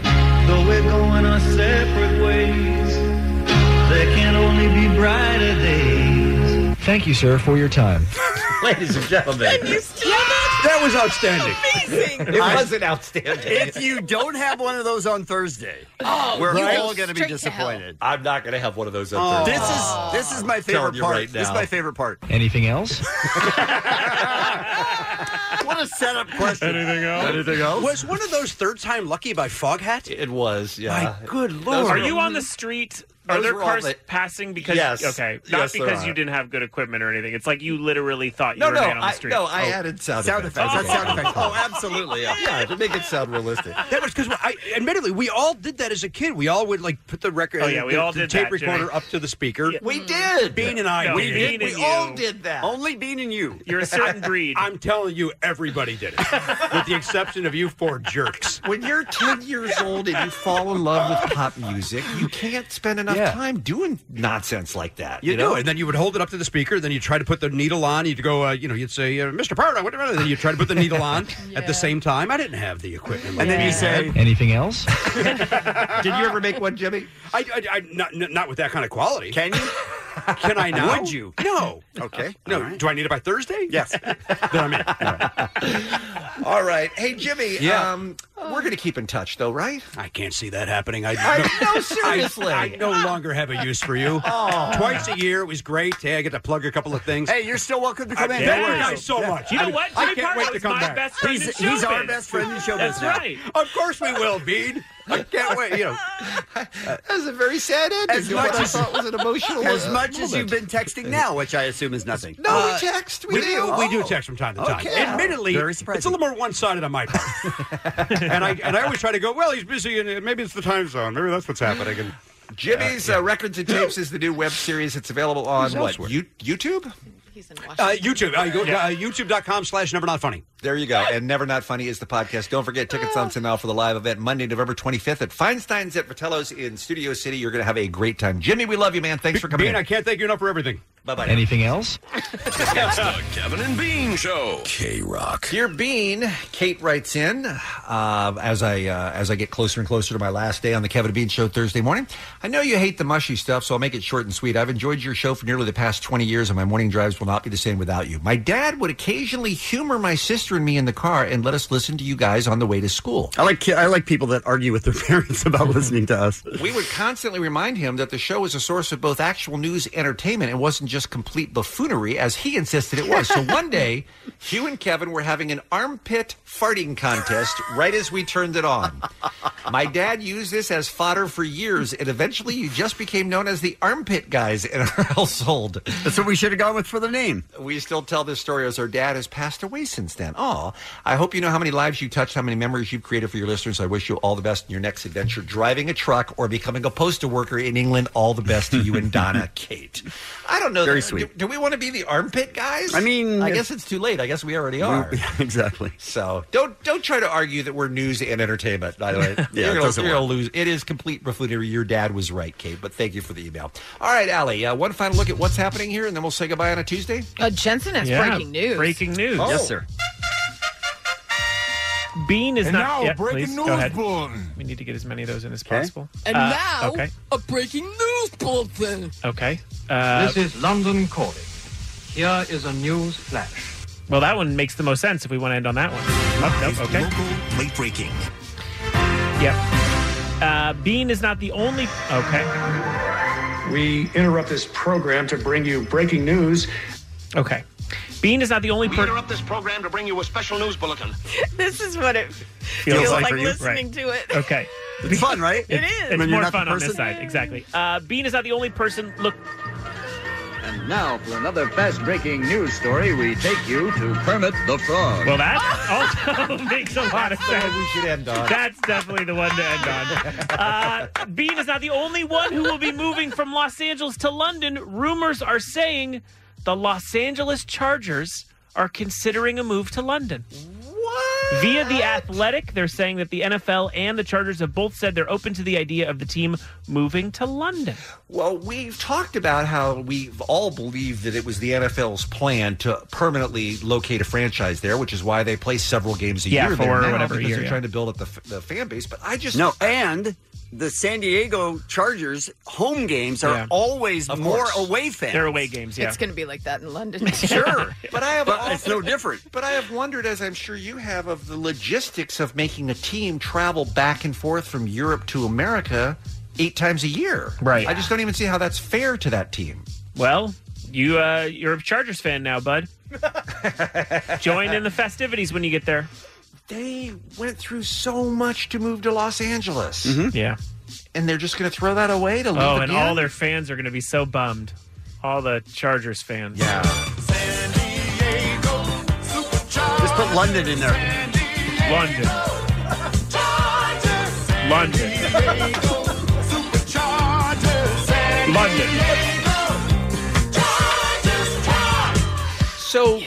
Though we're going our separate ways, there can only be brighter days.
Thank you, sir, for your time.
[LAUGHS] Ladies and gentlemen.
That was outstanding.
Amazing. It
[LAUGHS]
wasn't outstanding.
If [LAUGHS] you don't have one of those on Thursday,
Oh,
we're
you go
all going to be
straight to hell.
disappointed.
I'm not going to have one of those.
Oh.
Up there.
This is this is my
I'm
favorite
telling you
part.
right
This is
now.
my favorite part.
Anything else?
What a setup question.
Anything else? Anything else?
Was one of those third time lucky by Foghat?
It was,
yeah.
My good lord.
Are you on the street? Are
Those
there
were all
cars
the-
passing because
Yes.
okay, not
Yes, there
because
are.
you didn't have good equipment or anything. It's like you literally thought you
No,
were
no,
a man on
I-
the street.
no, I
Oh.
added sound Sound effects. effects. That's sound effects. Oh,
[LAUGHS]
absolutely. Yeah. Yeah, to make it sound realistic.
[LAUGHS] That was because, I admittedly, we all did that as a kid. We all would like put the record, uh,
Oh, yeah, we
the,
all
the
did
tape
that,
recorder
Jimmy.
up to the speaker.
We did.
Bean and I,
No,
we
Bean
did. We
and
all
you.
did that.
Only Bean and you.
You're a [LAUGHS] certain breed. I'm telling you, everybody did it, with the exception of you four jerks.
[LAUGHS] When you're 10 years old and you fall in love with pop music, you can't spend enough
Yeah.
time doing nonsense like that.
You,
You,
do,
know?
and then you would hold it up to the speaker. Then you try to put the needle on. You'd go, uh, you know, you'd say, uh, "Mr. Pardo," whatever. and Then you try to put the needle on at the same time. I didn't have the equipment, like
And then you
that.
say,
Anything else?
"Did
you ever make one, Jimmy?"
I, I, I not, not with that kind of quality.
Can you?
Can I now?
Would you?
No.
Okay.
No. Do I need it by Thursday? Yes. [LAUGHS] then I'm
[LAUGHS]
in.
All right. Hey, Jimmy.
Yeah.
Um, we're going to keep in touch, though, right?
I can't see that happening.
[LAUGHS]
I,
I no, seriously.
I, I no longer have a use for
[LAUGHS]
you.
Oh.
Twice a year, it was great. Hey, I get to plug a couple of things.
Hey, you're still welcome to come
I
in.
Thank
Don't
you
worry.
guys so
Yeah.
much.
You know
I-
what?
I
Jimmy
can't
Parshall
wait to
is
come
my
back.
best friend He's- in show he's our biz. best friend in show biz
That's
now.
right. Of course we will, Bede. I can't wait. You know,
That was a very sad ending.
As
to what
much
I
as-
thought was an [LAUGHS] emotional.
As
uh,
much as
moment.
you've been texting now, which I assume is nothing.
No, we text. We,
we
do.
do. We
Oh.
do text from time to time.
Uh, Okay.
Admittedly,
Very
it's a little
[LAUGHS]
more one-sided on my part. and I and I always try to go. Well, he's busy, and maybe it's the time zone. Maybe that's what's happening. And
Jimmy's uh, Records and Tapes is the new web series. It's available on
Who's
what
elsewhere?
you, YouTube.
Uh, YouTube. Uh, go, uh, YouTube.com slash never not funny.
There you go. And Never Not Funny is the podcast. Don't forget tickets on sale now for the live event Monday, November 25th at Feinstein's at Vitello's in Studio City. You're going to have a great time. Jimmy, we love you, man. Thanks for coming
Bean, I can't thank you enough for everything.
Bye bye.
Anything else?
It's the Kevin and Bean Show. K Rock.
Dear Bean, Kate writes in uh, as I uh, as I get closer and closer to my last day on the Kevin and Bean Show Thursday morning. I know you hate the mushy stuff, so I'll make it short and sweet. I've enjoyed your show for nearly the past twenty years, and my morning drives will not be the same without you. My dad would occasionally humor my sister and me in the car and let us listen to you guys on [LAUGHS] the way to school.
I like I like people that argue with their [LAUGHS] parents about listening to us.
We would constantly remind him that the show was a source of both actual news and entertainment and wasn't just complete buffoonery as he insisted it was. So one day, Hugh and Kevin were having an armpit farting contest right as we turned it on. My dad used this as fodder for years, and eventually you just became known as the armpit guys in our [LAUGHS] household.
That's what we should have gone with for the name.
We still tell this story as our dad has passed away since then. Oh, I hope you know how many lives you touched, how many memories you've created for your listeners. I wish you all the best in your next adventure, driving a truck or becoming a postal worker in England. All the best to you and Donna [LAUGHS] Kate. I don't know.
Very
Do-
sweet.
Do, we want to be the armpit guys?
I mean,
I
if-
guess it's too late. I guess we already are.
[LAUGHS] exactly.
So don't don't try to argue that we're news and entertainment. By the way,
[LAUGHS] Yeah, it
you're, gonna,
doesn't
you're gonna
work.
lose. It is complete buffoonery. Your dad was right, Kate. But thank you for the email. All right, Allie. Uh, one final look at what's happening here, and then we'll say goodbye on a Tuesday.
Uh, Jensen has
Yeah,
breaking news.
breaking news.
Oh.
Yes,
sir.
Bean is
And
not
now,
yet,
breaking
please.
news
Go ahead. We need to get as many of those in as possible.
And
Uh,
now,
okay,
a breaking news bulletin.
okay. Uh,
this is London calling. Here is a news flash.
well, that one makes the most sense if we want to end on that one. Oh, no, okay.
Local, late breaking.
Yep. Uh, Bean is not the only. Okay.
We interrupt this program to bring you breaking news.
Okay. Bean is not the only
We
person.
interrupt this program to bring you a special news bulletin.
[LAUGHS] this is what it feels, like, listening to it.
[LAUGHS]
Okay.
It's fun, right?
It is.
It's
When you're
more
not the
fun on this
person.
side. Exactly. Uh, Bean is not the only person. Look.
And now for another fast breaking news story, we take you to Kermit the Frog.
Well, that also [LAUGHS] makes a lot of sense.
We should end on.
That's definitely the one to end on. Uh, Bean is not the only one who will be moving from Los Angeles to London. Rumors are saying the Los Angeles Chargers are considering a move to London. What? Via The Athletic, they're saying that the NFL and the Chargers have both said they're open to the idea of the team moving to London.
Well, we've talked about how we've all believed that it was the NFL's plan to permanently locate a franchise there, which is why they play several games a
Yeah,
year
four
there
or
now,
whatever a
because
year,
they're
yeah.
trying to build up the, f- the fan base. But I just
No, and the San Diego Chargers home games are
Yeah.
always
Of
more
course.
away fans.
They're away games,
It's going to be like that
[LAUGHS]
in London.
sure.
But I have
But [LAUGHS] it's no different.
But I have wondered, as I'm sure you have, of the logistics of making a team travel back and forth from Europe to America eight times a year.
Right.
I just don't even see how that's fair to that team.
Well, you uh, you're a Chargers fan
[LAUGHS]
now, bud. Join in the festivities when you get there.
They went through so much to move to Los Angeles.
Yeah.
And they're just going to throw that away to leave
Mm-hmm. Oh, and
again?
all their fans are going to be so bummed. All the Chargers fans.
Yeah.
Just put London in there.
London. London. London.
So,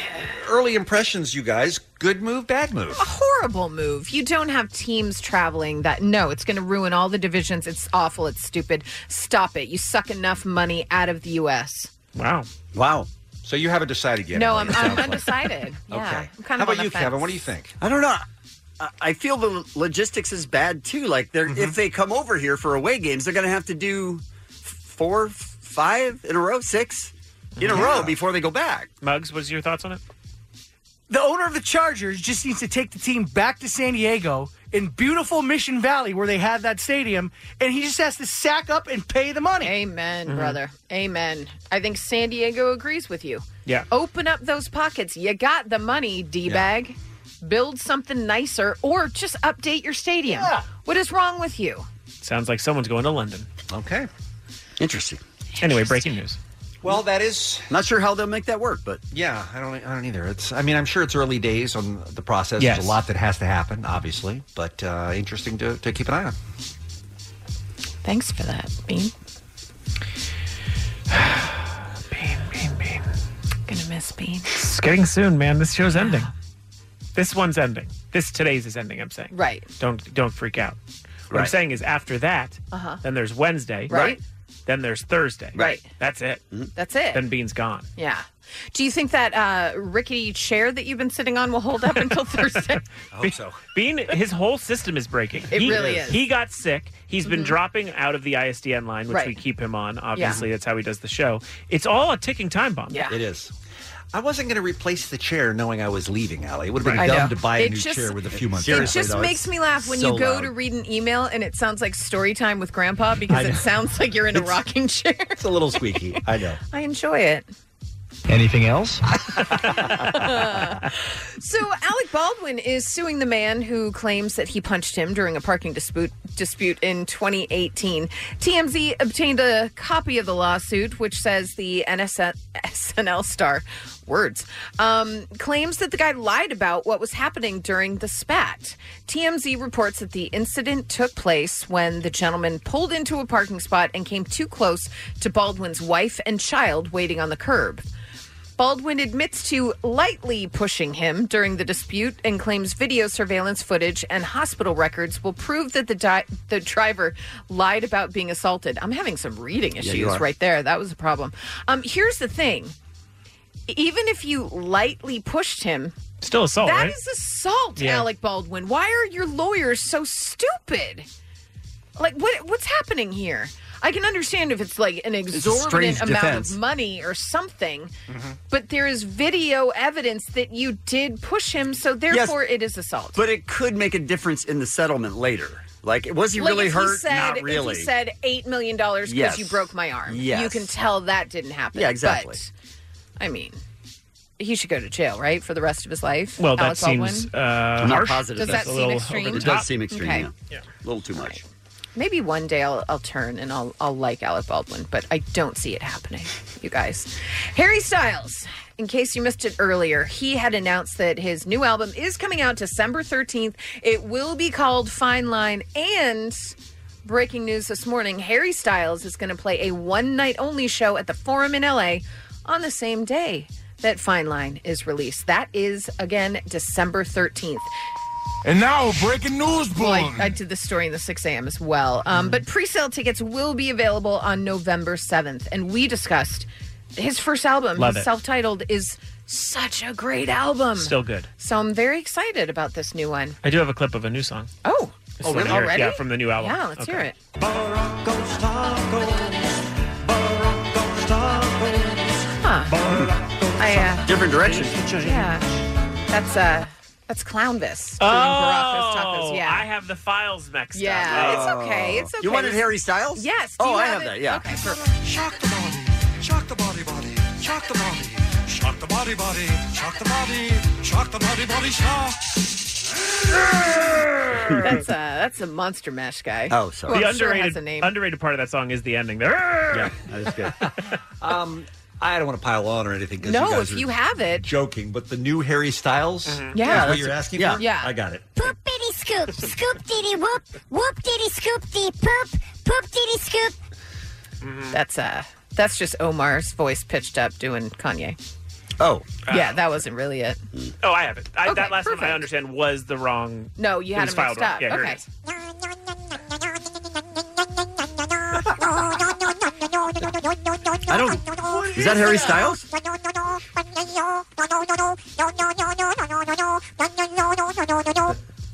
early impressions, you guys. Good move, bad move.
a horrible move. You don't have teams traveling that. No, it's going to ruin all the divisions. It's awful. It's stupid. Stop it. You suck enough money out of the U.S.
Wow.
Wow.
So you haven't decided yet.
no,
Ellie, it
I'm, I'm
sounds like. [LAUGHS]
undecided. Yeah,
Okay.
I'm kind
How
of on
about
the
you,
fence.
Kevin? What do you think?
I don't know. I- I feel the logistics is
Mm-hmm.
bad too. Like they're if they come over here for away games, they're going to have to do f- four, f- five five in a row, six in a row
Yeah.
before they go back.
Muggs, what's your thoughts on it?
The owner of the Chargers just needs to take the team back to San Diego in beautiful Mission Valley where they had that stadium, and he just has to sack up and pay the money.
Amen,
Mm-hmm.
brother. Amen. I think San Diego agrees with you.
Yeah.
Open up those pockets. You got the money, D bag. Build something nicer or just update your stadium. What is wrong with you?
Sounds like someone's going to London.
Okay.
Interesting.
Anyway, breaking news.
Well, that is
not sure how they'll make that work, but
yeah, I don't, I don't either. It's, I mean, I'm sure it's early days on the process.
Yes.
There's a lot that has to happen, obviously, but uh, interesting to, to keep an eye on.
Thanks for that, Bean. Gonna miss Bean.
It's getting soon, man. This show's ending. This one's ending. This today's is ending. I'm saying.
Right.
Don't don't freak out. What I'm
Right.
saying is after that,
Uh huh.
then there's Wednesday.
Right.
Then there's Thursday.
Right.
That's it.
That's it.
Then Bean's gone.
Yeah. Do you think that uh, rickety chair that you've been sitting on will hold up until Thursday?
I hope so. Bean, his whole system is breaking.
It
he,
really is.
He got sick. He's been
Mhm.
dropping out of the ISDN line, which
Right.
we keep him on. Obviously, that's how he does the show. It's all a ticking time bomb.
It is. I wasn't going to replace the chair knowing I was leaving, Allie. It would have been
Right. I
dumb
know.
to buy a
It
new
just-
chair with a few months.
It just makes me laugh when you go to read an email and it sounds like story time with grandpa because
I
it
know.
sounds like you're in a rocking chair. It's
a little squeaky. I know.
I enjoy it.
Anything else?
So, Alec Baldwin is suing the man who claims that he punched him during a parking dispute dispute in 2018. TMZ obtained a copy of the lawsuit, which says the NSN, SNL star words um, claims that the guy lied about what was happening during the spat. TMZ reports that the incident took place when the gentleman pulled into a parking spot and came too close to Baldwin's wife and child waiting on the curb. Baldwin admits to lightly pushing him during the dispute and claims video surveillance footage and hospital records will prove that the di- the driver lied about being assaulted. I'm having some reading
Yeah, you
issues
are.
right there. That was a problem. Um, here's the thing: even if you lightly pushed him,
Still assault,
That is
right?
assault,
Yeah.
Alec Baldwin. Why are your lawyers so stupid? Like what what's happening here? I can understand if it's like an
a strange
exorbitant amount
defense.
of money or something, but there is video evidence that you did push him, so therefore it is assault.
but it could make a difference in the settlement later. Like, was he
Like,
really
if
hurt?
said,
Not really.
If he said eight million dollars because
Yes.
you broke my arm,
Yes.
you can tell that didn't happen.
yeah, exactly.
But, I mean, he should go to jail, right, for the rest of his life.
Well, that
Alec
seems
Baldwin?
uh,
I'm not
harsh.
positive.
Does
that's
that
a
seem
little
extreme?
It
Top?
does seem extreme.
Okay.
Yeah. a little too much.
Maybe one day I'll, I'll turn and I'll, I'll like Alec Baldwin, but I don't see it happening, you guys. Harry Styles, in case you missed it earlier, he had announced that his new album is coming out December 13th. It will be called Fine Line. And breaking news this morning Harry Styles is going to play a one night only show at the Forum in LA on the same day that Fine Line is released. That is, again, December 13th.
And now, breaking news,
Well,
boy.
I, I did the story in the 6 a.m. as well. Um, But
Mm.
pre sale tickets will be available on November 7th. And we discussed his first album,
Love it.
self titled, is such a great album.
Still good.
So I'm very excited about this new one.
I do have a clip of a new song.
Oh,
Just
oh
wanna
really?
hear it.
Already?
Yeah, from the new album.
Yeah, let's
Okay.
hear it. Huh. I, uh,
Different direction.
yeah. That's uh, that's Clownvis.
Oh,
doing Baracus Tacos. Yeah.
I have the files mixed
Yeah,
up.
it's okay. It's okay.
You wanted Harry Styles?
Yes. Do
Oh,
you
I
have
have
it?
that. Yeah.
Okay. perfect.
Shock the body, shock the body, body, shock the body, shock the body, body, shock the body, shock the body, body, shock.
[LAUGHS] that's a that's a monster mash guy.
Oh, sorry.
Who
the
I'm sure
underrated,
has a name.
underrated part of that song is the ending there. Yeah,
that is good. um, I don't want to pile on or anything. 'cause
No,
you guys
if
are
you have it.
joking, but the new Harry Styles.
Yeah,
that's what
that's-
you're asking.
yeah.
for?
Yeah.
I got it.
Poop diddy scoop, scoop diddy whoop, whoop diddy scoop dee poop, poop diddy scoop.
That's uh that's just Omar's voice pitched up doing Kanye.
Oh.
yeah, that wasn't really it.
Oh, I have it. I, that last one I understand was the wrong.
No, you
it
had
was
him
filed
mixed
wrong.
up.
Yeah, here it
okay.
is.
I
don't- Is that Harry Styles?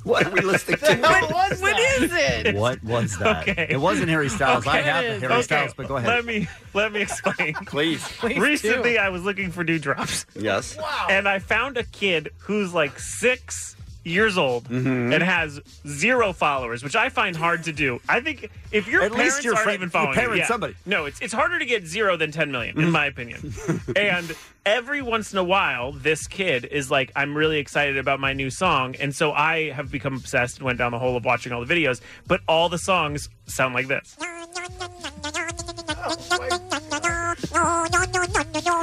What
What are we listening to?
What is it?
is.
What was that?
Okay.
It wasn't Harry Styles. I
Okay.
have the Harry
Okay.
Styles, but go ahead.
Let me [LAUGHS] let me explain.
Please. Please
Recently,
do.
I was looking for new drops.
Yes.
Wow. And I found a kid who's like six years old
Mm-hmm.
and has zero followers, which I find hard to do. I think if your
At least
parents
your
aren't
friend-
even
your
following, you,
parents,
yeah.
somebody.
No, it's it's harder to get zero than ten million, in
[LAUGHS]
my opinion. and every once in a while, this kid is like, "I'm really excited about my new song," and so I have become obsessed and went down the hole of watching all the videos. But all the songs sound like this.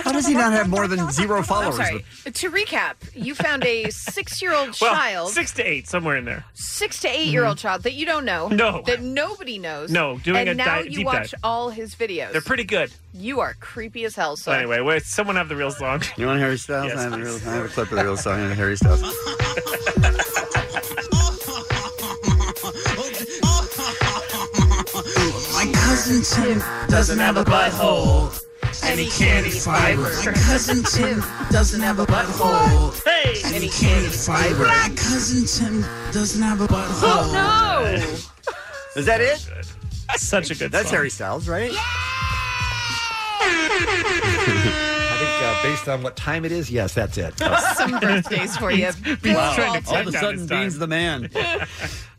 How does he not have more than zero followers?
I'm sorry. To recap, you
[LAUGHS]
found a six-year-old
Well,
child,
six to eight, somewhere in there.
six to eight-year-old
Mm-hmm.
child that you don't know,
No.
that nobody knows,
No, doing
and
a
now
di-
you
deep
watch
dive.
all his videos.
They're pretty good.
you are creepy as hell.
So
So
anyway, wait, someone have the real song.
You want Harry Styles?
Yes,
I, have a real,
please.
I have a clip of the real
[LAUGHS]
song of Harry Styles.
My cousin Tim doesn't have a butthole. And he can't eat fiber. My cousin Tim doesn't have a butthole. Hey! And he can't eat fiber. My cousin Tim doesn't have a butthole.
Oh, Is that it?
That's such a good.
That's
song.
Harry Styles, right?
I think uh, based on what time it is, yes, that's it. [LAUGHS]
Some birthdays for
[LAUGHS]
you. Bill
Wow.
Walton.
All of a sudden,
Bean's the man.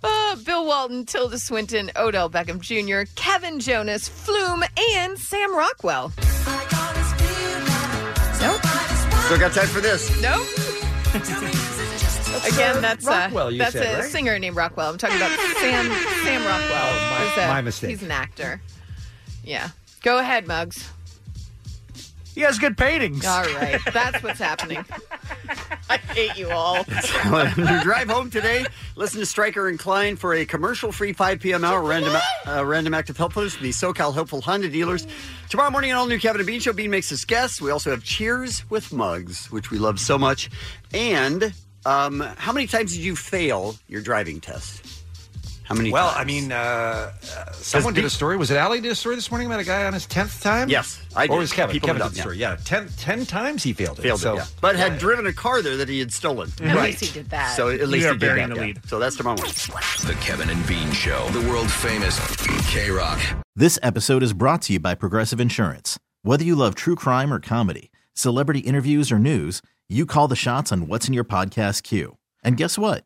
Uh, Bill Walton, Tilda Swinton, Odell Beckham Jr., Kevin Jonas, Flume, and Sam Rockwell. Nope.
Still got time for this.
Nope. Again, that's uh,
Rockwell, you
that's
said,
a
right?
singer named Rockwell. I'm talking about Sam Sam Rockwell.
my-
He's a-
my mistake.
He's an actor. Yeah. Go ahead, Muggs.
He has good paintings.
All right, that's what's happening. I hate you
[LAUGHS]
all.
Your drive home today, listen to Stryker and Klein for a commercial free 5 p.m. hour random, uh, random act of helpfulness from the SoCal Helpful Honda dealers. Tomorrow morning, an all new Kevin and Bean show. Bean makes his guests. We also have Cheers with Mugs, which we love so much. And um, how many times did you fail your driving test? How many
Well,
times?
I mean, uh, uh, someone did a story. Was it Ali did a story this morning about a guy on his tenth time?
Yes, I
Or
did.
was it Kevin?
He
Kevin
pulled it
did
up,
the story.
yeah.
Yeah, ten, ten times he failed it.
Failed
so,
it, yeah. But had driven a car there that he had stolen.
At
right.
least he
did that.
So at least
You are
he did
burying
that,
the
yeah.
lead.
So that's tomorrow morning.
The Kevin and Bean Show, the world famous K Rock.
This episode is brought to you by Progressive Insurance. Whether you love true crime or comedy, celebrity interviews or news, you call the shots on what's in your podcast queue. And guess what?